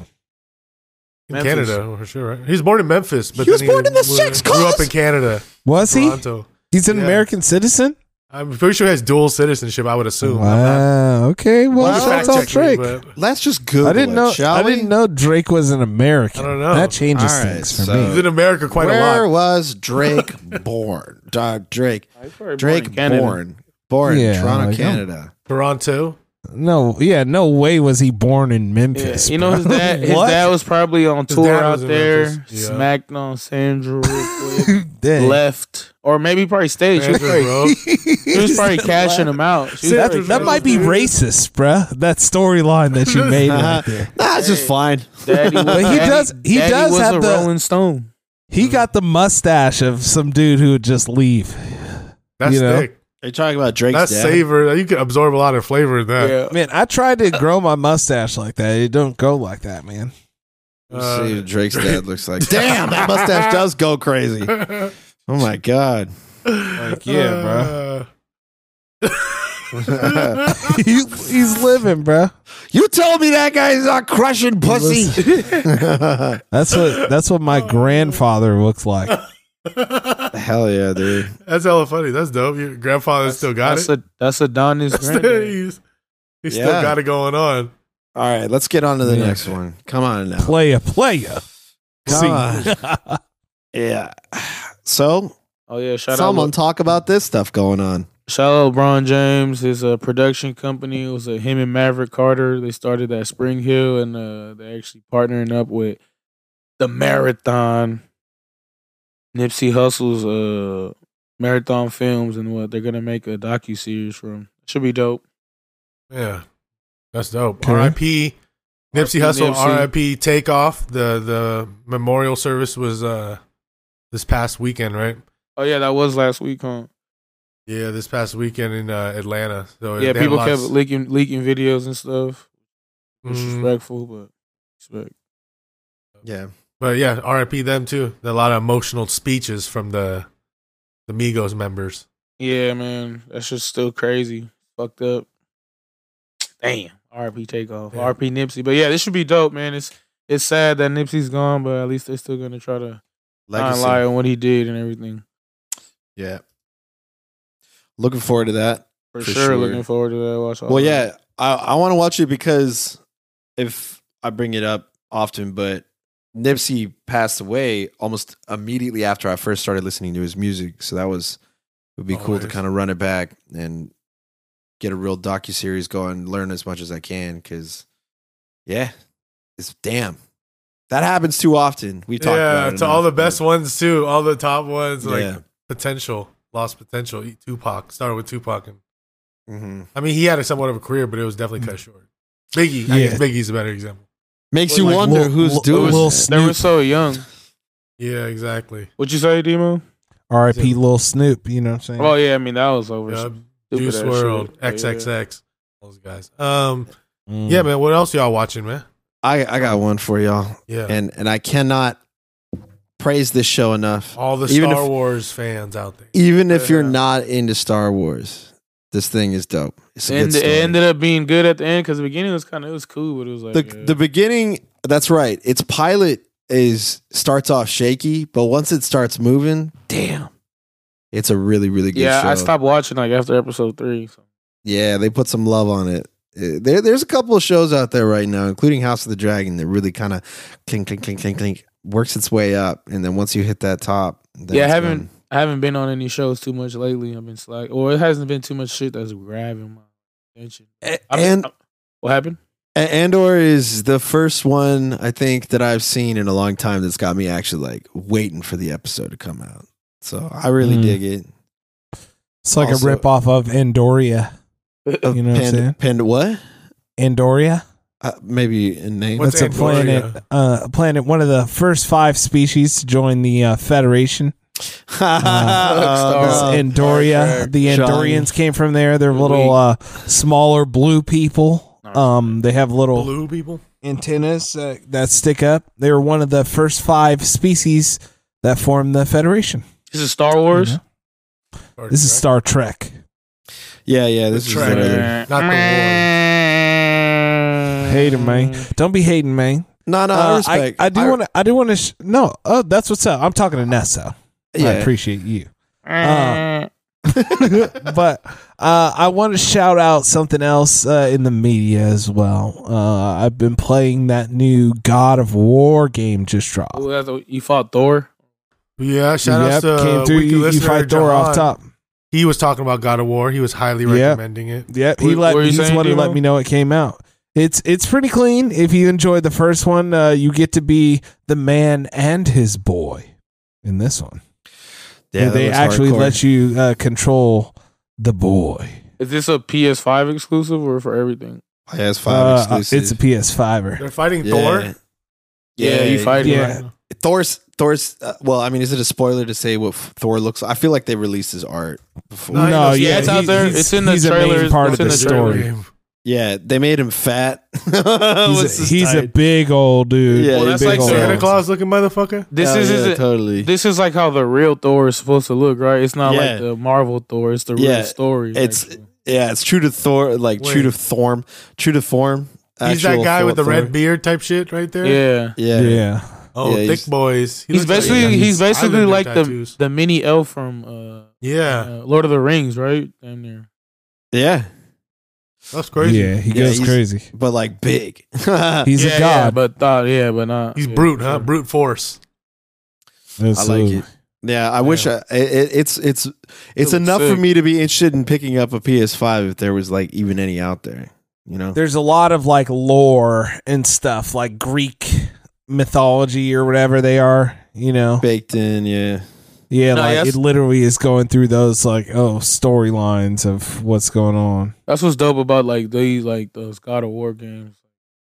Speaker 3: In
Speaker 2: Memphis.
Speaker 3: Canada, for sure. Right? He was born in Memphis, but
Speaker 4: He was
Speaker 3: then
Speaker 4: born in the
Speaker 3: grew-
Speaker 4: sex
Speaker 3: Grew up
Speaker 4: class?
Speaker 3: in Canada,
Speaker 5: Was he?
Speaker 3: Toronto.
Speaker 5: He's an
Speaker 3: Yeah.
Speaker 5: American citizen.
Speaker 3: I'm pretty sure he has dual citizenship. I would assume. I'm not-
Speaker 5: Wow. Okay. Well,
Speaker 4: Wow.
Speaker 5: that's
Speaker 3: fact
Speaker 5: all
Speaker 3: check me,
Speaker 5: Drake.
Speaker 3: but-
Speaker 4: Let's just Google
Speaker 5: I didn't know.
Speaker 4: It, shall
Speaker 5: I
Speaker 4: we?
Speaker 5: didn't know Drake was an American.
Speaker 3: I don't know.
Speaker 5: That changes
Speaker 4: All right,
Speaker 5: things for
Speaker 4: so-
Speaker 5: me.
Speaker 3: He's in America quite
Speaker 4: Where
Speaker 3: a
Speaker 4: (laughs)
Speaker 3: lot.
Speaker 4: was Drake born? Dog Drake.
Speaker 2: He's probably
Speaker 4: Drake
Speaker 2: born in Canada.
Speaker 4: born. Born
Speaker 5: Yeah,
Speaker 4: in Toronto,
Speaker 5: like, don't-
Speaker 4: Canada.
Speaker 3: Toronto.
Speaker 5: No, yeah, no way was he born in
Speaker 2: Yeah,
Speaker 5: Memphis.
Speaker 2: you know his
Speaker 5: bro.
Speaker 2: dad. His
Speaker 5: (laughs) What?
Speaker 2: dad was probably on
Speaker 3: His
Speaker 2: tour
Speaker 3: dad
Speaker 2: out
Speaker 3: was in
Speaker 2: there,
Speaker 3: Memphis. Yeah.
Speaker 2: smacked on Sandra
Speaker 5: (laughs)
Speaker 2: real quick,
Speaker 5: Dang.
Speaker 2: left, or maybe probably stayed. She was
Speaker 3: Andrew,
Speaker 5: (laughs)
Speaker 2: probably,
Speaker 3: bro.
Speaker 2: she was probably cashing him out. She was
Speaker 3: Sandra-
Speaker 2: probably
Speaker 5: That might be racist, bruh. That storyline that you made right there.
Speaker 4: Nah, it's just fine.
Speaker 2: Daddy was,
Speaker 5: (laughs) But he
Speaker 2: daddy-
Speaker 5: does- he
Speaker 2: daddy
Speaker 5: does
Speaker 2: was
Speaker 5: have
Speaker 2: a
Speaker 5: the-
Speaker 2: Rolling Stone.
Speaker 5: He got the mustache of some dude who would just leave.
Speaker 3: That's
Speaker 5: You know?
Speaker 3: thick.
Speaker 4: Are you talking about Drake's
Speaker 3: That's
Speaker 4: dad?
Speaker 3: savor. You can absorb a lot of flavor in that.
Speaker 2: Yeah,
Speaker 5: Man, I tried to grow my mustache like that. It don't go like that, man. (laughs)
Speaker 4: Let's see
Speaker 3: Uh,
Speaker 4: what Drake's dad looks like. Damn, that mustache (laughs) does go crazy.
Speaker 3: (laughs)
Speaker 4: Oh my god.
Speaker 5: Like, yeah, bruh.
Speaker 3: Uh,
Speaker 5: He, he's living, bruh.
Speaker 4: you told me that guy's not crushing pussy. (laughs)
Speaker 5: That's what that's what my grandfather looks like.
Speaker 4: Hell yeah, dude.
Speaker 3: (laughs) That's hella funny. That's dope. Your grandfather still got
Speaker 2: that's
Speaker 3: it.
Speaker 2: a that's
Speaker 3: (laughs)
Speaker 5: (laughs)
Speaker 2: Adonis. granddad.
Speaker 3: he's he's
Speaker 4: Yeah.
Speaker 3: still got it going on.
Speaker 4: All right, let's get on to the
Speaker 5: Yeah.
Speaker 4: next one. Come on now.
Speaker 5: Playa, playa.
Speaker 4: Come
Speaker 5: See. (laughs)
Speaker 4: on. yeah. So
Speaker 2: Oh yeah, shout
Speaker 4: someone
Speaker 2: Oh, out.
Speaker 4: talk about this stuff going on.
Speaker 2: Shout out LeBron James, his uh, production company. It was uh, him and Maverick Carter. They started at Spring Hill, and uh, they're actually partnering up with the Marathon, Nipsey Hussle's uh, Marathon Films, and what they're gonna make a docu series from. Should be dope.
Speaker 3: Yeah, that's dope.
Speaker 2: Okay.
Speaker 3: R.I.P. Nipsey
Speaker 2: R.I.P.
Speaker 3: Hussle.
Speaker 2: Nipsey.
Speaker 3: R.I.P. Takeoff. The the memorial service was uh this past weekend, right?
Speaker 2: Oh yeah, that was last week, huh?
Speaker 3: Yeah, this past weekend in uh, Atlanta. So
Speaker 2: yeah,
Speaker 3: they had
Speaker 2: people
Speaker 3: lots-
Speaker 2: kept leaking leaking videos and stuff.
Speaker 3: Mhm.
Speaker 2: Disrespectful, but respect.
Speaker 4: Yeah.
Speaker 3: But yeah, R.I.P. them too. A lot of emotional speeches from the the Migos members.
Speaker 2: Yeah, man, that's just still crazy. Fucked up. Damn. RP takeoff.
Speaker 3: Yeah.
Speaker 2: RP Nipsey. But yeah, this should be dope, man. It's it's sad that Nipsey's gone, but at least they're still gonna try to not
Speaker 4: Legacy.
Speaker 2: lie on what he did and everything.
Speaker 4: Yeah. Looking forward to that.
Speaker 2: For, sure, Looking forward to that. Watch all
Speaker 4: Well,
Speaker 2: of it.
Speaker 4: yeah, I, I want to watch it because if I bring it up often, but Nipsey passed away almost immediately after I first started listening to his music, so that was it would be cool to
Speaker 3: Always.
Speaker 4: kind of run it back and get a real docu series going, learn as much as I can because yeah, it's damn that happens too often. We've talked
Speaker 3: yeah,
Speaker 4: about it
Speaker 3: to all the
Speaker 4: enough,
Speaker 3: best ones too. All the top ones, like
Speaker 4: Yeah.
Speaker 3: potential, lost potential. Tupac started with Tupac, and
Speaker 4: but- Mhm.
Speaker 3: I mean he had a somewhat of a career, but it was
Speaker 2: Mm.
Speaker 3: definitely cut short. Biggie, I
Speaker 5: Yeah.
Speaker 3: guess Biggie's a better example.
Speaker 4: makes you
Speaker 5: Like,
Speaker 4: wonder
Speaker 5: Lil-
Speaker 4: who's
Speaker 5: Lil-
Speaker 4: doing. it.
Speaker 5: Lil
Speaker 2: they were
Speaker 5: Snoop,
Speaker 2: so young.
Speaker 3: Yeah, exactly.
Speaker 2: What you say, Demo?
Speaker 5: R.I.P. Lil Snoop. You know what I'm saying?
Speaker 2: Oh yeah, I mean that was over.
Speaker 3: Yeah,
Speaker 2: Stupid
Speaker 3: Juice
Speaker 2: ass
Speaker 3: World,
Speaker 2: shit. But yeah.
Speaker 3: XXX, those guys. Um,
Speaker 5: Mm.
Speaker 3: yeah, man. What else y'all watching, man?
Speaker 4: I I got one for y'all.
Speaker 3: Yeah,
Speaker 4: and and I cannot praise this show enough.
Speaker 3: all the
Speaker 4: even
Speaker 3: Star
Speaker 4: if,
Speaker 3: Wars fans out there.
Speaker 4: even if you're
Speaker 3: Yeah.
Speaker 4: not into Star Wars, this thing is dope. It's a good
Speaker 2: And it
Speaker 4: story.
Speaker 2: ended up being good at the end because the beginning was kind of it was cool, but it was like
Speaker 4: the
Speaker 2: yeah.
Speaker 4: the beginning. That's right. Its pilot is starts off shaky, but once it starts moving, damn, it's a really really good.
Speaker 2: yeah,
Speaker 4: show.
Speaker 2: I stopped watching like after episode three. So.
Speaker 4: Yeah, they put some love on it. Uh, There, there's a couple of shows out there right now, including House of the Dragon, that really kind of clink, clink, clink, clink, clink, works its way up, and then once you hit that top, then
Speaker 2: yeah, I
Speaker 4: it's
Speaker 2: haven't
Speaker 4: done.
Speaker 2: I haven't been on any shows too much lately. I've been slack, or it hasn't been too much shit that's grabbing my attention.
Speaker 4: A-
Speaker 2: I'm-
Speaker 4: and-
Speaker 2: I'm- what happened?
Speaker 4: A- Andor is the first one I think that I've seen in a long time that's got me actually like waiting for the episode to come out. So I really
Speaker 5: Mm.
Speaker 4: dig it.
Speaker 5: It's like
Speaker 4: Also-
Speaker 5: a ripoff of Endoria.
Speaker 3: Uh,
Speaker 5: You know what I'm
Speaker 4: Pand-
Speaker 5: saying?
Speaker 4: Pand- what?
Speaker 5: Endoria.
Speaker 4: Uh, maybe a name.
Speaker 3: What's
Speaker 5: That's
Speaker 4: (laughs)
Speaker 5: a
Speaker 3: Andoria?
Speaker 5: planet. Uh, a planet. One of the first five species to join the uh, Federation.
Speaker 4: Uh,
Speaker 5: It's Andoria. The
Speaker 4: Sean.
Speaker 5: Andorians came from there. They're
Speaker 2: Weak.
Speaker 5: little uh, smaller blue people. Um, they have little
Speaker 3: Blue people.
Speaker 5: antennas uh, that stick up. They were one of the first five species that formed the Federation.
Speaker 2: This is Star Wars.
Speaker 5: Yeah. This is Star Trek.
Speaker 4: yeah, yeah. This is
Speaker 3: Trek.
Speaker 4: literally-
Speaker 3: Not the war.
Speaker 5: Hater, man. Don't be hating, man.
Speaker 4: No, no. I
Speaker 5: Uh, I,
Speaker 4: respect.
Speaker 5: I do want to. I do want to. Sh- no, oh, that's what's up. I'm talking to Nessa.
Speaker 4: Yeah.
Speaker 5: I appreciate you. Uh, (laughs) but uh, I want to shout out something else uh, in the media as well. Uh, I've been playing that new God of War game just dropped.
Speaker 2: Ooh, that's a- you fought Thor.
Speaker 3: Yeah, shout
Speaker 5: Yep,
Speaker 3: out to uh,
Speaker 5: came
Speaker 3: came
Speaker 5: through. You, you fight Thor off top.
Speaker 3: He was talking about God of War. He was highly
Speaker 5: Yeah.
Speaker 3: recommending it.
Speaker 5: Yep, he
Speaker 2: What-
Speaker 5: let
Speaker 2: what were you
Speaker 5: he's
Speaker 2: saying,
Speaker 5: one to let
Speaker 2: Demo?
Speaker 5: me know it came out. It's it's pretty clean. If you enjoyed the first one, uh, you get to be the man and his boy in this one.
Speaker 4: Yeah, that
Speaker 5: they
Speaker 4: looks
Speaker 5: actually
Speaker 4: hardcore.
Speaker 5: let you uh, control the boy.
Speaker 2: Is this a PS5 exclusive or for everything?
Speaker 4: Yeah, it's five
Speaker 5: Uh,
Speaker 4: exclusive.
Speaker 5: it's a PS5er.
Speaker 3: They're fighting
Speaker 4: yeah.
Speaker 3: Thor.
Speaker 2: Yeah, you fight him.
Speaker 5: Yeah.
Speaker 2: right?
Speaker 4: Thor's Thor's. Uh, well, I mean, is it a spoiler to say what Thor looks? like? I feel like they released his art before.
Speaker 3: No,
Speaker 5: No,
Speaker 3: he-
Speaker 5: yeah,
Speaker 2: it's out
Speaker 5: he-
Speaker 2: there.
Speaker 5: he's-
Speaker 2: It's in the
Speaker 5: he's a main
Speaker 2: trailer.
Speaker 5: part
Speaker 2: It's
Speaker 5: of
Speaker 2: in
Speaker 5: the
Speaker 2: the trailer.
Speaker 5: story.
Speaker 4: Yeah, they made him fat. (laughs)
Speaker 2: Oh,
Speaker 5: He's, a, he's a big old dude.
Speaker 4: Yeah,
Speaker 2: Well, that's
Speaker 5: big
Speaker 2: like
Speaker 5: old.
Speaker 3: Santa
Speaker 2: Santa
Speaker 3: Claus looking motherfucker.
Speaker 2: This is isn't-
Speaker 4: totally.
Speaker 2: this is like how the real Thor is supposed to look, right? It's not
Speaker 4: Yeah.
Speaker 2: like the Marvel Thor. It's the
Speaker 4: Yeah,
Speaker 2: real story.
Speaker 4: it's
Speaker 2: actually.
Speaker 4: yeah, it's true to Thor, like
Speaker 3: Wait.
Speaker 4: true to form, true to form.
Speaker 3: He's that
Speaker 4: actual
Speaker 3: guy with the
Speaker 4: Thor-
Speaker 3: red beard type shit right there.
Speaker 2: yeah.
Speaker 4: Yeah,
Speaker 5: Yeah,
Speaker 3: Oh,
Speaker 4: Yeah,
Speaker 3: thick
Speaker 4: he's-
Speaker 3: boys. He
Speaker 2: He's
Speaker 3: looks like
Speaker 2: basically
Speaker 3: got these
Speaker 2: he's basically
Speaker 3: Islander
Speaker 2: like the
Speaker 3: tattoos.
Speaker 2: the mini elf from uh,
Speaker 3: yeah.
Speaker 2: uh, Lord of the Rings, right? Damn near.
Speaker 4: yeah,
Speaker 3: That's crazy.
Speaker 5: yeah, he
Speaker 4: Yeah,
Speaker 5: goes
Speaker 4: he's-
Speaker 5: (laughs) crazy.
Speaker 4: but like big. (laughs)
Speaker 5: He's
Speaker 2: Yeah,
Speaker 5: a
Speaker 2: yeah,
Speaker 5: god.
Speaker 2: but uh, yeah, but not.
Speaker 3: He's
Speaker 2: yeah,
Speaker 3: brute,
Speaker 2: for
Speaker 3: huh?
Speaker 2: sure.
Speaker 3: Brute force.
Speaker 4: I like it. Yeah, I wish I, it, it's it's it's
Speaker 5: looks
Speaker 4: enough for
Speaker 5: sick.
Speaker 4: me to be interested in picking up a PS5 if there was like even any out there. You know,
Speaker 5: There's a lot of like lore and stuff, like Greek mythology or whatever they are. You know,
Speaker 4: baked in. Yeah,
Speaker 5: yeah.
Speaker 2: No,
Speaker 5: like
Speaker 2: yes.
Speaker 5: it literally is going through those like oh storylines of what's going on.
Speaker 2: That's what's dope about like these like those God of War games,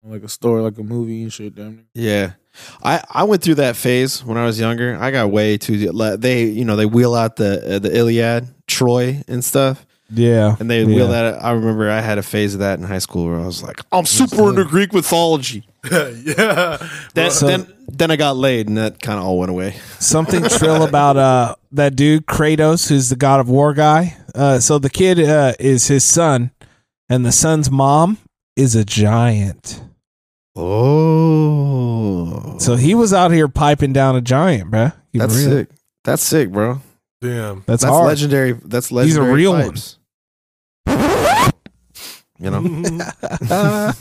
Speaker 2: like a story, like a movie and shit. Damn near.
Speaker 4: Yeah. I, I went through that phase when I was younger. I got way too like, they you know they wheel out the uh, the Iliad, Troy and stuff,
Speaker 5: Yeah,
Speaker 4: and they
Speaker 5: yeah.
Speaker 4: wheel that. I remember I had a phase of that in high school where I was like, I'm super into Greek (laughs) mythology.
Speaker 3: yeah.
Speaker 4: Then,
Speaker 5: So-
Speaker 4: then then I got laid, and that kind of all went away.
Speaker 5: something trill about uh that dude Kratos, who's the God of War guy. Uh, so the kid uh, is his son, and the son's mom is a giant.
Speaker 4: Oh,
Speaker 5: So he was out here piping down a giant, bruh. Keep it
Speaker 4: that's
Speaker 5: real.
Speaker 4: sick. That's sick, bro.
Speaker 3: Damn.
Speaker 5: (laughs) That's,
Speaker 4: That's
Speaker 5: hard.
Speaker 4: legendary. That's
Speaker 5: He's a
Speaker 4: legendary.
Speaker 5: real one.
Speaker 4: vibes, You know.
Speaker 5: Uh,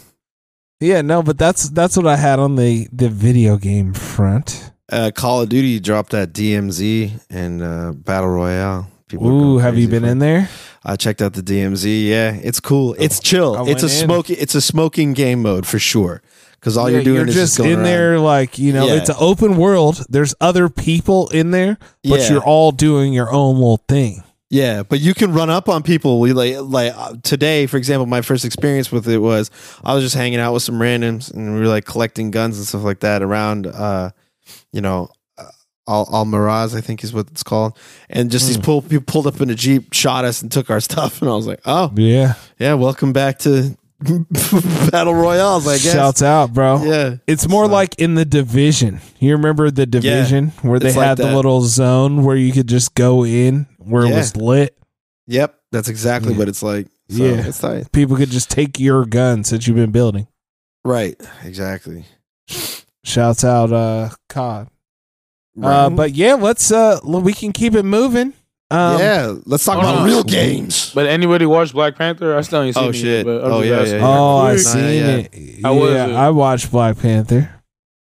Speaker 5: yeah, no, but that's that's what I had on the the video game front.
Speaker 4: (laughs) uh, Call of Duty dropped that DMZ and uh, Battle Royale. People are
Speaker 5: Ooh,
Speaker 4: going
Speaker 5: have you
Speaker 4: crazy
Speaker 5: been
Speaker 4: for it.
Speaker 5: in there?
Speaker 4: I checked out the DMZ. Yeah, it's cool. It's
Speaker 5: I
Speaker 4: chill. It's a
Speaker 5: went in.
Speaker 4: smoking. It's a smoking game mode for sure. Because all
Speaker 5: Yeah,
Speaker 4: you're doing
Speaker 5: you're
Speaker 4: is
Speaker 5: just
Speaker 4: going
Speaker 5: in
Speaker 4: around.
Speaker 5: there, like you know,
Speaker 4: Yeah.
Speaker 5: it's an open world. There's other people in there, but
Speaker 4: Yeah.
Speaker 5: you're all doing your own little thing.
Speaker 4: Yeah, but you can run up on people. We like like uh, today, for example, my first experience with it was I was just hanging out with some randoms and we were like collecting guns and stuff like that around uh you know uh, Al Al Miraz, I think is what it's called. And just
Speaker 5: Hmm.
Speaker 4: these pull people pulled up in a Jeep, shot us and took our (laughs) stuff and I was like, "Oh,
Speaker 5: Yeah,
Speaker 4: yeah, welcome back to (laughs) Battle Royales, I guess."
Speaker 5: shouts out, bro.
Speaker 4: Yeah.
Speaker 5: It's more like in the division. You remember the division where they
Speaker 4: it's like
Speaker 5: had the
Speaker 4: that.
Speaker 5: little zone where you could just go in where it
Speaker 4: Yeah.
Speaker 5: was lit.
Speaker 4: Yep, that's exactly
Speaker 5: Yeah.
Speaker 4: what it's like. So
Speaker 5: Yeah.
Speaker 4: it's tight.
Speaker 5: People could just take your guns that you've been building.
Speaker 4: Right, exactly.
Speaker 5: Shouts out, uh, COD. Uh, but yeah, let's uh, l- we can keep it moving. Um,
Speaker 4: yeah, let's talk
Speaker 2: oh,
Speaker 4: about
Speaker 2: no.
Speaker 4: real games.
Speaker 2: But anybody watch Black Panther? I still ain't seen
Speaker 4: Oh,
Speaker 2: it.
Speaker 4: shit.
Speaker 2: But
Speaker 4: Oh,
Speaker 2: I'm just
Speaker 4: yeah,
Speaker 2: asking.
Speaker 4: yeah, yeah.
Speaker 5: Oh, I
Speaker 4: Nah,
Speaker 5: seen
Speaker 4: yeah.
Speaker 5: it.
Speaker 2: How was
Speaker 5: yeah,
Speaker 2: it?
Speaker 5: I watched Black Panther.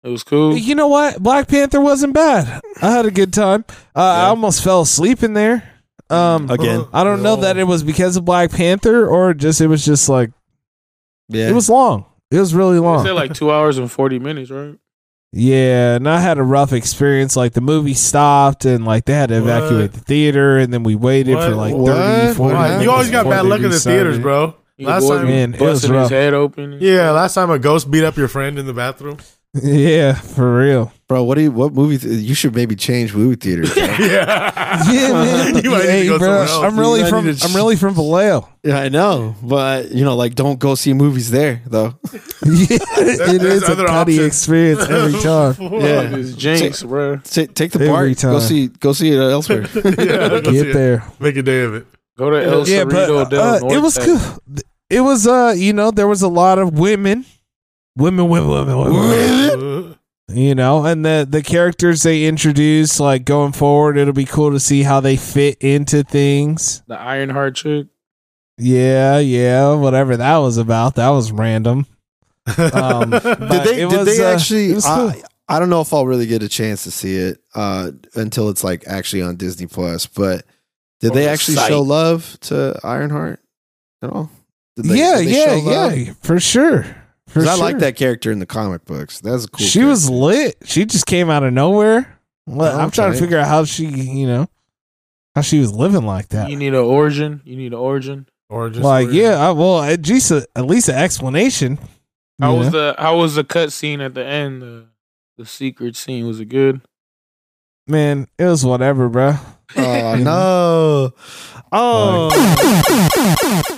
Speaker 2: It was cool.
Speaker 5: You know what? Black Panther wasn't bad. I had a good time. Uh, I almost fell asleep in there. Um,
Speaker 4: Again.
Speaker 5: I
Speaker 3: (laughs)
Speaker 5: don't know that it was because of Black Panther or just it was just like
Speaker 4: Yeah.
Speaker 5: it was long. It was really
Speaker 2: They
Speaker 5: long.
Speaker 2: said like two hours and forty minutes, right?
Speaker 5: Yeah, and I had a rough experience. Like the movie stopped, and like they had to
Speaker 3: What?
Speaker 5: evacuate the theater, and then we waited for
Speaker 3: What?
Speaker 5: like
Speaker 4: What?
Speaker 5: 30, 40
Speaker 4: Why?
Speaker 5: minutes
Speaker 3: you always got
Speaker 5: before
Speaker 3: bad
Speaker 5: they
Speaker 3: luck in the
Speaker 5: restarted
Speaker 3: theaters,
Speaker 5: it.
Speaker 3: bro. Last
Speaker 2: boy
Speaker 3: time,
Speaker 5: Man, it was
Speaker 2: busting his
Speaker 5: rough.
Speaker 2: head open.
Speaker 3: yeah, last time a ghost beat up your friend in the bathroom.
Speaker 5: (laughs) (laughs) Yeah, for
Speaker 4: (laughs)
Speaker 5: real. (laughs)
Speaker 4: Bro, what do you, what movie? Th- you should maybe change movie theaters. bro.
Speaker 3: Yeah,
Speaker 5: Yeah, man.
Speaker 3: You might need to
Speaker 5: Hey,
Speaker 3: go
Speaker 5: bro,
Speaker 3: somewhere else,
Speaker 5: I'm
Speaker 3: dude.
Speaker 5: really
Speaker 3: I
Speaker 5: from
Speaker 3: need to-
Speaker 5: I'm really from Vallejo.
Speaker 4: (laughs)
Speaker 5: (laughs)
Speaker 4: yeah, I know, but you know, like, don't go see movies there though.
Speaker 5: Yeah, it
Speaker 3: there's
Speaker 5: is a
Speaker 3: other
Speaker 5: cutty
Speaker 3: options.
Speaker 5: experience
Speaker 3: (laughs)
Speaker 5: every time.
Speaker 4: Yeah,
Speaker 2: It's jinx, bro.
Speaker 4: Ta- take the
Speaker 5: Every
Speaker 4: part. Go
Speaker 5: time.
Speaker 4: see, go see it
Speaker 5: (laughs)
Speaker 4: elsewhere.
Speaker 3: Yeah, go see
Speaker 5: Get
Speaker 3: it.
Speaker 5: there.
Speaker 3: Make a day of it.
Speaker 2: Go to El
Speaker 5: yeah,
Speaker 2: Cerrito
Speaker 5: but
Speaker 2: del
Speaker 5: uh,
Speaker 2: Norte.
Speaker 5: it was cool. Th- It was uh, you know, there was a lot of women, women, women, women, women. women. you know and the the characters they introduce like going forward it'll be cool to see how they fit into things
Speaker 2: The Ironheart chick.
Speaker 5: yeah yeah whatever that was about that was random (laughs) um
Speaker 4: did
Speaker 5: but
Speaker 4: they?
Speaker 5: it
Speaker 4: Did
Speaker 5: was,
Speaker 4: they
Speaker 5: uh,
Speaker 4: actually?
Speaker 5: it was cool.
Speaker 4: I, I don't know if I'll really get a chance to see it uh, until it's like actually on Disney Plus. But did they actually show love to Ironheart at all? Did they-
Speaker 5: yeah
Speaker 4: did they
Speaker 5: yeah
Speaker 4: show love?
Speaker 5: yeah for sure for
Speaker 4: 'Cause
Speaker 5: sure
Speaker 4: I like that character in the comic books. That's a cool.
Speaker 5: she
Speaker 4: character.
Speaker 5: (laughs) was lit she just came out of nowhere Well, i'm trying to
Speaker 4: Okay.
Speaker 5: figure out how she you know how she was living like that
Speaker 2: You need an origin. You need an origin.
Speaker 3: (laughs) Or just
Speaker 5: like
Speaker 3: weird.
Speaker 5: yeah I, well at least a, at least an explanation
Speaker 2: How
Speaker 5: you
Speaker 2: was
Speaker 5: know?
Speaker 2: the How was the cut scene at the end? The, the secret scene was it
Speaker 5: (laughs)
Speaker 2: good?
Speaker 5: man it was whatever bro (laughs)
Speaker 4: Oh no!
Speaker 5: Oh.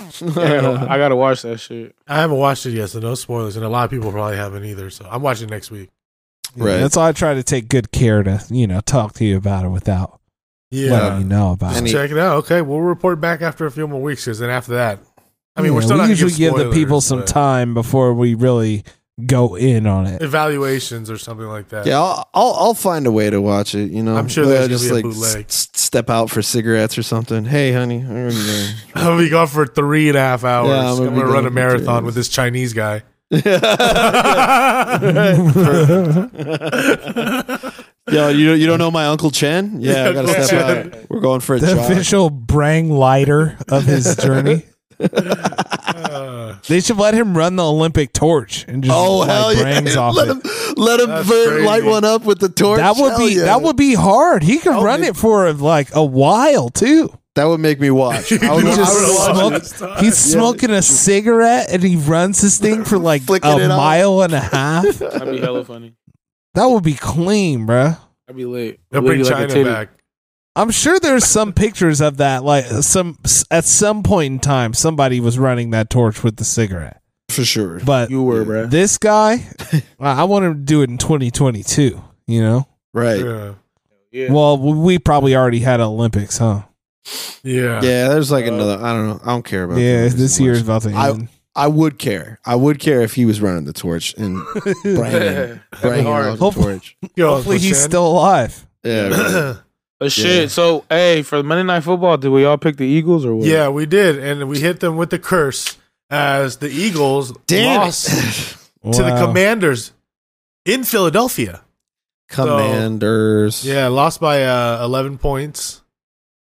Speaker 4: (laughs)
Speaker 2: Yeah,
Speaker 4: Oh.
Speaker 2: I gotta watch that shit.
Speaker 3: I haven't watched it yet, so no spoilers, and a lot of people probably haven't either. So I'm watching next week.
Speaker 4: Right.
Speaker 5: That's why I try to take good care to, you know, talk to you about it without
Speaker 3: Yeah,
Speaker 5: letting you know about
Speaker 4: And
Speaker 5: it.
Speaker 4: he-
Speaker 3: check it out. Okay, we'll report back after a few more weeks, because then after that, I mean,
Speaker 5: Yeah,
Speaker 3: we're still
Speaker 5: we
Speaker 3: not gonna
Speaker 5: usually give, the
Speaker 3: spoilers,
Speaker 5: people some
Speaker 3: but
Speaker 5: time before we really go in on it.
Speaker 3: evaluations or something like that. (laughs)
Speaker 4: Yeah, I'll, I'll I'll find a way to watch it. You know,
Speaker 3: I'm sure
Speaker 4: Maybe
Speaker 3: there's
Speaker 4: I'll
Speaker 3: gonna be a
Speaker 4: like
Speaker 3: bootleg.
Speaker 4: s- s- step out for cigarettes or something. Hey, honey, I'm gonna be there.
Speaker 3: I'll be gone for three and a half hours.
Speaker 4: Yeah, I'm gonna
Speaker 3: I'm gonna,
Speaker 4: be gone
Speaker 3: run a
Speaker 4: for
Speaker 3: marathon
Speaker 4: three
Speaker 3: with this Chinese (laughs)
Speaker 5: (laughs)
Speaker 3: guy.
Speaker 4: Yeah.
Speaker 3: Right.
Speaker 4: (laughs) Yo, you you don't know my uncle Chen? Yeah, I gotta
Speaker 5: Uncle
Speaker 4: step
Speaker 5: Chen.
Speaker 4: out. We're going for a
Speaker 5: the
Speaker 4: jog.
Speaker 5: official Brang lighter
Speaker 3: (laughs)
Speaker 5: of his journey.
Speaker 3: Uh,
Speaker 5: they should let him run the Olympic torch and just
Speaker 4: Oh
Speaker 5: like,
Speaker 4: hell yeah!
Speaker 5: Brangs off
Speaker 4: Let
Speaker 5: it.
Speaker 4: him let him burn, light one up with the torch.
Speaker 5: That would
Speaker 4: Hell
Speaker 5: be
Speaker 4: yeah.
Speaker 5: that would be hard. He
Speaker 4: Oh,
Speaker 5: could run it for like a while too.
Speaker 4: That would make me
Speaker 3: (laughs)
Speaker 4: watch. I would,
Speaker 5: He
Speaker 4: I would
Speaker 5: just
Speaker 4: watch
Speaker 5: smoke-
Speaker 4: it.
Speaker 5: he's smoking a cigarette and he runs this
Speaker 4: (laughs)
Speaker 5: thing for like
Speaker 4: Flicking
Speaker 5: a
Speaker 4: it off.
Speaker 5: mile and a half.
Speaker 2: That'd be hella funny.
Speaker 5: That would be clean, bruh.
Speaker 2: That'd be lit.
Speaker 3: They'll
Speaker 2: It'd
Speaker 3: bring
Speaker 2: be like a
Speaker 3: China
Speaker 2: titty.
Speaker 3: back.
Speaker 5: I'm sure there's some pictures of that. Like some at some point in time, somebody was running that torch with the cigarette.
Speaker 4: for sure.
Speaker 5: But
Speaker 2: You were, bruh.
Speaker 4: (laughs)
Speaker 5: this guy, I I want him to do it in 2022. You know,
Speaker 4: Right?
Speaker 3: Yeah.
Speaker 2: Yeah.
Speaker 5: well, we probably already had Olympics, huh?
Speaker 3: Yeah.
Speaker 4: Yeah, there's like another.
Speaker 3: Uh,
Speaker 4: I don't know. I don't care about.
Speaker 5: yeah,
Speaker 4: that
Speaker 5: this
Speaker 4: so
Speaker 5: year
Speaker 4: much.
Speaker 5: is about to
Speaker 4: I- (laughs)
Speaker 5: end.
Speaker 4: I would care. I would care if he was running the torch
Speaker 3: (laughs)
Speaker 4: and Brandon, Brandon
Speaker 2: hard.
Speaker 4: on the
Speaker 5: Hope-
Speaker 4: torch.
Speaker 3: Yo,
Speaker 5: Hopefully,
Speaker 3: Uncle (clears throat)
Speaker 5: he's
Speaker 3: Chen.
Speaker 5: still alive.
Speaker 4: Yeah, right.
Speaker 2: But shit. So hey, for Monday Night Football, did we all pick the Eagles or what?
Speaker 3: Yeah, we did, and we hit them with the curse as the Eagles
Speaker 4: Damn it.
Speaker 3: (laughs) lost to the
Speaker 5: Wow.
Speaker 3: Commanders in Philadelphia.
Speaker 4: Commanders.
Speaker 3: Yeah, lost by uh, 11 points,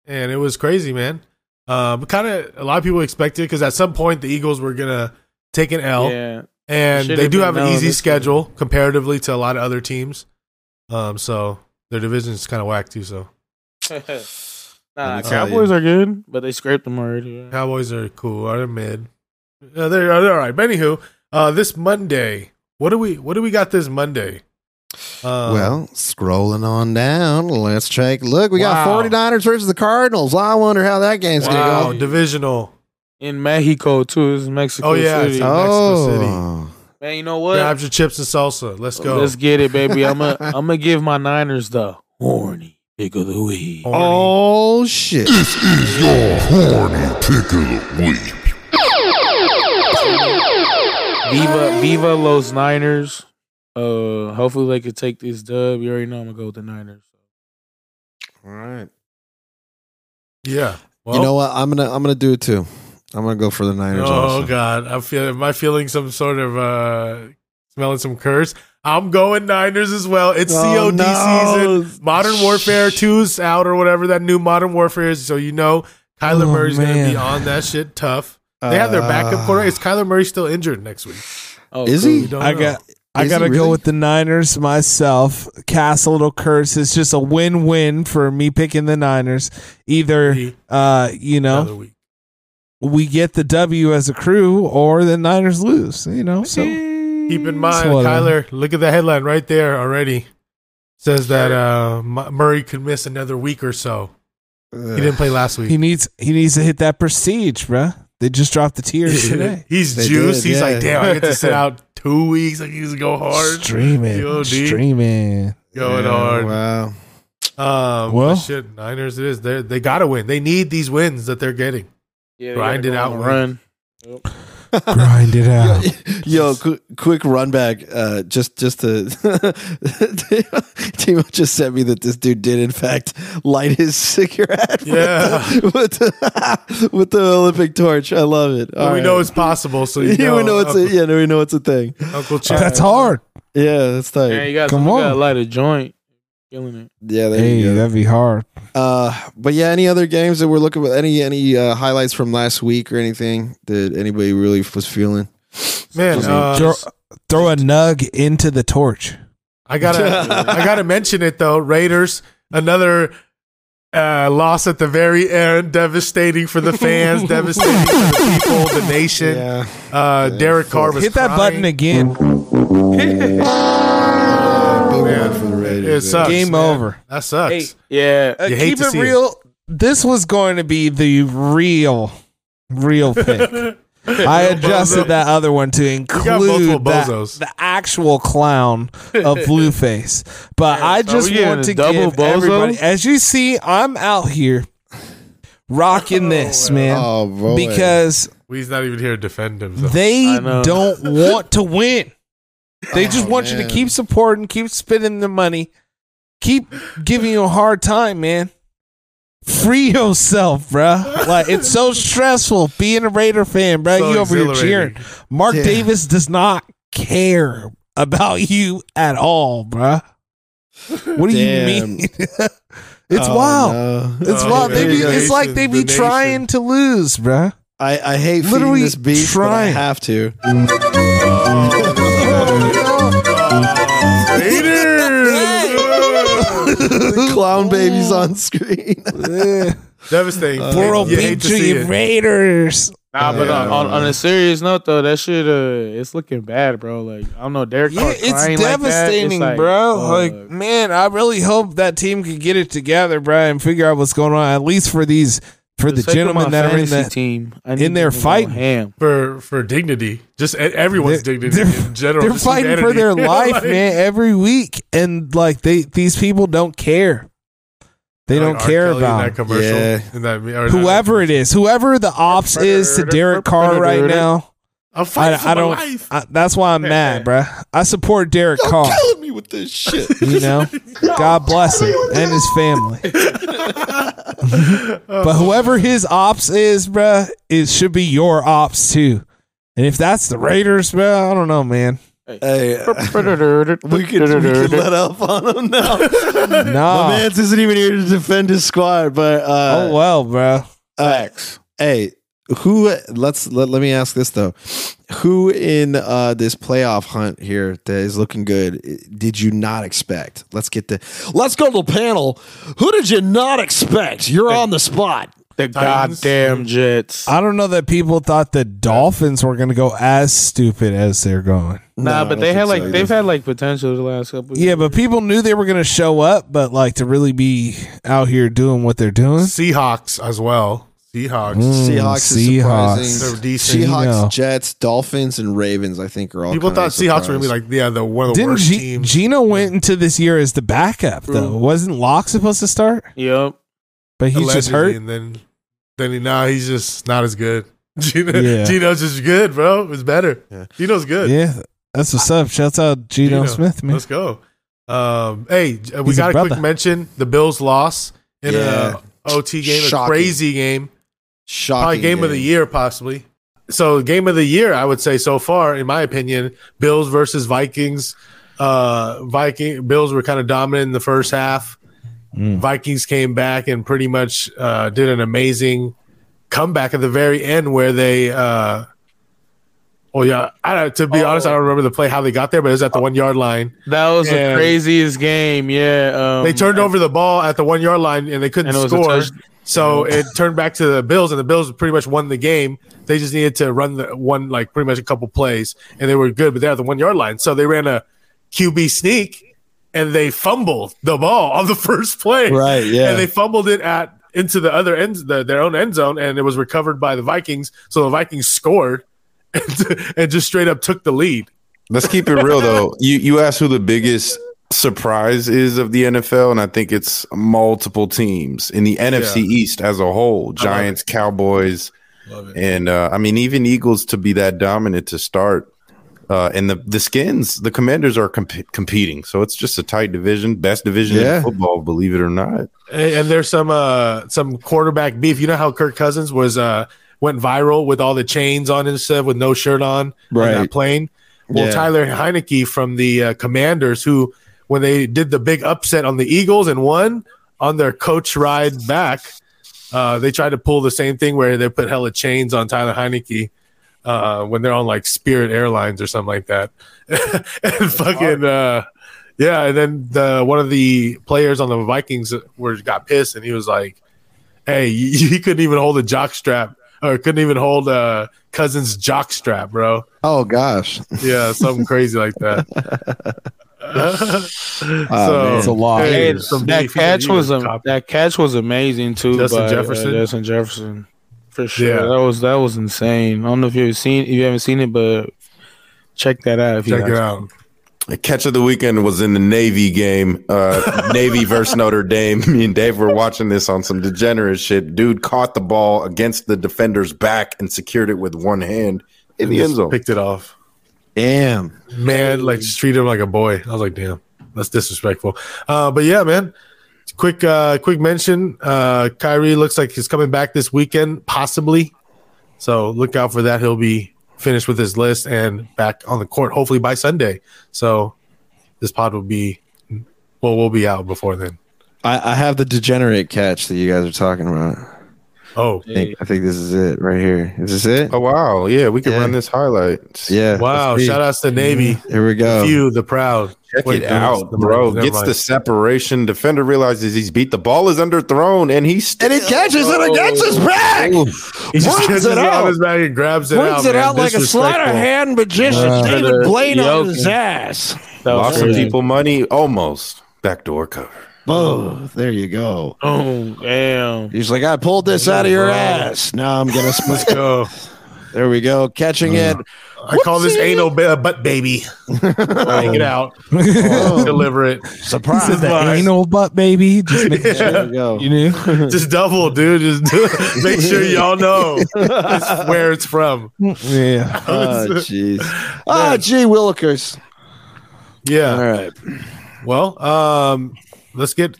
Speaker 3: and it was crazy, man. Uh, but kind of a lot of people expected because at some point the Eagles were gonna take an L,
Speaker 2: Yeah.
Speaker 3: and
Speaker 2: Should
Speaker 3: they
Speaker 2: have
Speaker 3: do
Speaker 2: been
Speaker 3: have an
Speaker 2: L
Speaker 3: easy
Speaker 2: this year.
Speaker 3: schedule comparatively to a lot of other teams. Um, so their division is kind of whack too. So
Speaker 2: (laughs) nah,
Speaker 3: Uh,
Speaker 4: Let me tell
Speaker 2: Cowboys are good, but they scraped them already. yeah.
Speaker 3: Cowboys are cool. Are they mid? Uh, they're, they're all right. But anywho, uh, this Monday, what do we what do we got this Monday? Uh,
Speaker 4: Well, scrolling on down, let's check. Look, we
Speaker 3: Wow.
Speaker 4: got 49ers versus the Cardinals. I wonder how that game's
Speaker 3: wow,
Speaker 4: going to go.
Speaker 3: divisional.
Speaker 2: In Mexico too. This is Mexico
Speaker 3: Oh, yeah,
Speaker 2: City.
Speaker 3: it's-
Speaker 4: Oh,
Speaker 2: Man, you know what?
Speaker 3: Grab your chips and salsa. Let's go.
Speaker 2: Let's get it, baby. I'm
Speaker 3: (laughs)
Speaker 2: gonna I'm gonna give my Niners the horny pick of the week.
Speaker 3: Horny.
Speaker 4: oh shit.
Speaker 2: Viva Viva Los Niners. Uh, hopefully they could take this dub. You already know I'm gonna go with the Niners.
Speaker 4: All right.
Speaker 3: yeah. Well,
Speaker 4: you know what? I'm gonna I'm gonna do it too. I'm gonna go for the Niners.
Speaker 3: Oh
Speaker 4: also.
Speaker 3: God, I feel. Am I feeling some sort of uh smelling some curse? I'm going Niners as well. It's
Speaker 4: Oh,
Speaker 3: COD
Speaker 4: no.
Speaker 3: season. Modern Warfare 2's out or whatever that new Modern Warfare is. So you know Kyler
Speaker 5: Oh,
Speaker 3: Murray's going to
Speaker 5: man.
Speaker 3: be on that shit tough. They have their backup
Speaker 4: Uh,
Speaker 3: quarterback. Is Kyler Murray still injured next week?
Speaker 2: Oh,
Speaker 4: Is
Speaker 2: cool.
Speaker 4: he?
Speaker 3: We don't
Speaker 5: I
Speaker 3: know.
Speaker 5: got. I
Speaker 4: Is
Speaker 5: gotta
Speaker 4: he
Speaker 5: go
Speaker 4: really?
Speaker 5: with the Niners myself. Cast a little curse. It's just a win-win for me picking the Niners. Either,
Speaker 3: See?
Speaker 5: uh, you
Speaker 3: another
Speaker 5: know,
Speaker 3: week.
Speaker 5: we get the W as a crew, or the Niners lose. You know, so
Speaker 3: Keep in mind,
Speaker 5: whatever.
Speaker 3: Kyler. Look at the headline right there already. Says that uh, M- Murray could miss another week or so.
Speaker 4: Uh,
Speaker 3: He didn't play last week.
Speaker 5: he needs he needs to hit that prestige, bruh. They just dropped the tears today.
Speaker 3: (laughs) he's
Speaker 4: They
Speaker 3: juiced.
Speaker 4: did,
Speaker 3: he's like,
Speaker 4: yeah.
Speaker 3: damn, I get to
Speaker 5: (laughs)
Speaker 3: sit out two weeks. I can just go hard,
Speaker 5: Streaming,
Speaker 3: COD.
Speaker 5: (laughs) streaming.
Speaker 3: going
Speaker 4: Yeah,
Speaker 3: hard.
Speaker 4: Wow.
Speaker 3: Um,
Speaker 5: Well.
Speaker 3: well, shit, Niners. It is. They they got to win. They need these wins that they're getting.
Speaker 2: Yeah, they
Speaker 3: Grind
Speaker 2: gotta
Speaker 3: it
Speaker 2: go
Speaker 3: out,
Speaker 2: on a
Speaker 3: Rick.
Speaker 2: Run.
Speaker 5: Grind it out.
Speaker 4: Yo, qu- quick run back. Uh, just just to (laughs) Timo just sent me that this dude did in fact light his cigarette.
Speaker 3: Yeah.
Speaker 4: with the, with the, with the Olympic torch. I love it.
Speaker 3: But
Speaker 4: All
Speaker 3: we
Speaker 4: right.
Speaker 3: know it's possible.
Speaker 4: (laughs)
Speaker 3: So you
Speaker 4: yeah,
Speaker 3: know,
Speaker 4: we know it's a,
Speaker 3: Uncle,
Speaker 4: yeah, we know it's a thing.
Speaker 3: Uncle Chad.
Speaker 5: That's hard.
Speaker 4: Yeah, that's tight.
Speaker 2: Man, you got
Speaker 5: Come
Speaker 2: Come on.
Speaker 5: on.
Speaker 2: Got light a joint. Killing it.
Speaker 4: yeah, there
Speaker 5: Hey,
Speaker 4: you go.
Speaker 5: that'd be hard.
Speaker 4: Uh, but yeah, any other games that we're looking with any any uh, highlights from last week or anything that anybody really was feeling?
Speaker 3: man. Uh,
Speaker 5: Throw, throw a nug into the torch.
Speaker 3: I gotta I gotta mention it though. Raiders another. Uh, loss at the very end, devastating for the fans, devastating for the people, the nation. Uh, Derek Carr was
Speaker 5: Hit that
Speaker 3: crying.
Speaker 5: button again.
Speaker 4: Big
Speaker 3: man.
Speaker 4: one for the
Speaker 3: It
Speaker 4: Raiders. yeah.
Speaker 3: sucks.
Speaker 5: Game
Speaker 3: man.
Speaker 5: over.
Speaker 3: That sucks.
Speaker 2: Yeah.
Speaker 5: Uh,
Speaker 3: You hate
Speaker 5: keep
Speaker 3: to
Speaker 5: it
Speaker 3: see it.
Speaker 5: real. This was going to be the real, real pick. I adjusted that other one to
Speaker 3: got multiple
Speaker 5: include that,
Speaker 3: bozos.
Speaker 5: the actual clown of Blueface. But I just
Speaker 2: we getting
Speaker 5: want
Speaker 2: a
Speaker 5: to
Speaker 2: double
Speaker 5: give everybody,
Speaker 2: bozo?
Speaker 5: as you see, I'm out here rocking this, man,
Speaker 4: Oh, boy.
Speaker 5: because
Speaker 3: He's not even here to defend himself.
Speaker 5: they
Speaker 2: I know.
Speaker 4: (laughs)
Speaker 5: don't want to win. They just
Speaker 4: Oh,
Speaker 5: want you
Speaker 4: man.
Speaker 5: to keep supporting, keep spending the money, keep giving you a hard time, man. Free yourself, bruh. Like
Speaker 4: (laughs)
Speaker 5: it's so stressful being a Raider fan, bruh.
Speaker 3: So
Speaker 5: you over here
Speaker 3: exhilarating.
Speaker 5: cheering. Mark
Speaker 4: Yeah.
Speaker 5: Davis does not care about you at all, bruh. What do you
Speaker 4: Damn.
Speaker 5: mean? (laughs) it's
Speaker 4: Oh,
Speaker 5: wild.
Speaker 4: no.
Speaker 5: It's
Speaker 4: Oh,
Speaker 5: wild. They
Speaker 4: there
Speaker 5: be,
Speaker 4: you go.
Speaker 5: it's like they be
Speaker 4: The nation.
Speaker 5: trying to lose, bruh.
Speaker 4: I, I hate
Speaker 5: Literally
Speaker 4: feeding this beast, but I
Speaker 5: trying.
Speaker 4: have
Speaker 5: (laughs)
Speaker 4: to.
Speaker 5: (laughs)
Speaker 4: the clown baby's on (laughs) screen.
Speaker 3: Devastating.
Speaker 5: World
Speaker 3: you hate
Speaker 5: beat
Speaker 3: to see
Speaker 5: you,
Speaker 3: it.
Speaker 5: Raiders.
Speaker 2: Nah, but on, on, on a serious note though, that shit uh, it's looking bad, bro. Like I don't know, Derek.
Speaker 5: Yeah, it's devastating, bro.
Speaker 2: uh,
Speaker 5: like, man, I really hope that team could get it together, bro, and figure out what's going on. At least for these, for the, gentlemen that are in that
Speaker 2: team, I need
Speaker 5: in there
Speaker 2: them to go
Speaker 5: fighting.
Speaker 2: ham.
Speaker 3: for for dignity, just e- everyone's dignity in general.
Speaker 5: They're
Speaker 3: just
Speaker 5: fighting for
Speaker 3: humanity. (laughs)
Speaker 5: their life,
Speaker 3: Like,
Speaker 5: man, every week, and like they these people don't care. They
Speaker 3: like
Speaker 5: don't
Speaker 3: R.
Speaker 5: care
Speaker 3: Kelly in
Speaker 5: about
Speaker 3: that commercial.
Speaker 4: Yeah.
Speaker 3: in that- or that-
Speaker 5: whoever it is, whoever the ops is to Derek Carr right now.
Speaker 3: I'm
Speaker 5: I,
Speaker 3: fighting for my
Speaker 5: I
Speaker 2: (laughs)
Speaker 5: don't.
Speaker 3: life.
Speaker 5: I, that's why I'm mad, bruh. I support Derek Carr.
Speaker 4: Killing me with this shit.
Speaker 5: You know, God bless him and his family. but whoever his ops is, bruh, it should be your ops too. And if that's the Raiders, bruh, I don't know, man.
Speaker 4: (laughs)
Speaker 5: (laughs)
Speaker 4: Hey, we can, we can let up on him
Speaker 5: (laughs)
Speaker 4: now.
Speaker 5: Nah.
Speaker 4: My man's isn't even here to defend his squad, but uh,
Speaker 5: oh well, bruh.
Speaker 4: uh, hey, who? Let's let, let me ask this though: Who in uh, this playoff hunt here that is looking good? i- Did you not expect? Let's get the let's go to the panel. Who did you not expect? You're on the spot.
Speaker 2: The
Speaker 3: Titans.
Speaker 2: goddamn Jets.
Speaker 5: I don't know that people thought the Dolphins were going to go as stupid as they're going.
Speaker 2: Nah,
Speaker 4: No, I
Speaker 2: but
Speaker 4: don't
Speaker 2: they
Speaker 4: think
Speaker 2: had like
Speaker 4: so.
Speaker 2: they've had like potential the last couple.
Speaker 5: Yeah, but people knew they were going to show up, but like to really be out here doing what they're doing.
Speaker 3: Seahawks as well. Seahawks.
Speaker 5: Mm,
Speaker 4: Seahawks,
Speaker 5: Seahawks.
Speaker 4: is surprising.
Speaker 3: They're decent.
Speaker 4: Seahawks,
Speaker 5: You know.
Speaker 4: Jets, Dolphins, and Ravens. I think are all
Speaker 3: People
Speaker 4: kinda
Speaker 3: thought Seahawks were gonna be
Speaker 4: surprised.
Speaker 3: like yeah the one of the
Speaker 5: Didn't
Speaker 3: worst
Speaker 5: G-
Speaker 3: teams.
Speaker 5: Gino went into this year as the backup though? Wasn't Locke supposed to start?
Speaker 2: Yep.
Speaker 5: But he's just
Speaker 3: allegedly,
Speaker 5: hurt.
Speaker 3: and then then he, nah, he's just not as good. (laughs) Gino,
Speaker 5: Yeah.
Speaker 3: Gino's just good, bro. It's better.
Speaker 4: Yeah.
Speaker 3: Gino's good.
Speaker 5: Yeah, that's what's up. Shouts out Gino, Smith, man.
Speaker 3: Let's go. Um, hey, j- we
Speaker 5: He's a
Speaker 3: got a, quick
Speaker 5: brother.
Speaker 3: mention. The Bills loss in
Speaker 4: Yeah.
Speaker 3: a OT game, a
Speaker 4: Shocking.
Speaker 3: crazy game,
Speaker 4: shocking
Speaker 3: probably game, of the year, possibly. So, game of the year, I would say so far, in my opinion, Bills versus Vikings. Uh, Viking Bills were kind of dominant in the first half. Vikings came back and pretty much uh, did an amazing comeback at the very end where they. Uh, well, yeah, I don't, to be honest, I don't remember the play how they got there, but it was at the one yard line.
Speaker 2: That was the
Speaker 3: Yeah.
Speaker 2: craziest game. Yeah, um,
Speaker 3: They turned over the ball at the one yard line and they couldn't
Speaker 2: And it was a
Speaker 3: score.
Speaker 2: touch-
Speaker 3: So it turned back to the Bills, and the Bills pretty much won the game. They just needed to run the one like pretty much a couple plays, and they were good, but they're at the one yard line. So they ran a QB sneak, and they fumbled the ball on the (laughs) first play.
Speaker 4: Right, yeah.
Speaker 3: and they fumbled it at into the other end, the, their own end zone, and it was recovered by the Vikings. So the Vikings scored (laughs) and, and just straight up took the lead.
Speaker 11: Let's keep it real though. You you asked who the biggest surprise is of the NFL, and I think it's multiple teams in the NFC East as a whole: Giants, Cowboys, and uh, I mean even Eagles to be that dominant to start. Uh, and the the skins, the Commanders are comp- competing, so it's just a tight division, best division
Speaker 4: Yeah.
Speaker 11: in football, believe it or not.
Speaker 3: and, and there's some uh some quarterback beef. You know how Kirk Cousins was uh went viral with all the chains on and stuff with no shirt on on
Speaker 4: Right.
Speaker 3: that plane. Well,
Speaker 4: Yeah.
Speaker 3: Tyler Heineke from the uh, Commanders, who when they did the big upset on the Eagles and won on their coach ride back, uh, they tried to pull the same thing where they put hella chains on Tyler Heineke. Uh, when they're on like Spirit Airlines or something like that, (laughs) and fucking uh, yeah, and then the one of the players on the Vikings were got pissed, and he was like, "Hey, (laughs) he couldn't even hold a jock strap, or couldn't even hold uh, Cousins' jock strap, bro."
Speaker 4: Oh gosh,
Speaker 3: Yeah, something crazy like that.
Speaker 5: (laughs)
Speaker 3: (laughs) so
Speaker 5: Oh, It's a lot.
Speaker 2: Hey,
Speaker 3: there's some
Speaker 2: that
Speaker 3: beef.
Speaker 2: catch
Speaker 3: You know,
Speaker 2: was
Speaker 3: you
Speaker 2: a,
Speaker 3: know, cop-
Speaker 2: that catch was amazing too.
Speaker 3: Justin
Speaker 2: by, uh,
Speaker 3: Jefferson?
Speaker 2: Justin Jefferson, for sure.
Speaker 3: Yeah.
Speaker 2: That was that was insane. I don't know if you've seen if you haven't seen it, but check that out. If you
Speaker 3: Check
Speaker 2: guys-
Speaker 3: it out.
Speaker 11: The catch of the weekend was in the Navy game,
Speaker 7: (laughs)
Speaker 11: uh, Navy versus Notre Dame. Me and Dave were watching this on some degenerate shit. Dude caught the ball against the defender's back and secured it with one hand in the
Speaker 3: Just
Speaker 11: end zone.
Speaker 3: picked it off.
Speaker 4: damn.
Speaker 3: man like just treat him like a boy i was like damn that's disrespectful uh but yeah man quick uh quick mention uh kyrie looks like he's coming back this weekend possibly so look out for that he'll be finished with his list and back on the court hopefully by sunday so this pod will be Well, we'll be out before then.
Speaker 4: I, I have the degenerate catch that you guys are talking about.
Speaker 3: Oh,
Speaker 4: I think, I think this is it right here. Is this it?
Speaker 11: Oh wow! Yeah, we can run this highlight.
Speaker 4: Yeah.
Speaker 3: Wow,
Speaker 4: Let's see.
Speaker 3: shout outs to Navy.
Speaker 4: Here we go.
Speaker 3: The few, the proud.
Speaker 11: Um, Check
Speaker 3: Wait,
Speaker 11: it
Speaker 3: no,
Speaker 11: out,
Speaker 3: never
Speaker 11: bro.
Speaker 3: mind, never
Speaker 11: Gets
Speaker 3: mind.
Speaker 11: the separation. Defender realizes he's beat. The ball is underthrown, and he still
Speaker 4: And it catches it against his back.
Speaker 3: He just
Speaker 4: Runs
Speaker 3: catches
Speaker 4: it
Speaker 3: it out
Speaker 4: out.
Speaker 3: his bag and grabs it
Speaker 10: Brings
Speaker 3: out.
Speaker 10: it
Speaker 3: man.
Speaker 10: out like a sleight of
Speaker 3: Disrespectful.
Speaker 10: hand magician,
Speaker 3: Uh,
Speaker 10: David
Speaker 3: the
Speaker 10: Blaine on his
Speaker 3: yoking.
Speaker 10: ass.
Speaker 2: That was
Speaker 11: Lots of
Speaker 2: crazy.
Speaker 11: people money. Almost backdoor cover.
Speaker 3: Oh.
Speaker 4: Boom. There you go.
Speaker 2: Oh damn!
Speaker 4: He's like, I pulled this out of your ass. Now I'm gonna let's
Speaker 3: go.
Speaker 4: There we go. Catching
Speaker 2: (laughs)
Speaker 4: it.
Speaker 3: I call this anal ba- butt baby. Bring it out.
Speaker 11: (laughs)
Speaker 3: Oh. Deliver it.
Speaker 4: Surprise.
Speaker 5: This is the anal butt baby. Just making sure
Speaker 4: There we go.
Speaker 5: you knew.
Speaker 3: (laughs) Just double, dude. Just do- make sure y'all know it's where it's from.
Speaker 5: yeah.
Speaker 4: Oh
Speaker 2: (laughs)
Speaker 4: jeez. Ah, gee Willikers.
Speaker 2: Uh,
Speaker 3: Yeah.
Speaker 4: All right.
Speaker 3: Well, um, let's get.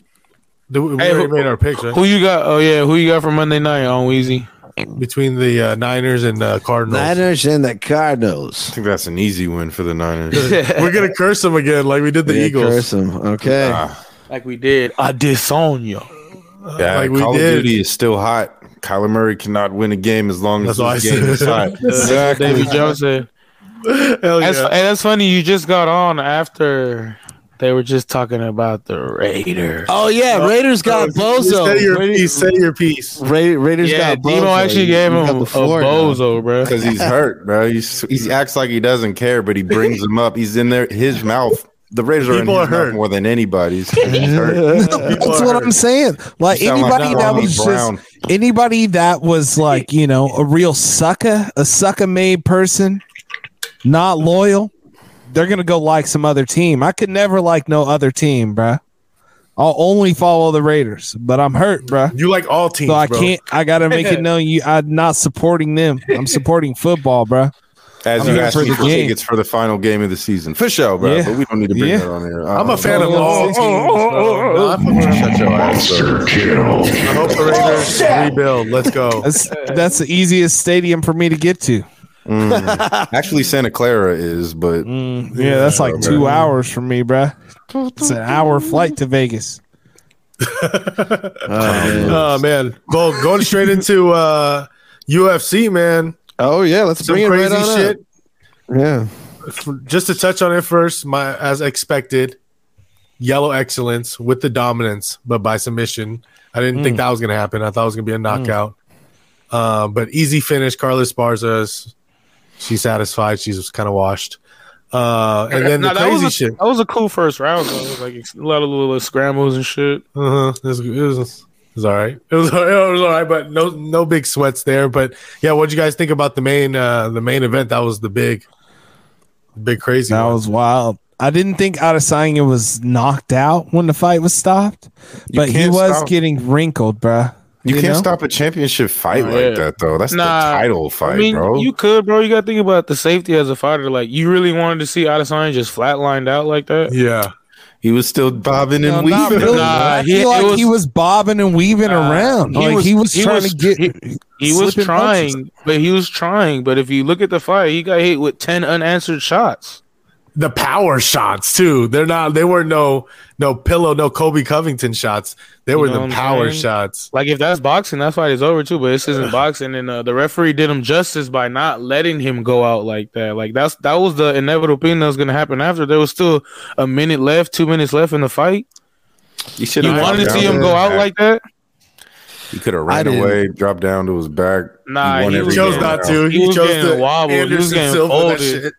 Speaker 3: Do we, we
Speaker 2: Hey,
Speaker 3: already
Speaker 2: who-
Speaker 3: made our picks right?
Speaker 2: Who you got? Oh yeah, who you got for Monday night on Wheezy?
Speaker 3: between the uh, Niners and uh, Cardinals.
Speaker 4: Niners and the Cardinals.
Speaker 11: I think that's an easy win for
Speaker 3: (laughs)
Speaker 11: the Niners.
Speaker 3: We're gonna curse them again, like we did the
Speaker 4: Yeah,
Speaker 3: Eagles.
Speaker 4: curse 'em. Okay.
Speaker 2: Uh, Like we did. I disown you.
Speaker 11: Yeah,
Speaker 3: Like we
Speaker 11: Call of
Speaker 3: did.
Speaker 11: Duty is still hot. Kyler Murray cannot win a game as long as
Speaker 3: That's
Speaker 11: this
Speaker 3: what I
Speaker 11: game is
Speaker 3: said. (laughs)
Speaker 11: hot.
Speaker 2: Davy
Speaker 11: exactly. (laughs)
Speaker 2: Jones said.
Speaker 3: (laughs) Hell
Speaker 2: That's,
Speaker 3: yeah.
Speaker 2: hey, that's funny. You just got on after they were just talking about the Raiders.
Speaker 4: Oh yeah, Raiders
Speaker 3: Uh,
Speaker 4: got
Speaker 3: Say
Speaker 4: bozo.
Speaker 3: your piece. Say your piece.
Speaker 4: Ra- Raiders
Speaker 2: yeah,
Speaker 4: got bozo.
Speaker 2: Demo actually
Speaker 4: You
Speaker 2: gave
Speaker 4: got
Speaker 2: him
Speaker 4: the
Speaker 2: a
Speaker 4: floor now.
Speaker 2: bozo, bro.
Speaker 11: Because he's hurt, bro. He's, he acts like he doesn't care, but he brings him up. He's in there, his mouth. The Raiders are in
Speaker 3: People
Speaker 11: his
Speaker 3: are hurt.
Speaker 11: mouth more
Speaker 3: (laughs)
Speaker 11: than anybody's. He's
Speaker 5: (laughs)
Speaker 11: hurt.
Speaker 5: That's what I'm saying. Like
Speaker 11: You sound like
Speaker 5: anybody that
Speaker 11: Ronnie
Speaker 5: was
Speaker 11: Brown.
Speaker 5: just anybody that was like, you know, a real sucker, a sucker made person, not loyal, they're gonna go like some other team. I could never like no other team, bruh. I'll only follow the Raiders, but I'm hurt, bruh.
Speaker 3: You like all teams,
Speaker 5: So I
Speaker 3: bro.
Speaker 5: can't. I gotta make
Speaker 11: (laughs)
Speaker 5: it known you. I'm not supporting them. I'm supporting football, bruh.
Speaker 11: As
Speaker 5: I'm
Speaker 11: you
Speaker 5: here
Speaker 11: asked
Speaker 5: for
Speaker 11: me
Speaker 5: the
Speaker 11: for
Speaker 5: game.
Speaker 11: tickets for the final game of the season. For sure, bro.
Speaker 5: Yeah.
Speaker 11: But we don't need to bring
Speaker 5: Yeah.
Speaker 11: that on here. Uh-uh.
Speaker 3: I'm a fan of
Speaker 5: Oh,
Speaker 3: all
Speaker 5: oh,
Speaker 3: teams. bro. No, I fuck with them.
Speaker 11: Shut your ass up.
Speaker 3: I hope the Raiders rebuild. Let's
Speaker 4: (laughs)
Speaker 3: go.
Speaker 5: That's that's the easiest stadium for me to get to.
Speaker 11: Actually, Santa Clara is, but
Speaker 5: Yeah, that's like two hours for me, bruh. It's an hour flight to Vegas.
Speaker 3: Oh man, go going straight into uh, UFC, man.
Speaker 4: Oh yeah, let's
Speaker 3: Some
Speaker 4: bring it right
Speaker 3: crazy
Speaker 4: on
Speaker 3: shit.
Speaker 4: up. Yeah.
Speaker 3: Just to touch on it first, my as expected, yellow excellence with the dominance, but by submission. I didn't think that was going to happen. I thought it was going to be a knockout. Uh, but easy finish. Carlos Barza's. She's satisfied. She's kind of washed. Uh, and then
Speaker 2: Nah,
Speaker 3: the
Speaker 2: that was
Speaker 3: crazy
Speaker 2: a,
Speaker 3: shit.
Speaker 2: That was a cool first round. Though. It was Like a lot of little scrambles and shit.
Speaker 3: Uh-huh. It was, it was, it was all right. It was, (laughs) all right- it was all right, but no no big sweats there. But yeah, what'd you guys think about the main uh the main event? That was the big, big crazy.
Speaker 5: That
Speaker 3: one.
Speaker 5: was wild. I didn't think Adesanya was knocked out when the fight was stopped, but he
Speaker 11: can't
Speaker 5: was
Speaker 11: stop-
Speaker 5: getting wrinkled, bruh.
Speaker 11: you, can't
Speaker 5: know?
Speaker 11: stop a championship fight like
Speaker 2: yeah.
Speaker 11: that, though. That's
Speaker 2: Nah,
Speaker 11: the title fight,
Speaker 2: I mean,
Speaker 11: bro.
Speaker 2: you could, bro. You got to think about the safety as a fighter. Like, you really wanted to see Adesanya just flatlined out like that?
Speaker 3: yeah.
Speaker 11: he was still bobbing
Speaker 5: No,
Speaker 11: and
Speaker 5: not
Speaker 11: weaving.
Speaker 5: really.
Speaker 2: Nah,
Speaker 5: I
Speaker 2: he-
Speaker 5: feel
Speaker 2: it
Speaker 5: like he
Speaker 2: was-
Speaker 5: was bobbing and weaving around.
Speaker 2: He
Speaker 5: like
Speaker 2: was-
Speaker 5: he was
Speaker 2: he
Speaker 5: trying
Speaker 2: was-
Speaker 5: to get. (laughs)
Speaker 2: he- He was
Speaker 5: slipping
Speaker 2: trying,
Speaker 5: punches.
Speaker 2: but he was trying. But if you look at the fight, he got hit with ten unanswered shots.
Speaker 3: the power shots too. They're not. They were no no pillow, no Kobe Covington shots. They were
Speaker 2: know
Speaker 3: the
Speaker 2: what I'm
Speaker 3: power
Speaker 2: saying?
Speaker 3: shots.
Speaker 2: Like if that's boxing, that fight is over too. But this isn't boxing, and uh, the referee did him justice by not letting him go out like that. Like that's that was the inevitable thing that was going to happen after. There was still a minute left, two minutes left in the fight.
Speaker 11: You should
Speaker 2: You
Speaker 11: have
Speaker 2: wanted to
Speaker 11: dropped
Speaker 2: see
Speaker 11: down
Speaker 2: him
Speaker 11: to
Speaker 2: go
Speaker 11: his
Speaker 2: out
Speaker 11: back.
Speaker 2: like that?
Speaker 11: He could have
Speaker 4: I
Speaker 11: ran
Speaker 4: didn't.
Speaker 11: away, dropped down to his back.
Speaker 2: Nah,
Speaker 11: won
Speaker 2: he
Speaker 11: every
Speaker 2: was-
Speaker 3: Chose
Speaker 11: game
Speaker 3: not
Speaker 11: now.
Speaker 3: to.
Speaker 2: He
Speaker 3: He,
Speaker 2: was
Speaker 3: chose
Speaker 2: getting
Speaker 3: the
Speaker 2: wobbled. He was
Speaker 3: Anderson
Speaker 2: getting
Speaker 3: Silva that
Speaker 2: folded.
Speaker 3: shit.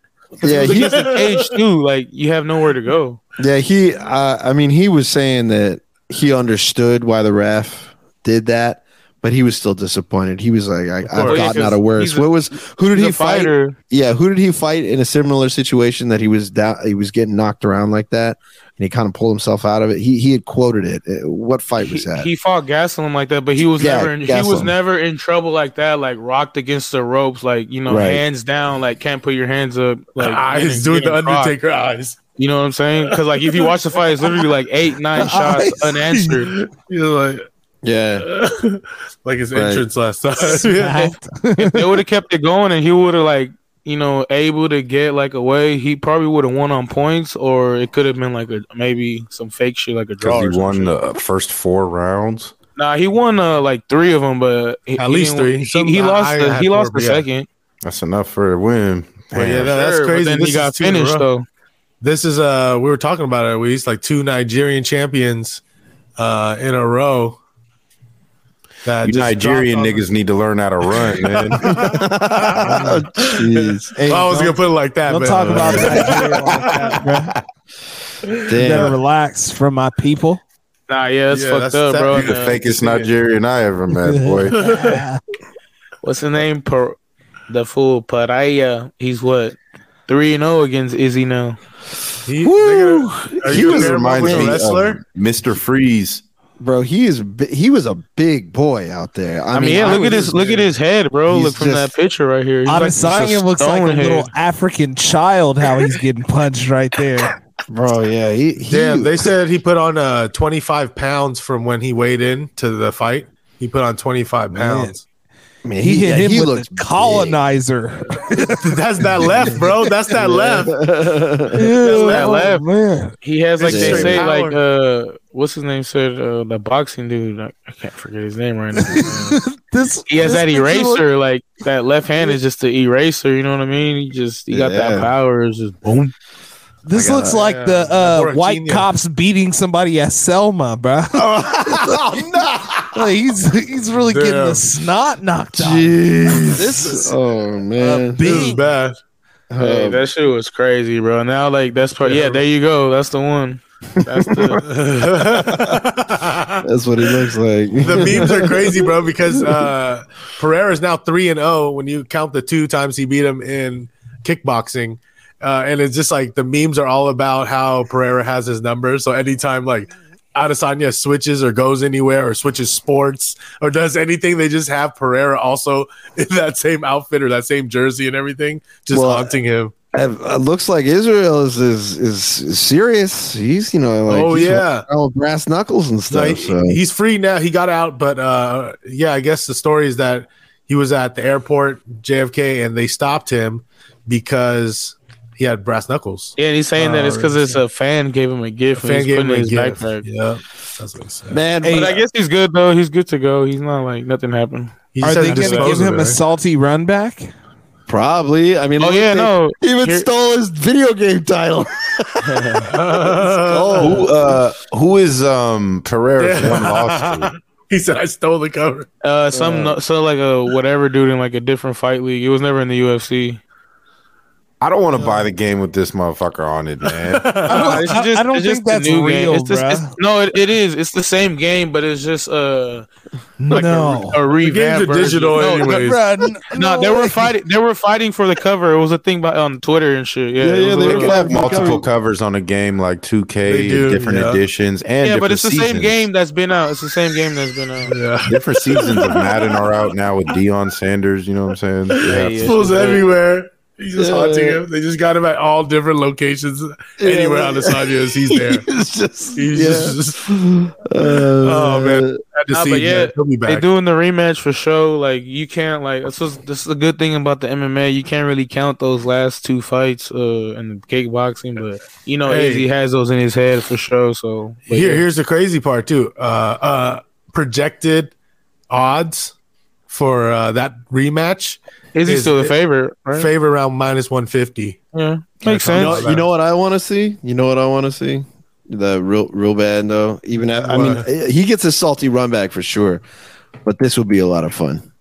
Speaker 4: Yeah,
Speaker 2: He
Speaker 4: he,
Speaker 2: has an (laughs) age too. Like you have nowhere to go.
Speaker 4: yeah, he. Uh, I mean, he was saying that he understood why the ref did that, but he was still disappointed. He was like, I,
Speaker 2: course.
Speaker 4: "I've gotten out of worse."
Speaker 2: He's a-
Speaker 4: What was who did
Speaker 2: he's
Speaker 4: he
Speaker 2: a
Speaker 4: fight?
Speaker 2: fighter.
Speaker 4: Yeah, who did he fight in a similar situation that he was down? He was getting knocked around like that, and he kind of pulled himself out of it. He he had quoted it. Uh, What fight was that?
Speaker 2: He fought Gaslam like that, but he was
Speaker 4: Yeah,
Speaker 2: never in, he was
Speaker 4: Gastelum.
Speaker 2: never in trouble like that. Like rocked against the ropes, like you know,
Speaker 4: Right.
Speaker 2: hands down, like can't put your hands up. Like
Speaker 3: eyes
Speaker 2: getting-
Speaker 3: doing the
Speaker 2: getting rocked.
Speaker 3: Undertaker eyes.
Speaker 2: You know what I'm saying? Because like if you watch the fight, it's literally like eight, nine shots unanswered.
Speaker 3: He's like
Speaker 4: yeah,
Speaker 3: like his
Speaker 4: Right.
Speaker 3: entrance last time. (laughs) Yeah.
Speaker 2: If they would have kept it going, and he would have like you know, able to get like away, he probably would have won on points, or it could have been like a maybe some fake shit like a draw.
Speaker 11: because
Speaker 2: or
Speaker 11: he
Speaker 2: something.
Speaker 11: won the first four rounds.
Speaker 2: Nah, he won uh, like three of them, but he,
Speaker 11: At
Speaker 2: he
Speaker 11: least
Speaker 2: didn't-
Speaker 11: three. Some-
Speaker 2: He, he
Speaker 11: I-
Speaker 2: lost.
Speaker 11: I
Speaker 2: the,
Speaker 11: had
Speaker 2: he lost
Speaker 11: four,
Speaker 2: the
Speaker 11: but yeah.
Speaker 2: second.
Speaker 11: That's enough for a win.
Speaker 3: But yeah,
Speaker 11: Damn.
Speaker 3: no, that's
Speaker 2: Sure, but
Speaker 3: crazy.
Speaker 2: then
Speaker 3: this
Speaker 2: he got
Speaker 3: is two in a
Speaker 2: finished,
Speaker 3: row.
Speaker 2: though.
Speaker 3: This is uh, we were talking about it. We used like two Nigerian champions uh in a row. That
Speaker 11: you
Speaker 3: just
Speaker 11: Nigerian
Speaker 3: dropped on-
Speaker 11: niggas need to learn how to run, man.
Speaker 4: Jeez.
Speaker 3: Well, Oh, I was gonna put it like that.
Speaker 5: Don't
Speaker 3: but- uh,
Speaker 5: talk about Nigeria like that, bro. You gotta relax from my people.
Speaker 2: Nah, yeah, that's
Speaker 5: Yeah,
Speaker 2: fucked
Speaker 5: that's-
Speaker 2: up,
Speaker 5: that-
Speaker 2: bro.
Speaker 5: you the
Speaker 2: Nah.
Speaker 11: fakest Nigerian I ever (laughs) met, boy.
Speaker 2: What's the name? Per, the fool Paraya. He's what three and zero against Izzy now. Are
Speaker 3: He,
Speaker 11: he
Speaker 2: you
Speaker 11: was
Speaker 2: comparing him
Speaker 11: reminds
Speaker 2: with a
Speaker 11: me of
Speaker 2: wrestler?
Speaker 11: Mr. Freeze.
Speaker 4: (laughs) Bro, he is bi- he was a big boy out there.
Speaker 2: I
Speaker 4: I,
Speaker 2: mean,
Speaker 4: mean,
Speaker 2: yeah,
Speaker 4: I
Speaker 2: look at
Speaker 4: was-
Speaker 2: his look at his head, bro.
Speaker 4: He's
Speaker 2: look from
Speaker 4: just-
Speaker 2: that picture right here. He's like just a
Speaker 5: Adesanya looks like a
Speaker 2: stone
Speaker 5: little
Speaker 2: head.
Speaker 5: African child. How he's getting punched right there,
Speaker 4: bro. Yeah, he, he
Speaker 3: Damn, they said he put on uh 25 pounds from when he weighed in to the fight. He put on 25 pounds. (laughs)
Speaker 4: Man,
Speaker 5: he, hit him with a colonizer.
Speaker 3: That's that left, bro. That's that
Speaker 11: (laughs)
Speaker 3: left.
Speaker 5: Ew, Oh,
Speaker 2: that left.
Speaker 5: man.
Speaker 2: He has like
Speaker 5: It's
Speaker 2: they
Speaker 5: straight
Speaker 2: say
Speaker 5: power.
Speaker 2: like uh what's his name said uh the boxing dude I, I can't forget his name right now.
Speaker 5: this
Speaker 2: he has (laughs)
Speaker 5: this
Speaker 2: that
Speaker 5: makes you look-
Speaker 2: eraser like that left hand is just the eraser. You know what I mean? He just he got
Speaker 5: Yeah.
Speaker 2: that power. It's just boom. I
Speaker 5: This
Speaker 2: got
Speaker 5: looks
Speaker 2: it.
Speaker 5: like the uh,
Speaker 2: Or a
Speaker 5: white
Speaker 2: genius.
Speaker 5: cops beating somebody at Selma, bro. Like, he's he's really getting the
Speaker 4: Damn.
Speaker 5: snot knocked out.
Speaker 4: Jeez.
Speaker 5: This is
Speaker 4: oh man,
Speaker 5: This is
Speaker 3: bad.
Speaker 2: Hey, that shit was crazy, bro. Now like that's part. Yeah, there you go. That's the one. That's
Speaker 3: (laughs)
Speaker 2: the.
Speaker 4: That's what he looks like.
Speaker 3: The memes are crazy, bro, because uh Pereira is now 3 and 0 when you count the two times he beat him in kickboxing. Uh, and it's just like the memes are all about how Pereira has his number. So anytime like Adesanya switches or goes anywhere or switches sports or does anything, they just have Pereira also (laughs) in that same outfit or that same jersey and everything, just
Speaker 4: Well,
Speaker 3: haunting him.
Speaker 4: It looks like Israel is, is is serious. He's you know like
Speaker 3: Oh,
Speaker 4: he's
Speaker 3: yeah.
Speaker 4: all brass knuckles and
Speaker 3: No,
Speaker 4: stuff.
Speaker 3: he-
Speaker 4: so.
Speaker 3: he's free now. He got out, but uh, yeah, I guess the story is that he was at the airport, JFK, and they stopped him because he had brass knuckles.
Speaker 2: Yeah, and he's saying that it's because it's a fan gave him a gift.
Speaker 3: A
Speaker 2: and
Speaker 3: fan
Speaker 2: he's
Speaker 3: gave
Speaker 2: putting
Speaker 3: him a
Speaker 2: it in his
Speaker 3: gift.
Speaker 2: backpack.
Speaker 3: Yeah, that's what he said.
Speaker 4: Man,
Speaker 2: but
Speaker 5: hey,
Speaker 2: I guess he's good though. He's good to go. He's not like nothing happened.
Speaker 5: Are they going to give him a salty run back?
Speaker 4: Probably. I mean,
Speaker 2: Oh,
Speaker 4: look,
Speaker 2: yeah,
Speaker 4: they
Speaker 2: no.
Speaker 4: Even
Speaker 2: Here-
Speaker 4: stole his video game title. (laughs)
Speaker 11: Who, uh, who is um Pereira?
Speaker 3: he said, "I stole the cover."
Speaker 2: Uh, some no, so like a whatever dude in like a different fight league. It was never in the UFC.
Speaker 11: I don't want to buy the game with this motherfucker on it,
Speaker 2: (laughs)
Speaker 11: man.
Speaker 2: I don't,
Speaker 5: I don't think that's real,
Speaker 2: It's just, it's,
Speaker 5: bruh.
Speaker 2: no, it, it is. It's the same game, but it's just uh like
Speaker 5: No.
Speaker 2: a, re- a revamp.
Speaker 3: The games are
Speaker 2: version.
Speaker 3: digital
Speaker 2: no,
Speaker 3: anyways.
Speaker 5: Bruh, n-
Speaker 2: No, they were fighting. They were fighting for the cover. It was a thing by, on Twitter and shit. Yeah,
Speaker 11: yeah,
Speaker 2: it was
Speaker 11: yeah,
Speaker 2: a
Speaker 11: they
Speaker 2: little-
Speaker 11: can have multiple covers on a game like 2K,
Speaker 3: They do,
Speaker 11: different
Speaker 3: yeah.
Speaker 11: editions, and
Speaker 2: yeah, but
Speaker 11: different
Speaker 2: it's the
Speaker 11: seasons.
Speaker 2: same game that's been out. It's the same game that's been out.
Speaker 3: Yeah,
Speaker 11: Different seasons of Madden are out now
Speaker 2: (laughs)
Speaker 11: with Deion Sanders. You know what I'm saying?
Speaker 2: yeah.
Speaker 11: Yeah,
Speaker 3: This Fools everywhere. He's just
Speaker 4: Yeah.
Speaker 3: haunting him. They just got him at all different locations. Anywhere on the is,
Speaker 2: (laughs)
Speaker 3: he's there.
Speaker 4: It's just,
Speaker 3: He's
Speaker 4: yeah.
Speaker 3: just,
Speaker 4: Uh,
Speaker 3: oh man, Sad to
Speaker 2: Nah,
Speaker 3: see
Speaker 2: but
Speaker 3: him,
Speaker 2: yeah,
Speaker 3: man. He'll be
Speaker 2: they
Speaker 3: back.
Speaker 2: doing the rematch for show. Like you can't like this is this is the good thing about the MMA. You can't really count those last two fights uh in the kickboxing, but you know
Speaker 3: Hey.
Speaker 2: Izzy has those in his head for show. So but
Speaker 3: Here,
Speaker 2: yeah.
Speaker 3: here's the crazy part too. Uh, uh, projected odds for uh, that rematch
Speaker 2: Izzy's still the favorite, right?
Speaker 3: Favor around minus one fifty.
Speaker 2: yeah,
Speaker 3: Yeah,
Speaker 2: makes
Speaker 4: You
Speaker 2: sense.
Speaker 4: know, you know what I want to see? You know what I want to see? The real, real bad though. Even at, I mean, uh,
Speaker 3: What?
Speaker 4: he gets a salty run back for sure, but this would be a lot of fun.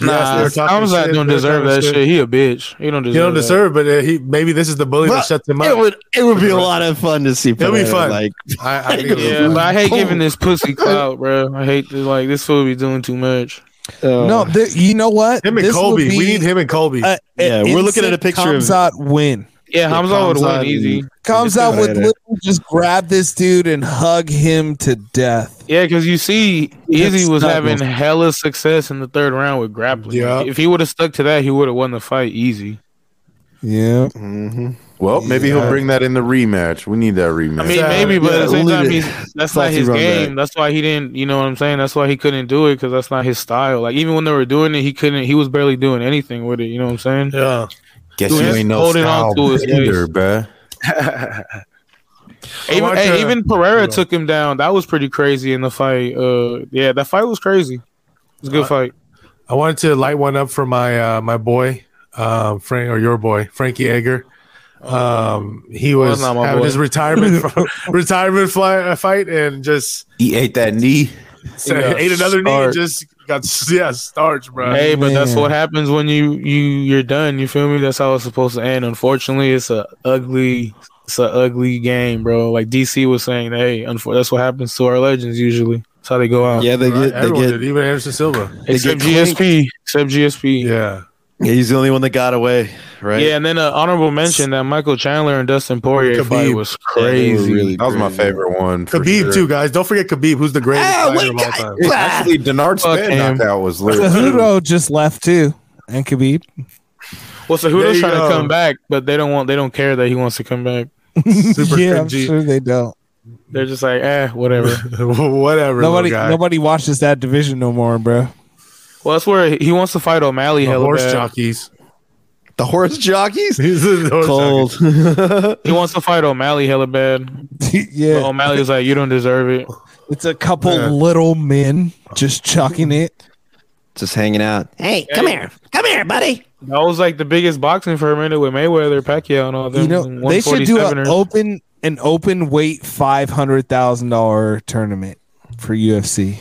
Speaker 2: nah,
Speaker 3: they're talking
Speaker 2: Hamzat
Speaker 3: shit,
Speaker 2: don't
Speaker 3: they're
Speaker 2: deserve
Speaker 3: talking
Speaker 2: that
Speaker 3: shit.
Speaker 2: shit. He a bitch. He don't deserve.
Speaker 3: You don't
Speaker 2: that.
Speaker 3: deserve, but uh, he maybe this is the bully that
Speaker 4: But
Speaker 3: shuts him up.
Speaker 4: It would, it would be a lot of fun to see.
Speaker 3: It'll be
Speaker 4: Pereira,
Speaker 3: fun.
Speaker 4: Like,
Speaker 3: I, I think it'll be
Speaker 2: Yeah,
Speaker 3: fun.
Speaker 2: but I hate giving this
Speaker 3: (laughs)
Speaker 2: pussy clout, bro. I hate this. Like this fool be doing too much.
Speaker 4: oh,
Speaker 5: No, th- you know what?
Speaker 3: him and
Speaker 5: This would
Speaker 3: Colby.
Speaker 5: be
Speaker 3: We need him and Colby.
Speaker 5: a- a
Speaker 4: Yeah, we're looking at a
Speaker 5: instant
Speaker 4: picture of-
Speaker 5: Kamzat win.
Speaker 2: Yeah, Hamza would
Speaker 4: Hamzat
Speaker 2: win easy.
Speaker 4: and-
Speaker 5: Comes out with literally just grab this dude and hug him to death.
Speaker 2: Yeah, because you see, Izzy was
Speaker 5: snuggles.
Speaker 2: having hella success in the third round with grappling.
Speaker 3: Yeah.
Speaker 2: If he would have stuck to that, he would have won the fight easy.
Speaker 5: Yeah.
Speaker 4: mm-hmm.
Speaker 11: Well, maybe
Speaker 3: Yeah.
Speaker 11: he'll bring that in the rematch. We need that rematch.
Speaker 2: I mean,
Speaker 3: Yeah.
Speaker 2: maybe, but at
Speaker 4: Yeah,
Speaker 2: the same
Speaker 4: leave
Speaker 2: time,
Speaker 4: it.
Speaker 2: he's, that's not
Speaker 4: Salty
Speaker 2: his
Speaker 4: run
Speaker 2: game. That's why he didn't. You know what I'm saying? That's why he couldn't do it because that's not his style. Like even when they were doing it, he couldn't. He was barely doing anything with it. You know what I'm saying?
Speaker 3: yeah,
Speaker 11: Guess
Speaker 2: Dude,
Speaker 11: you
Speaker 2: he's
Speaker 11: ain't no
Speaker 2: holding
Speaker 11: foul
Speaker 2: on to his
Speaker 11: either,
Speaker 2: waist.
Speaker 11: bruh.
Speaker 2: even,
Speaker 3: watch,
Speaker 2: hey,
Speaker 3: uh,
Speaker 2: even Pereira took him down. That was pretty crazy in the fight. Uh, yeah, that fight was crazy. It was a
Speaker 4: Uh,
Speaker 2: good fight.
Speaker 3: I wanted to light one up for my uh, my boy, um, Frank or your boy, Frankie Edgar. Um, he
Speaker 2: Well,
Speaker 3: was
Speaker 2: not my
Speaker 3: having
Speaker 2: boy.
Speaker 3: his retirement (laughs) retirement fly, uh, fight and just
Speaker 11: He ate that knee.
Speaker 3: (laughs)
Speaker 2: got
Speaker 3: ate another knee and
Speaker 2: starched.
Speaker 3: just got yeah starch, bro.
Speaker 2: Hey, but that's
Speaker 3: Man.
Speaker 2: what happens when you you you're done. You feel me? That's how it's supposed to end. Unfortunately, it's a ugly it's a ugly game, bro. Like DC was saying, hey, unfor- that's what happens to our legends usually. That's how they go out.
Speaker 4: Yeah, they get they
Speaker 3: Everyone
Speaker 4: get
Speaker 3: did, even Anderson Silva.
Speaker 4: they
Speaker 2: except
Speaker 4: get
Speaker 2: GSP, except GSP.
Speaker 3: Yeah.
Speaker 4: Yeah, he's the only one that got away, right?
Speaker 2: Yeah, and then an honorable mention that Michael Chandler and Dustin Poirier fight
Speaker 3: Khabib.
Speaker 2: was
Speaker 4: Yeah, they were
Speaker 2: crazy.
Speaker 4: really
Speaker 11: That was my favorite one. for
Speaker 3: Khabib
Speaker 11: sure.
Speaker 3: too, guys. Don't forget Khabib, who's the greatest fighter of all time.
Speaker 11: It's Actually, Denard
Speaker 2: Fuck
Speaker 11: Span
Speaker 2: him.
Speaker 11: knockout was
Speaker 2: (laughs)
Speaker 11: lit.
Speaker 5: Cejudo just left too, and Khabib.
Speaker 2: Well,
Speaker 3: There
Speaker 2: Cejudo's
Speaker 3: you
Speaker 2: trying
Speaker 3: go.
Speaker 2: to come back, but they don't want they don't care that he wants to come back.
Speaker 3: Super
Speaker 5: (laughs) yeah, I'm
Speaker 3: cringy.
Speaker 5: sure they don't.
Speaker 2: They're just like, eh, whatever.
Speaker 3: (laughs) Whatever.
Speaker 5: Nobody,
Speaker 3: Nobody. Guy.
Speaker 5: nobody watches that division no more, bro. (laughs)
Speaker 2: well, that's where he wants to fight O'Malley.
Speaker 3: The
Speaker 2: hella
Speaker 3: horse
Speaker 2: bad.
Speaker 3: jockeys.
Speaker 4: The horse jockeys?
Speaker 3: (laughs) He's the horse
Speaker 4: Cold. (laughs)
Speaker 3: jockeys.
Speaker 2: He wants to fight O'Malley hella bad.
Speaker 5: yeah,
Speaker 2: But O'Malley was like, you don't deserve it.
Speaker 5: it's a couple little men just chucking it.
Speaker 4: Just hanging out.
Speaker 10: Hey, come here. Come here, buddy.
Speaker 2: That was like the biggest boxing for a minute with Mayweather, Pacquiao, and all them.
Speaker 5: You know, they should do an
Speaker 2: 147ers.
Speaker 5: open an open weight five hundred thousand dollar tournament for UFC.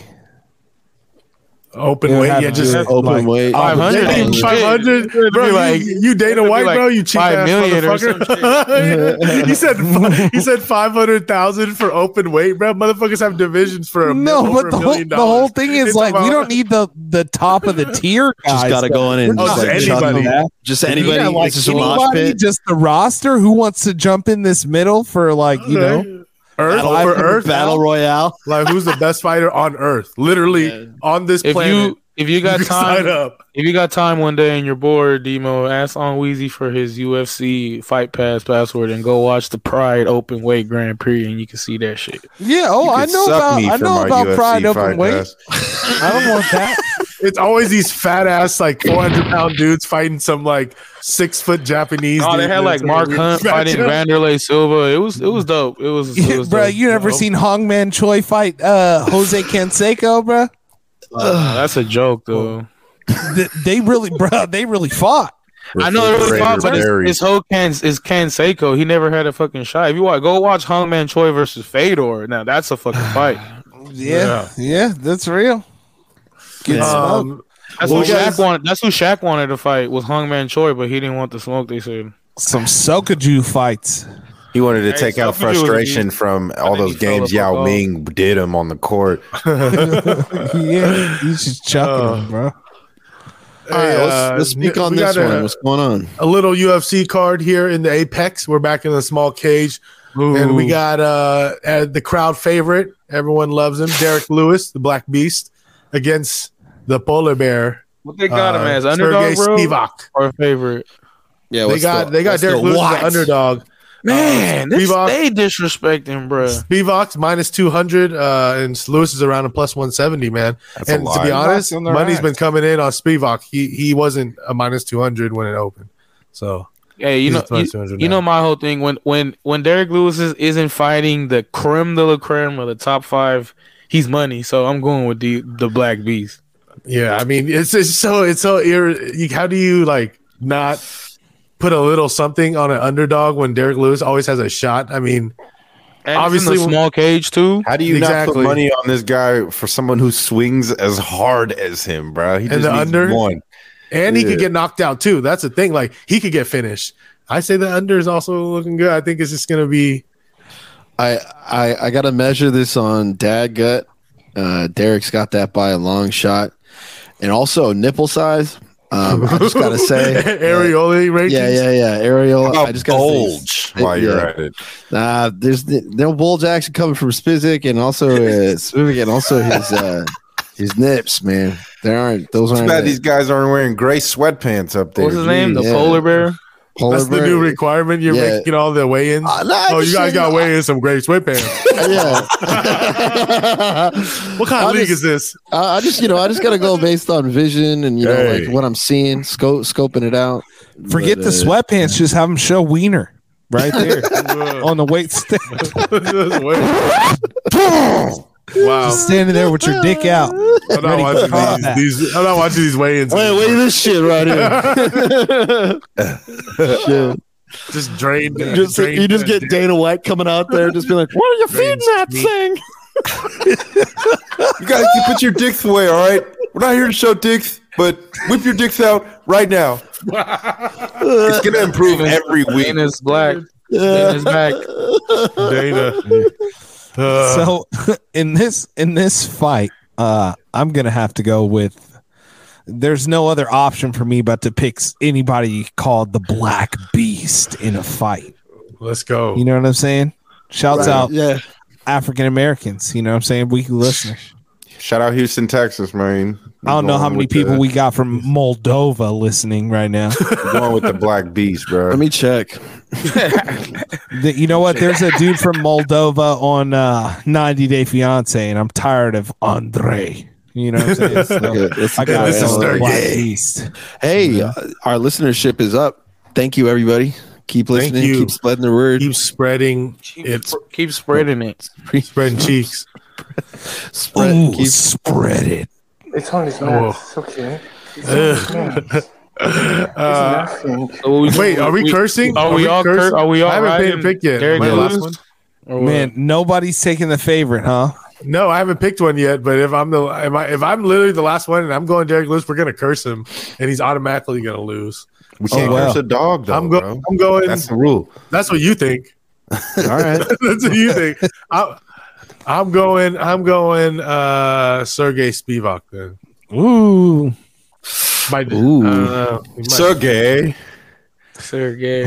Speaker 3: Open
Speaker 5: It would
Speaker 3: weight.
Speaker 5: have
Speaker 3: Yeah,
Speaker 5: to
Speaker 3: just (laughs)
Speaker 5: do it
Speaker 4: open
Speaker 5: like-
Speaker 4: weight.
Speaker 5: I'll-
Speaker 2: 500.
Speaker 3: Yeah,
Speaker 2: Shit.
Speaker 3: 500
Speaker 2: It'd be
Speaker 3: bro
Speaker 2: like-
Speaker 3: you, you
Speaker 2: it'd
Speaker 3: data
Speaker 2: be
Speaker 3: white
Speaker 2: like
Speaker 3: bro you cheap
Speaker 2: five
Speaker 3: ass
Speaker 2: million or some
Speaker 3: (laughs) motherfucker he said fi- he said 500,000 for open weight bro motthherfuckers have divisions for a
Speaker 5: No,
Speaker 3: mil-
Speaker 5: but
Speaker 3: over a
Speaker 5: the whole
Speaker 3: million
Speaker 5: the
Speaker 3: dollars.
Speaker 5: whole
Speaker 3: (laughs)
Speaker 5: thing is
Speaker 3: It's
Speaker 5: like we
Speaker 3: about-
Speaker 5: don't need the the top of the tier guys.
Speaker 4: Just gotta go in and
Speaker 5: We're
Speaker 4: just,
Speaker 5: not
Speaker 4: like,
Speaker 5: doing
Speaker 4: chuck
Speaker 5: that.
Speaker 3: oh, anybody.
Speaker 4: Just anybody.
Speaker 5: Yeah, like
Speaker 4: it's just a mosh
Speaker 5: anybody,
Speaker 4: pit.
Speaker 5: just the roster who wants to jump in this middle for like you know
Speaker 3: earth
Speaker 4: Battle,
Speaker 3: for earth
Speaker 4: battle royale.
Speaker 3: like who's the best fighter on earth literally on this
Speaker 2: If
Speaker 3: planet
Speaker 2: you if you got
Speaker 3: can sign
Speaker 2: time,
Speaker 3: up
Speaker 2: if you got time one day and you're bored, Demo, ask on Weezy for his UFC fight pass password and go watch the Pride Open Weight Grand Prix, and you can see that shit.
Speaker 5: yeah oh
Speaker 11: You
Speaker 5: I
Speaker 11: could
Speaker 5: know
Speaker 11: suck
Speaker 5: about
Speaker 11: me
Speaker 5: I
Speaker 11: for
Speaker 5: know
Speaker 11: my
Speaker 5: about
Speaker 11: UFC
Speaker 5: pride open
Speaker 11: fight
Speaker 5: weight
Speaker 11: pass.
Speaker 5: I don't want
Speaker 11: (laughs)
Speaker 5: that
Speaker 3: it's always these fat ass like 400 pound dudes fighting some like 6 foot Japanese
Speaker 2: Oh, they
Speaker 3: dude.
Speaker 2: had like
Speaker 3: It's
Speaker 2: Mark
Speaker 3: weird
Speaker 2: Hunt fighting
Speaker 3: matchup.
Speaker 2: Vanderlei Silva. It was it was dope. It was, it
Speaker 5: (laughs)
Speaker 2: was
Speaker 5: bro
Speaker 2: dope.
Speaker 5: you never seen Hong Man Choi fight uh Jose Canseco bro
Speaker 2: Uh, that's a joke though.
Speaker 5: Th- they really (laughs) bro they really fought
Speaker 2: I know it really fought, but
Speaker 11: Very-
Speaker 2: it's, it's whole Ken is Ken Seiko. He never had a fucking shot. If you want, go watch Hangman Choi versus Fedor. Now that's a
Speaker 3: (sighs)
Speaker 2: fucking fight.
Speaker 5: yeah yeah, that's real Get smoked.
Speaker 3: um,
Speaker 2: That's
Speaker 3: Well,
Speaker 2: who
Speaker 3: guys-
Speaker 2: Shaq wanted. That's who Shaq wanted to fight was Hangman Choi, but he didn't want the smoke. They said
Speaker 5: some Sokaju fights (laughs)
Speaker 11: He wanted to
Speaker 2: Hey,
Speaker 11: take out
Speaker 2: Soccer dude,
Speaker 11: frustration
Speaker 2: he-
Speaker 11: from all
Speaker 2: think
Speaker 11: those
Speaker 2: he fell
Speaker 11: games
Speaker 2: the fuck
Speaker 11: Yao
Speaker 2: off.
Speaker 11: Ming did him on the court.
Speaker 5: yeah you should chuck them bro
Speaker 4: All right,
Speaker 3: uh,
Speaker 4: let's, let's speak on
Speaker 3: we
Speaker 4: this
Speaker 3: gotta-
Speaker 4: one. What's going on?
Speaker 3: a little UFC card here in the Apex. We're back in the small cage, and we got uh, uh the crowd favorite. Everyone loves him, Derek Lewis, the Black Beast, against the polar bear.
Speaker 2: what they got him
Speaker 3: uh,
Speaker 2: as underdog,
Speaker 3: Sergey
Speaker 2: bro.
Speaker 3: Spivak.
Speaker 2: Our favorite
Speaker 4: Yeah,
Speaker 3: They
Speaker 4: what's
Speaker 3: got
Speaker 4: the-
Speaker 3: they got
Speaker 4: what's the
Speaker 3: Derek Lewis as
Speaker 4: what?
Speaker 3: the underdog.
Speaker 2: man.
Speaker 3: Uh,
Speaker 2: this,
Speaker 3: Spivak-
Speaker 2: they disrespecting, bro.
Speaker 3: Spivak's minus two hundred, uh, and Lewis is around a plus one seventy. Man,
Speaker 11: That's
Speaker 3: and
Speaker 11: a
Speaker 3: to
Speaker 11: lot.
Speaker 3: be honest,
Speaker 5: Spivak's on their
Speaker 3: money's
Speaker 5: ass.
Speaker 3: been coming in on Spivak. He he wasn't a minus two hundred when it opened, so
Speaker 2: Hey, you
Speaker 3: He's
Speaker 2: know,
Speaker 3: at
Speaker 2: you,
Speaker 3: 200
Speaker 2: you
Speaker 3: now.
Speaker 2: know my whole thing when when when Derek Lewis is, isn't fighting the creme de la creme or the top five, he's money. So I'm going with the the Black Beast.
Speaker 3: Yeah, I mean, it's it's so it's so ir- you, how do you like not put a little something on an underdog when Derek Lewis always has a shot? I mean,
Speaker 2: And obviously,
Speaker 3: Obviously, when-
Speaker 2: small cage too.
Speaker 11: How do you not
Speaker 3: Exactly.
Speaker 11: put money on this guy for someone who swings as hard as him, bro? He
Speaker 3: And
Speaker 11: just
Speaker 3: the
Speaker 11: needs
Speaker 3: under?
Speaker 11: one.
Speaker 3: and he could
Speaker 11: Yeah.
Speaker 3: get knocked out too. That's the thing. Like he could get finished. I say the under is also looking good. I think it's just gonna be
Speaker 4: I I, I got to measure this on dad gut. Uh, Derek's got that by a long shot, and also nipple size. Um, I just got to
Speaker 3: (laughs)
Speaker 4: say,
Speaker 3: areoli rankings.
Speaker 4: yeah, yeah, yeah, Ariel.
Speaker 11: How
Speaker 4: I
Speaker 11: about
Speaker 4: just got
Speaker 11: bulge while you're at it?
Speaker 4: Nah, there's n- no bulge action coming from Spizzik, and also uh, Spivak, and also his uh, his nips, man. There aren't those
Speaker 11: It's
Speaker 4: aren't.
Speaker 11: bad
Speaker 4: it.
Speaker 11: these guys aren't wearing gray sweatpants up there.
Speaker 2: What's his name? The
Speaker 4: yeah.
Speaker 2: polar bear.
Speaker 4: Polar
Speaker 3: That's the
Speaker 4: bear-
Speaker 3: new requirement. You're
Speaker 4: Yeah.
Speaker 3: making all the weigh-ins.
Speaker 4: nah,
Speaker 3: oh,
Speaker 4: just
Speaker 3: you guys
Speaker 4: saying- (laughs)
Speaker 3: got to weigh in some gray sweatpants.
Speaker 4: yeah.
Speaker 3: (laughs) what kind
Speaker 4: I
Speaker 3: of league
Speaker 4: just-
Speaker 3: is this?
Speaker 4: I, I just you know I just gotta go based on vision and you know
Speaker 3: Hey.
Speaker 4: like what I'm seeing, scope scoping it out.
Speaker 5: Forget
Speaker 4: But,
Speaker 5: the
Speaker 4: uh,
Speaker 5: sweatpants. Just have them show wiener
Speaker 4: (laughs)
Speaker 5: right there on the weight stand.
Speaker 3: (laughs) Wow.
Speaker 5: Just standing there with your dick out.
Speaker 3: I'm
Speaker 4: (laughs)
Speaker 3: not
Speaker 5: ready for
Speaker 3: watching
Speaker 5: combat.
Speaker 3: these, these. I'm not watching these weigh-ins.
Speaker 4: Wait, wait, this shit right here. Shit.
Speaker 3: Just drained.
Speaker 4: Just,
Speaker 3: drained
Speaker 4: you just get Dana White coming out there, just be like, "What are you feeding that thing?"
Speaker 11: You guys can put your dicks away, all right? We're not here to show dicks, but whip your dicks out
Speaker 2: (laughs)
Speaker 11: right now. It's gonna improve every week.
Speaker 2: Dana's black. Dana's back.
Speaker 3: Dana.
Speaker 4: (laughs) Uh.
Speaker 5: so (laughs) in this in this fight, uh, I'm gonna have to go with. There's no other option for me but to pick s- anybody called the Black Beast in a fight.
Speaker 3: Let's go.
Speaker 5: You know what I'm saying? Shouts
Speaker 11: Right,
Speaker 5: out,
Speaker 4: yeah.
Speaker 5: African Americans. You know what I'm saying? Weekly listeners.
Speaker 11: Shout out Houston, Texas, man.
Speaker 5: I don't know how many people
Speaker 11: (laughs)
Speaker 5: we got from Moldova listening
Speaker 4: (laughs)
Speaker 5: right now.
Speaker 11: going with the black beast, bro. Let
Speaker 4: me check.
Speaker 5: The- you know what? There's a dude from Moldova on uh, 90 Day Fiance, and I'm tired of Andre. You know what I'm saying? So I got
Speaker 4: This is
Speaker 5: the
Speaker 4: Stargate.
Speaker 5: Black Beast.
Speaker 4: Hey, uh, our listenership is up. Thank you, everybody. Keep
Speaker 3: Thank
Speaker 4: listening.
Speaker 3: you.
Speaker 4: Keep spreading the word.
Speaker 3: Keep spreading. It's
Speaker 2: Keep spreading it.
Speaker 3: spreading cheeks.
Speaker 4: Spread.
Speaker 5: Ooh,
Speaker 4: keep
Speaker 5: spread it.
Speaker 13: It's only
Speaker 3: Oh.
Speaker 13: math. It's okay. It's only math.
Speaker 3: (laughs) Uh, wait, are we, cursing?
Speaker 2: Are we, all
Speaker 3: cursing?
Speaker 2: cursing? Are we all?
Speaker 3: I haven't
Speaker 2: right
Speaker 3: paid a
Speaker 2: in
Speaker 3: pick yet.
Speaker 2: Derek
Speaker 3: Am I the last
Speaker 2: Lewis?
Speaker 3: one?
Speaker 2: Or what?
Speaker 5: Man, nobody's taking the favorite, huh?
Speaker 3: No, I haven't picked one yet. But if I'm the am I, if I'm literally the last one and I'm going Derek Lewis, we're gonna curse him, and he's automatically gonna lose.
Speaker 11: We can't
Speaker 5: wow.
Speaker 11: curse a dog, though.
Speaker 3: I'm go-
Speaker 11: bro.
Speaker 3: I'm going-
Speaker 11: That's
Speaker 3: (laughs)
Speaker 11: the rule.
Speaker 3: That's what you think. (laughs)
Speaker 11: All right.
Speaker 3: That's what you think. I, I'm going. I'm going. Uh, Sergey Spivak then.
Speaker 5: Ooh.
Speaker 3: Might,
Speaker 4: Ooh.
Speaker 3: uh, he might-
Speaker 11: Sergey.
Speaker 2: Sergey.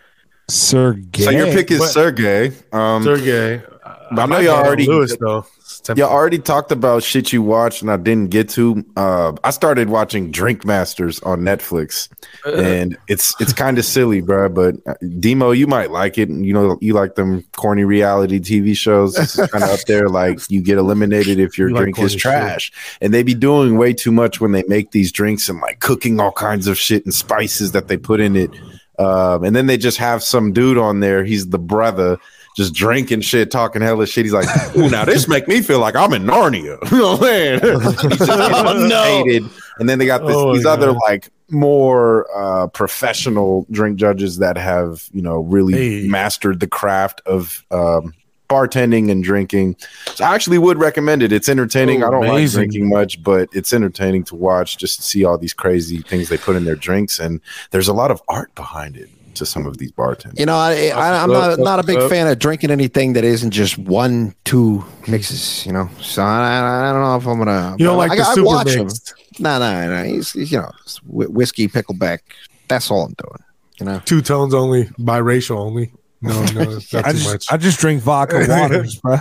Speaker 3: (laughs)
Speaker 5: Sergey.
Speaker 11: So your pick is
Speaker 3: But-
Speaker 11: Sergey. Um,
Speaker 3: Sergey.
Speaker 11: I know
Speaker 3: might
Speaker 11: y'all
Speaker 3: go
Speaker 11: already-
Speaker 3: Lewis though. It's tempting.
Speaker 11: you already talked about shit you watched and I didn't get to. Uh, I started watching Drink Masters on Netflix, and it's it's kind of silly, bro. But uh, Demo, you might like it. You know, you like them corny reality TV shows. This is kind of up there. Like you get eliminated if your
Speaker 3: You like
Speaker 11: drink is
Speaker 3: corny shit.
Speaker 11: trash, and they be doing way too much when they make these drinks and like cooking all kinds of shit and spices that they put in it. Um, and then they just have some dude on there. He's the brother. Just drinking shit, talking hella shit. He's like, "Ooh,
Speaker 3: (laughs)
Speaker 11: now this make me feel like I'm in Narnia." (laughs) You know what I'm saying? He's just getting hated. And then they got this,
Speaker 3: Oh,
Speaker 11: these
Speaker 3: my
Speaker 11: other
Speaker 3: God.
Speaker 11: like more uh, professional drink judges that have you know really
Speaker 3: Hey.
Speaker 11: mastered the craft of um, bartending and drinking. So I actually would recommend it. It's entertaining.
Speaker 2: Oh,
Speaker 11: I don't like
Speaker 2: amazing.
Speaker 11: drinking much, but it's entertaining to watch just to see all these crazy things they put in their drinks, and there's a lot of art behind it to some of these bartenders.
Speaker 4: You know, I, I, I'm not not a big fan of drinking anything that isn't just one two mixes. You know, so I, I don't know if I'm gonna.
Speaker 3: You don't like
Speaker 4: I,
Speaker 3: the
Speaker 4: I
Speaker 3: super
Speaker 4: watch him.
Speaker 3: mixed.
Speaker 4: No, no, no. He's, he's, you know it's whi- whiskey pickleback. That's all I'm doing. (laughs) You know,
Speaker 3: two tones only, biracial only. No, no, that's
Speaker 5: I
Speaker 3: too
Speaker 5: just
Speaker 3: much.
Speaker 5: I just drink vodka
Speaker 4: (laughs)
Speaker 5: waters, bro.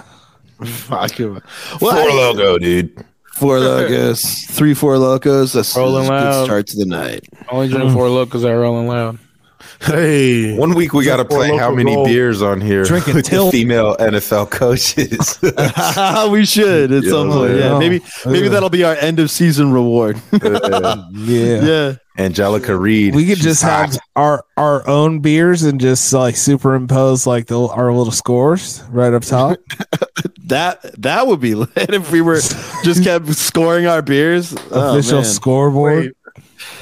Speaker 4: fuck you.
Speaker 11: Four
Speaker 4: Well, I-
Speaker 11: logo, dude.
Speaker 4: four locos, three four locos. That's,
Speaker 2: Rolling
Speaker 4: that's a good
Speaker 2: Loud.
Speaker 4: start to the night.
Speaker 2: I only drink four locos that are rolling loud.
Speaker 3: hey,
Speaker 11: One week we got to
Speaker 3: Four
Speaker 11: play how
Speaker 3: Loko
Speaker 11: many
Speaker 3: Gold.
Speaker 11: beers on here
Speaker 5: Drink
Speaker 11: with
Speaker 5: until-
Speaker 11: the female NFL coaches.
Speaker 4: (laughs) we should at some
Speaker 11: Yeah.
Speaker 4: point. Yeah,
Speaker 5: Yeah.
Speaker 4: maybe maybe
Speaker 5: Yeah.
Speaker 4: that'll be our end of season reward.
Speaker 5: Yeah.
Speaker 4: yeah.
Speaker 11: Angelica Reed.
Speaker 5: We could just have our our own beers and just like superimpose like the our little scores right up top.
Speaker 4: That that would be (laughs) lit if we were just kept scoring our beers. (laughs) Oh,
Speaker 5: Official
Speaker 4: man.
Speaker 5: scoreboard.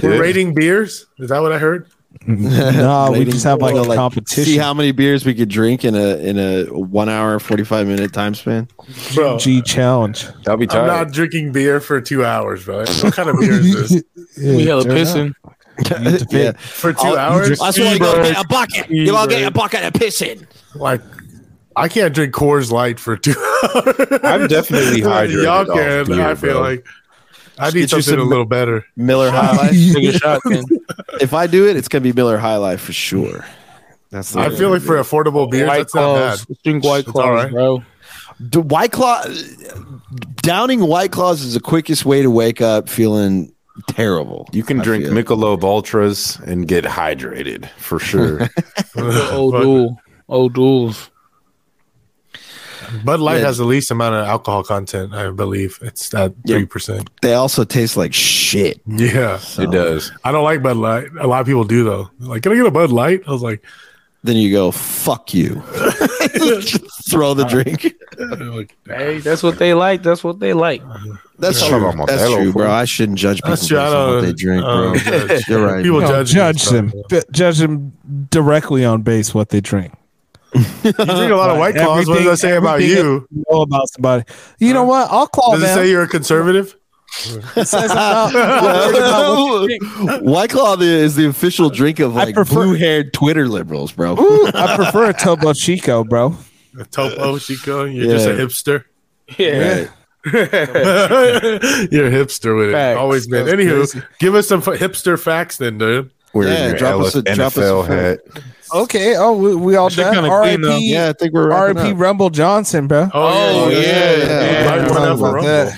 Speaker 3: We're
Speaker 11: Yeah.
Speaker 3: rating beers. Is that what I heard?
Speaker 5: no, we
Speaker 4: Rating
Speaker 5: just have like
Speaker 4: score,
Speaker 5: a competition.
Speaker 4: See how many beers we could drink in a in a one hour forty five minute time span.
Speaker 3: Bro,
Speaker 5: G challenge.
Speaker 11: That'll be
Speaker 3: I'm
Speaker 11: tight.
Speaker 3: not drinking beer for two hours, bro. What kind of beer
Speaker 11: (laughs)
Speaker 3: is this?
Speaker 2: We hella
Speaker 5: turn up.
Speaker 2: pissing.
Speaker 4: (laughs) yeah.
Speaker 3: For
Speaker 11: Uh,
Speaker 3: 2
Speaker 4: I'll- you
Speaker 3: hours?
Speaker 10: I swear, you go get a bucket. You all get a bucket of piss in.
Speaker 3: like, I can't drink Coors Light for two (laughs) hours.
Speaker 11: I'm definitely
Speaker 3: (laughs)
Speaker 11: hydrated
Speaker 3: Y'all
Speaker 11: off
Speaker 3: can.
Speaker 11: beer,
Speaker 3: I feel
Speaker 11: bro.
Speaker 3: like I
Speaker 4: Just
Speaker 3: need
Speaker 4: get you
Speaker 3: something a
Speaker 4: some-
Speaker 3: little better.
Speaker 4: Miller High Life.
Speaker 2: Take a shot, Ken.
Speaker 4: (laughs) if I do it, it's gonna be Miller High Life for sure. That's the
Speaker 3: I feel like for affordable beers,
Speaker 2: White
Speaker 3: that's not bad.
Speaker 2: claws. Drink white
Speaker 3: all
Speaker 2: claws,
Speaker 3: right.
Speaker 2: bro.
Speaker 4: Do White Claw downing White Claws is the quickest way to wake up feeling Terrible.
Speaker 11: You can drink Michelob Ultras and get hydrated for sure.
Speaker 3: (laughs)
Speaker 2: old duel, old duels.
Speaker 3: Bud Light
Speaker 4: Yeah.
Speaker 3: has the least amount of alcohol content, I believe. It's at
Speaker 4: Yeah.
Speaker 3: three percent.
Speaker 4: They also taste like shit.
Speaker 3: Yeah,
Speaker 4: It does.
Speaker 3: I don't like Bud Light. A lot of people do though. They're Like, can I get a Bud Light? I was like,
Speaker 4: Then you go, fuck
Speaker 11: (laughs)
Speaker 4: you. Throw the drink.
Speaker 2: Hey, that's what they like. That's what they like.
Speaker 4: That's
Speaker 2: Yeah.
Speaker 4: true. That's true, bro. I shouldn't judge people
Speaker 2: That's
Speaker 4: based
Speaker 2: true. I
Speaker 4: on what
Speaker 2: don't- Oh,
Speaker 4: they drink,
Speaker 2: I
Speaker 4: bro.
Speaker 2: don't judge.
Speaker 4: (laughs) You're right. (laughs)
Speaker 5: No, judge them. D- judge them directly on base what they drink.
Speaker 3: (laughs) you drink a lot of White Claws. What does that say about
Speaker 5: everything
Speaker 3: you?
Speaker 5: Know about somebody? You know what? I'll claw
Speaker 3: Does it
Speaker 5: them.
Speaker 3: say you're a conservative? (laughs)
Speaker 5: It says about- I'm worried about what you drink.
Speaker 4: White Claw the, is the official drink of like blue-haired Twitter liberals, bro.
Speaker 5: Ooh, I prefer a Topo Chico, bro.
Speaker 3: A topo Chico. You're just a
Speaker 4: Yeah.
Speaker 5: (laughs)
Speaker 2: Yeah.
Speaker 3: hipster. you're a hipster with it.
Speaker 2: Facts.
Speaker 3: Always been.
Speaker 2: That's
Speaker 3: Anywho,
Speaker 2: crazy.
Speaker 3: give us some f- hipster facts then, dude.
Speaker 11: Where's your LS NFL hat?
Speaker 5: Okay. Oh, we, we all
Speaker 3: Should
Speaker 5: done.
Speaker 3: kinda
Speaker 5: RIP.
Speaker 3: clean up. Yeah, I think we're wrapping
Speaker 5: RIP
Speaker 3: up.
Speaker 5: Rumble Johnson, bro.
Speaker 3: Oh, yeah, yeah, yeah. Like one up for Rumble.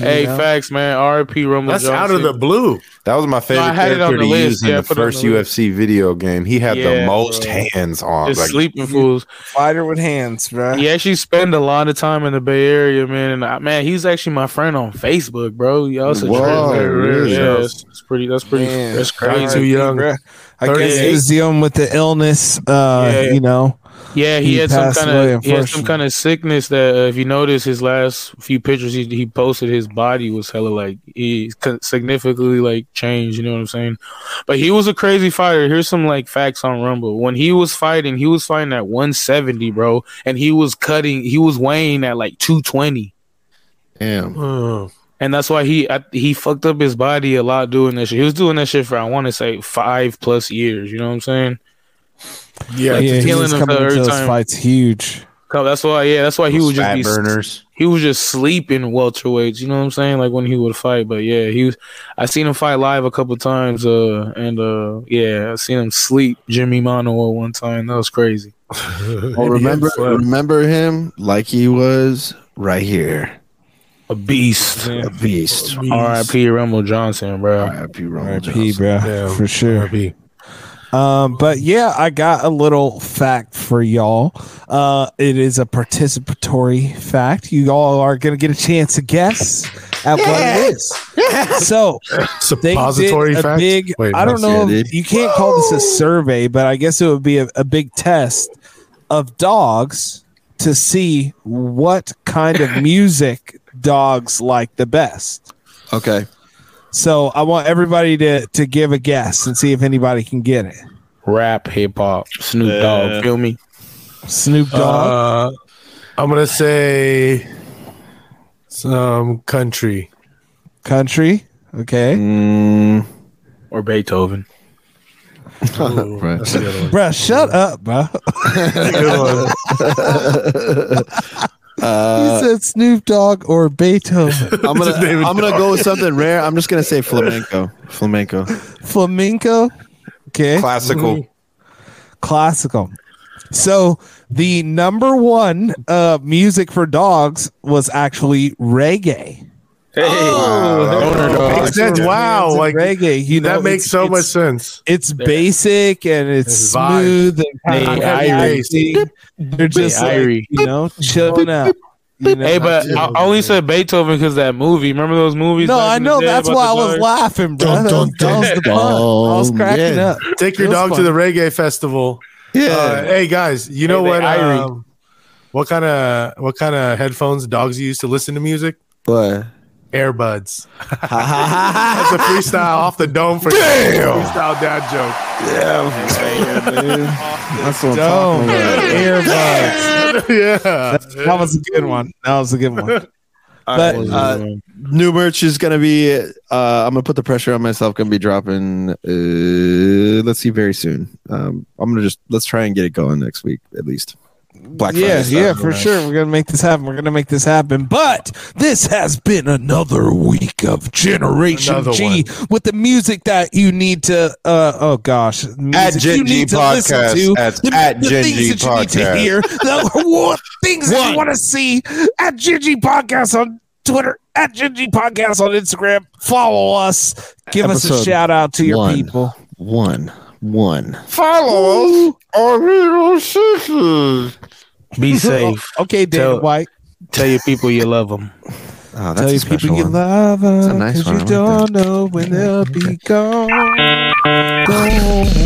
Speaker 2: Hey,
Speaker 5: Yeah.
Speaker 2: facts, man. R.I.P. Rumble.
Speaker 3: That's
Speaker 2: Johnson.
Speaker 3: out of the blue.
Speaker 11: That was my favorite
Speaker 2: I had it on
Speaker 11: character
Speaker 2: the
Speaker 11: to
Speaker 2: list.
Speaker 11: use in
Speaker 2: Yeah, I
Speaker 11: the
Speaker 2: put it on
Speaker 11: first
Speaker 2: the
Speaker 11: UFC video game. He had
Speaker 2: Yeah,
Speaker 11: the most
Speaker 2: bro.
Speaker 11: hands on.
Speaker 2: Just
Speaker 11: Like,
Speaker 2: sleeping fools.
Speaker 5: Fighter with hands, bro.
Speaker 2: He actually spend a lot of time in the Bay Area, man. And I, man, he's actually my friend on Facebook, bro. Y'all should
Speaker 11: Whoa,
Speaker 2: check him out.
Speaker 11: really?
Speaker 2: Yeah, it's, it's pretty. That's pretty.
Speaker 5: Man.
Speaker 2: That's
Speaker 5: Probably
Speaker 2: crazy.
Speaker 5: too young. Bruh. I guess he
Speaker 2: 38.
Speaker 5: was dealing with the illness. Uh,
Speaker 2: Yeah.
Speaker 5: you know.
Speaker 2: Yeah, he, had some
Speaker 5: passed
Speaker 2: kind
Speaker 5: away,
Speaker 2: of he had some kind of sickness that uh, if you notice his last few pictures he he posted his body was hella like he con- significantly like changed. You know what I'm saying? But he was a crazy fighter. Here's some like facts on Rumble. When he was fighting, he was fighting at 170, bro, and he was cutting. He was weighing at like 220.
Speaker 4: Damn.
Speaker 3: Oh.
Speaker 2: And that's why he I, he fucked up his body a lot doing that shit. He was doing that shit for I want to say five plus years. You know what I'm saying?
Speaker 3: Yeah,
Speaker 2: Like,
Speaker 5: yeah,
Speaker 2: just
Speaker 5: he
Speaker 2: killing
Speaker 5: was
Speaker 2: himself
Speaker 5: coming into
Speaker 2: every
Speaker 5: those
Speaker 2: time.
Speaker 5: fights huge.
Speaker 2: Cause that's why, yeah, that's why he
Speaker 11: Those
Speaker 2: would just
Speaker 11: fat
Speaker 2: be (laughs)
Speaker 11: burners.
Speaker 2: He was just sleeping welterweights. You know what I'm saying? Like when he would fight, but yeah, he was. I seen him fight live a couple times, uh, and uh, yeah, I seen him sleep Jimmy Mano at one time. That was crazy.
Speaker 4: Well, remember, remember him like he was right here.
Speaker 2: A beast.
Speaker 4: A beast.
Speaker 2: R.I.P. Rumble Johnson, bro.
Speaker 4: R.I.P. Rumble
Speaker 5: P, bro, for sure.
Speaker 3: RIP.
Speaker 5: Um, but yeah, I got a little fact for y'all. Uh, it is a participatory fact. You all are gonna get a chance to guess at what it is. So they
Speaker 3: Suppository
Speaker 5: did a
Speaker 3: fact?
Speaker 5: big.
Speaker 3: Wait,
Speaker 5: I
Speaker 3: that's-
Speaker 5: don't know.
Speaker 3: yeah,
Speaker 5: if-
Speaker 3: dude.
Speaker 5: you can't call this a survey, but I guess it would be a, a big test of dogs to see what kind of music dogs like the best.
Speaker 4: Okay.
Speaker 5: So I want everybody to to give a guess and see if anybody can get it.
Speaker 2: Rap, hip hop, Snoop
Speaker 3: Yeah.
Speaker 2: Dogg, feel me?
Speaker 5: Snoop Dogg.
Speaker 3: Uh, I'm gonna say some
Speaker 5: (laughs)
Speaker 3: country.
Speaker 5: Country. Okay.
Speaker 3: Mm.
Speaker 2: Or Beethoven.
Speaker 4: Right.
Speaker 3: That's a good one.
Speaker 5: Bruh, shut up,
Speaker 3: (laughs)
Speaker 5: bruh.
Speaker 3: Good
Speaker 5: (laughs)
Speaker 3: Uh,
Speaker 5: he said Snoop Dogg
Speaker 3: (laughs)
Speaker 5: or Beethoven.
Speaker 4: I'm gonna I'm gonna go with something rare. I'm just gonna say flamenco. Flamenco.
Speaker 5: Flamenco. Okay.
Speaker 11: Classical.
Speaker 5: Classical. So the number one uh, music for dogs was actually reggae.
Speaker 2: Hey, Owner
Speaker 3: one.
Speaker 2: Dog.
Speaker 3: Makes sense. Wow, like
Speaker 5: reggae. You know,
Speaker 3: that makes
Speaker 5: it's-
Speaker 3: so
Speaker 5: it's-
Speaker 3: much sense.
Speaker 5: It's basic and it's,
Speaker 3: It's vibe.
Speaker 5: smooth and
Speaker 2: Hey,
Speaker 5: kind
Speaker 2: Irie.
Speaker 5: of They're just like,
Speaker 2: Irie.
Speaker 5: you know chilling out. You know?
Speaker 2: Hey, but I I only said Beethoven because that movie. Remember those movies?
Speaker 5: (laughs) No,
Speaker 2: back
Speaker 5: I
Speaker 2: in the
Speaker 5: know
Speaker 2: day
Speaker 5: that's
Speaker 2: about
Speaker 5: why I
Speaker 2: the
Speaker 5: was
Speaker 2: dogs?
Speaker 5: laughing, bro.
Speaker 4: Dun,
Speaker 5: That was,
Speaker 4: dun,
Speaker 5: that was the
Speaker 4: dun,
Speaker 5: pun. I was
Speaker 4: dun,
Speaker 5: cracking
Speaker 4: yeah.
Speaker 5: up.
Speaker 3: Take your
Speaker 5: It was
Speaker 3: dog to
Speaker 5: fun.
Speaker 3: the reggae festival.
Speaker 4: Yeah.
Speaker 3: (laughs) Uh, hey guys, you know
Speaker 2: they
Speaker 3: what?
Speaker 2: Irie.
Speaker 3: Um, what kind of what kind of headphones dogs use to listen to music?
Speaker 4: What?
Speaker 3: Airbuds. That's (laughs) a freestyle off the dome for Damn. freestyle dad joke. (laughs)
Speaker 4: That's what I'm
Speaker 5: Dome,
Speaker 4: talking about.
Speaker 5: earbuds.
Speaker 3: yeah.
Speaker 5: That was a good one. That was a good one. But
Speaker 4: Uh, new merch is gonna be. Uh, I'm gonna put the pressure on myself. Gonna be dropping. Uh, let's see, very soon. Um, I'm gonna just let's try and get it going next week at least. Black Friday.
Speaker 5: yeah,
Speaker 4: stuff.
Speaker 5: yeah, for sure. We're gonna make this happen. We're gonna make this happen. But this has been another week of Generation
Speaker 3: Another
Speaker 5: G with the music that you need to. Uh, oh gosh,
Speaker 11: At
Speaker 5: music
Speaker 11: Gen
Speaker 5: you
Speaker 11: G
Speaker 5: need to listen
Speaker 11: Podcast.
Speaker 5: to.
Speaker 11: At,
Speaker 5: The-
Speaker 11: at
Speaker 5: the
Speaker 11: Gen
Speaker 5: things that
Speaker 11: G
Speaker 5: you need to
Speaker 11: (laughs) Podcast.
Speaker 5: hear. The war- things that you want to see at Gen G Podcast on Twitter, at GG Podcast on Instagram. Follow us. Give us a shout out to your people.
Speaker 4: One, one.
Speaker 5: Follow us
Speaker 2: Be
Speaker 5: (laughs)
Speaker 2: safe.
Speaker 5: okay, David
Speaker 2: tell,
Speaker 5: White.
Speaker 2: Tell your people you love them.
Speaker 4: Oh,
Speaker 5: Tell your people you love them.
Speaker 2: nice
Speaker 5: Because you
Speaker 2: one. I
Speaker 5: don't know when they'll be gone. Gone.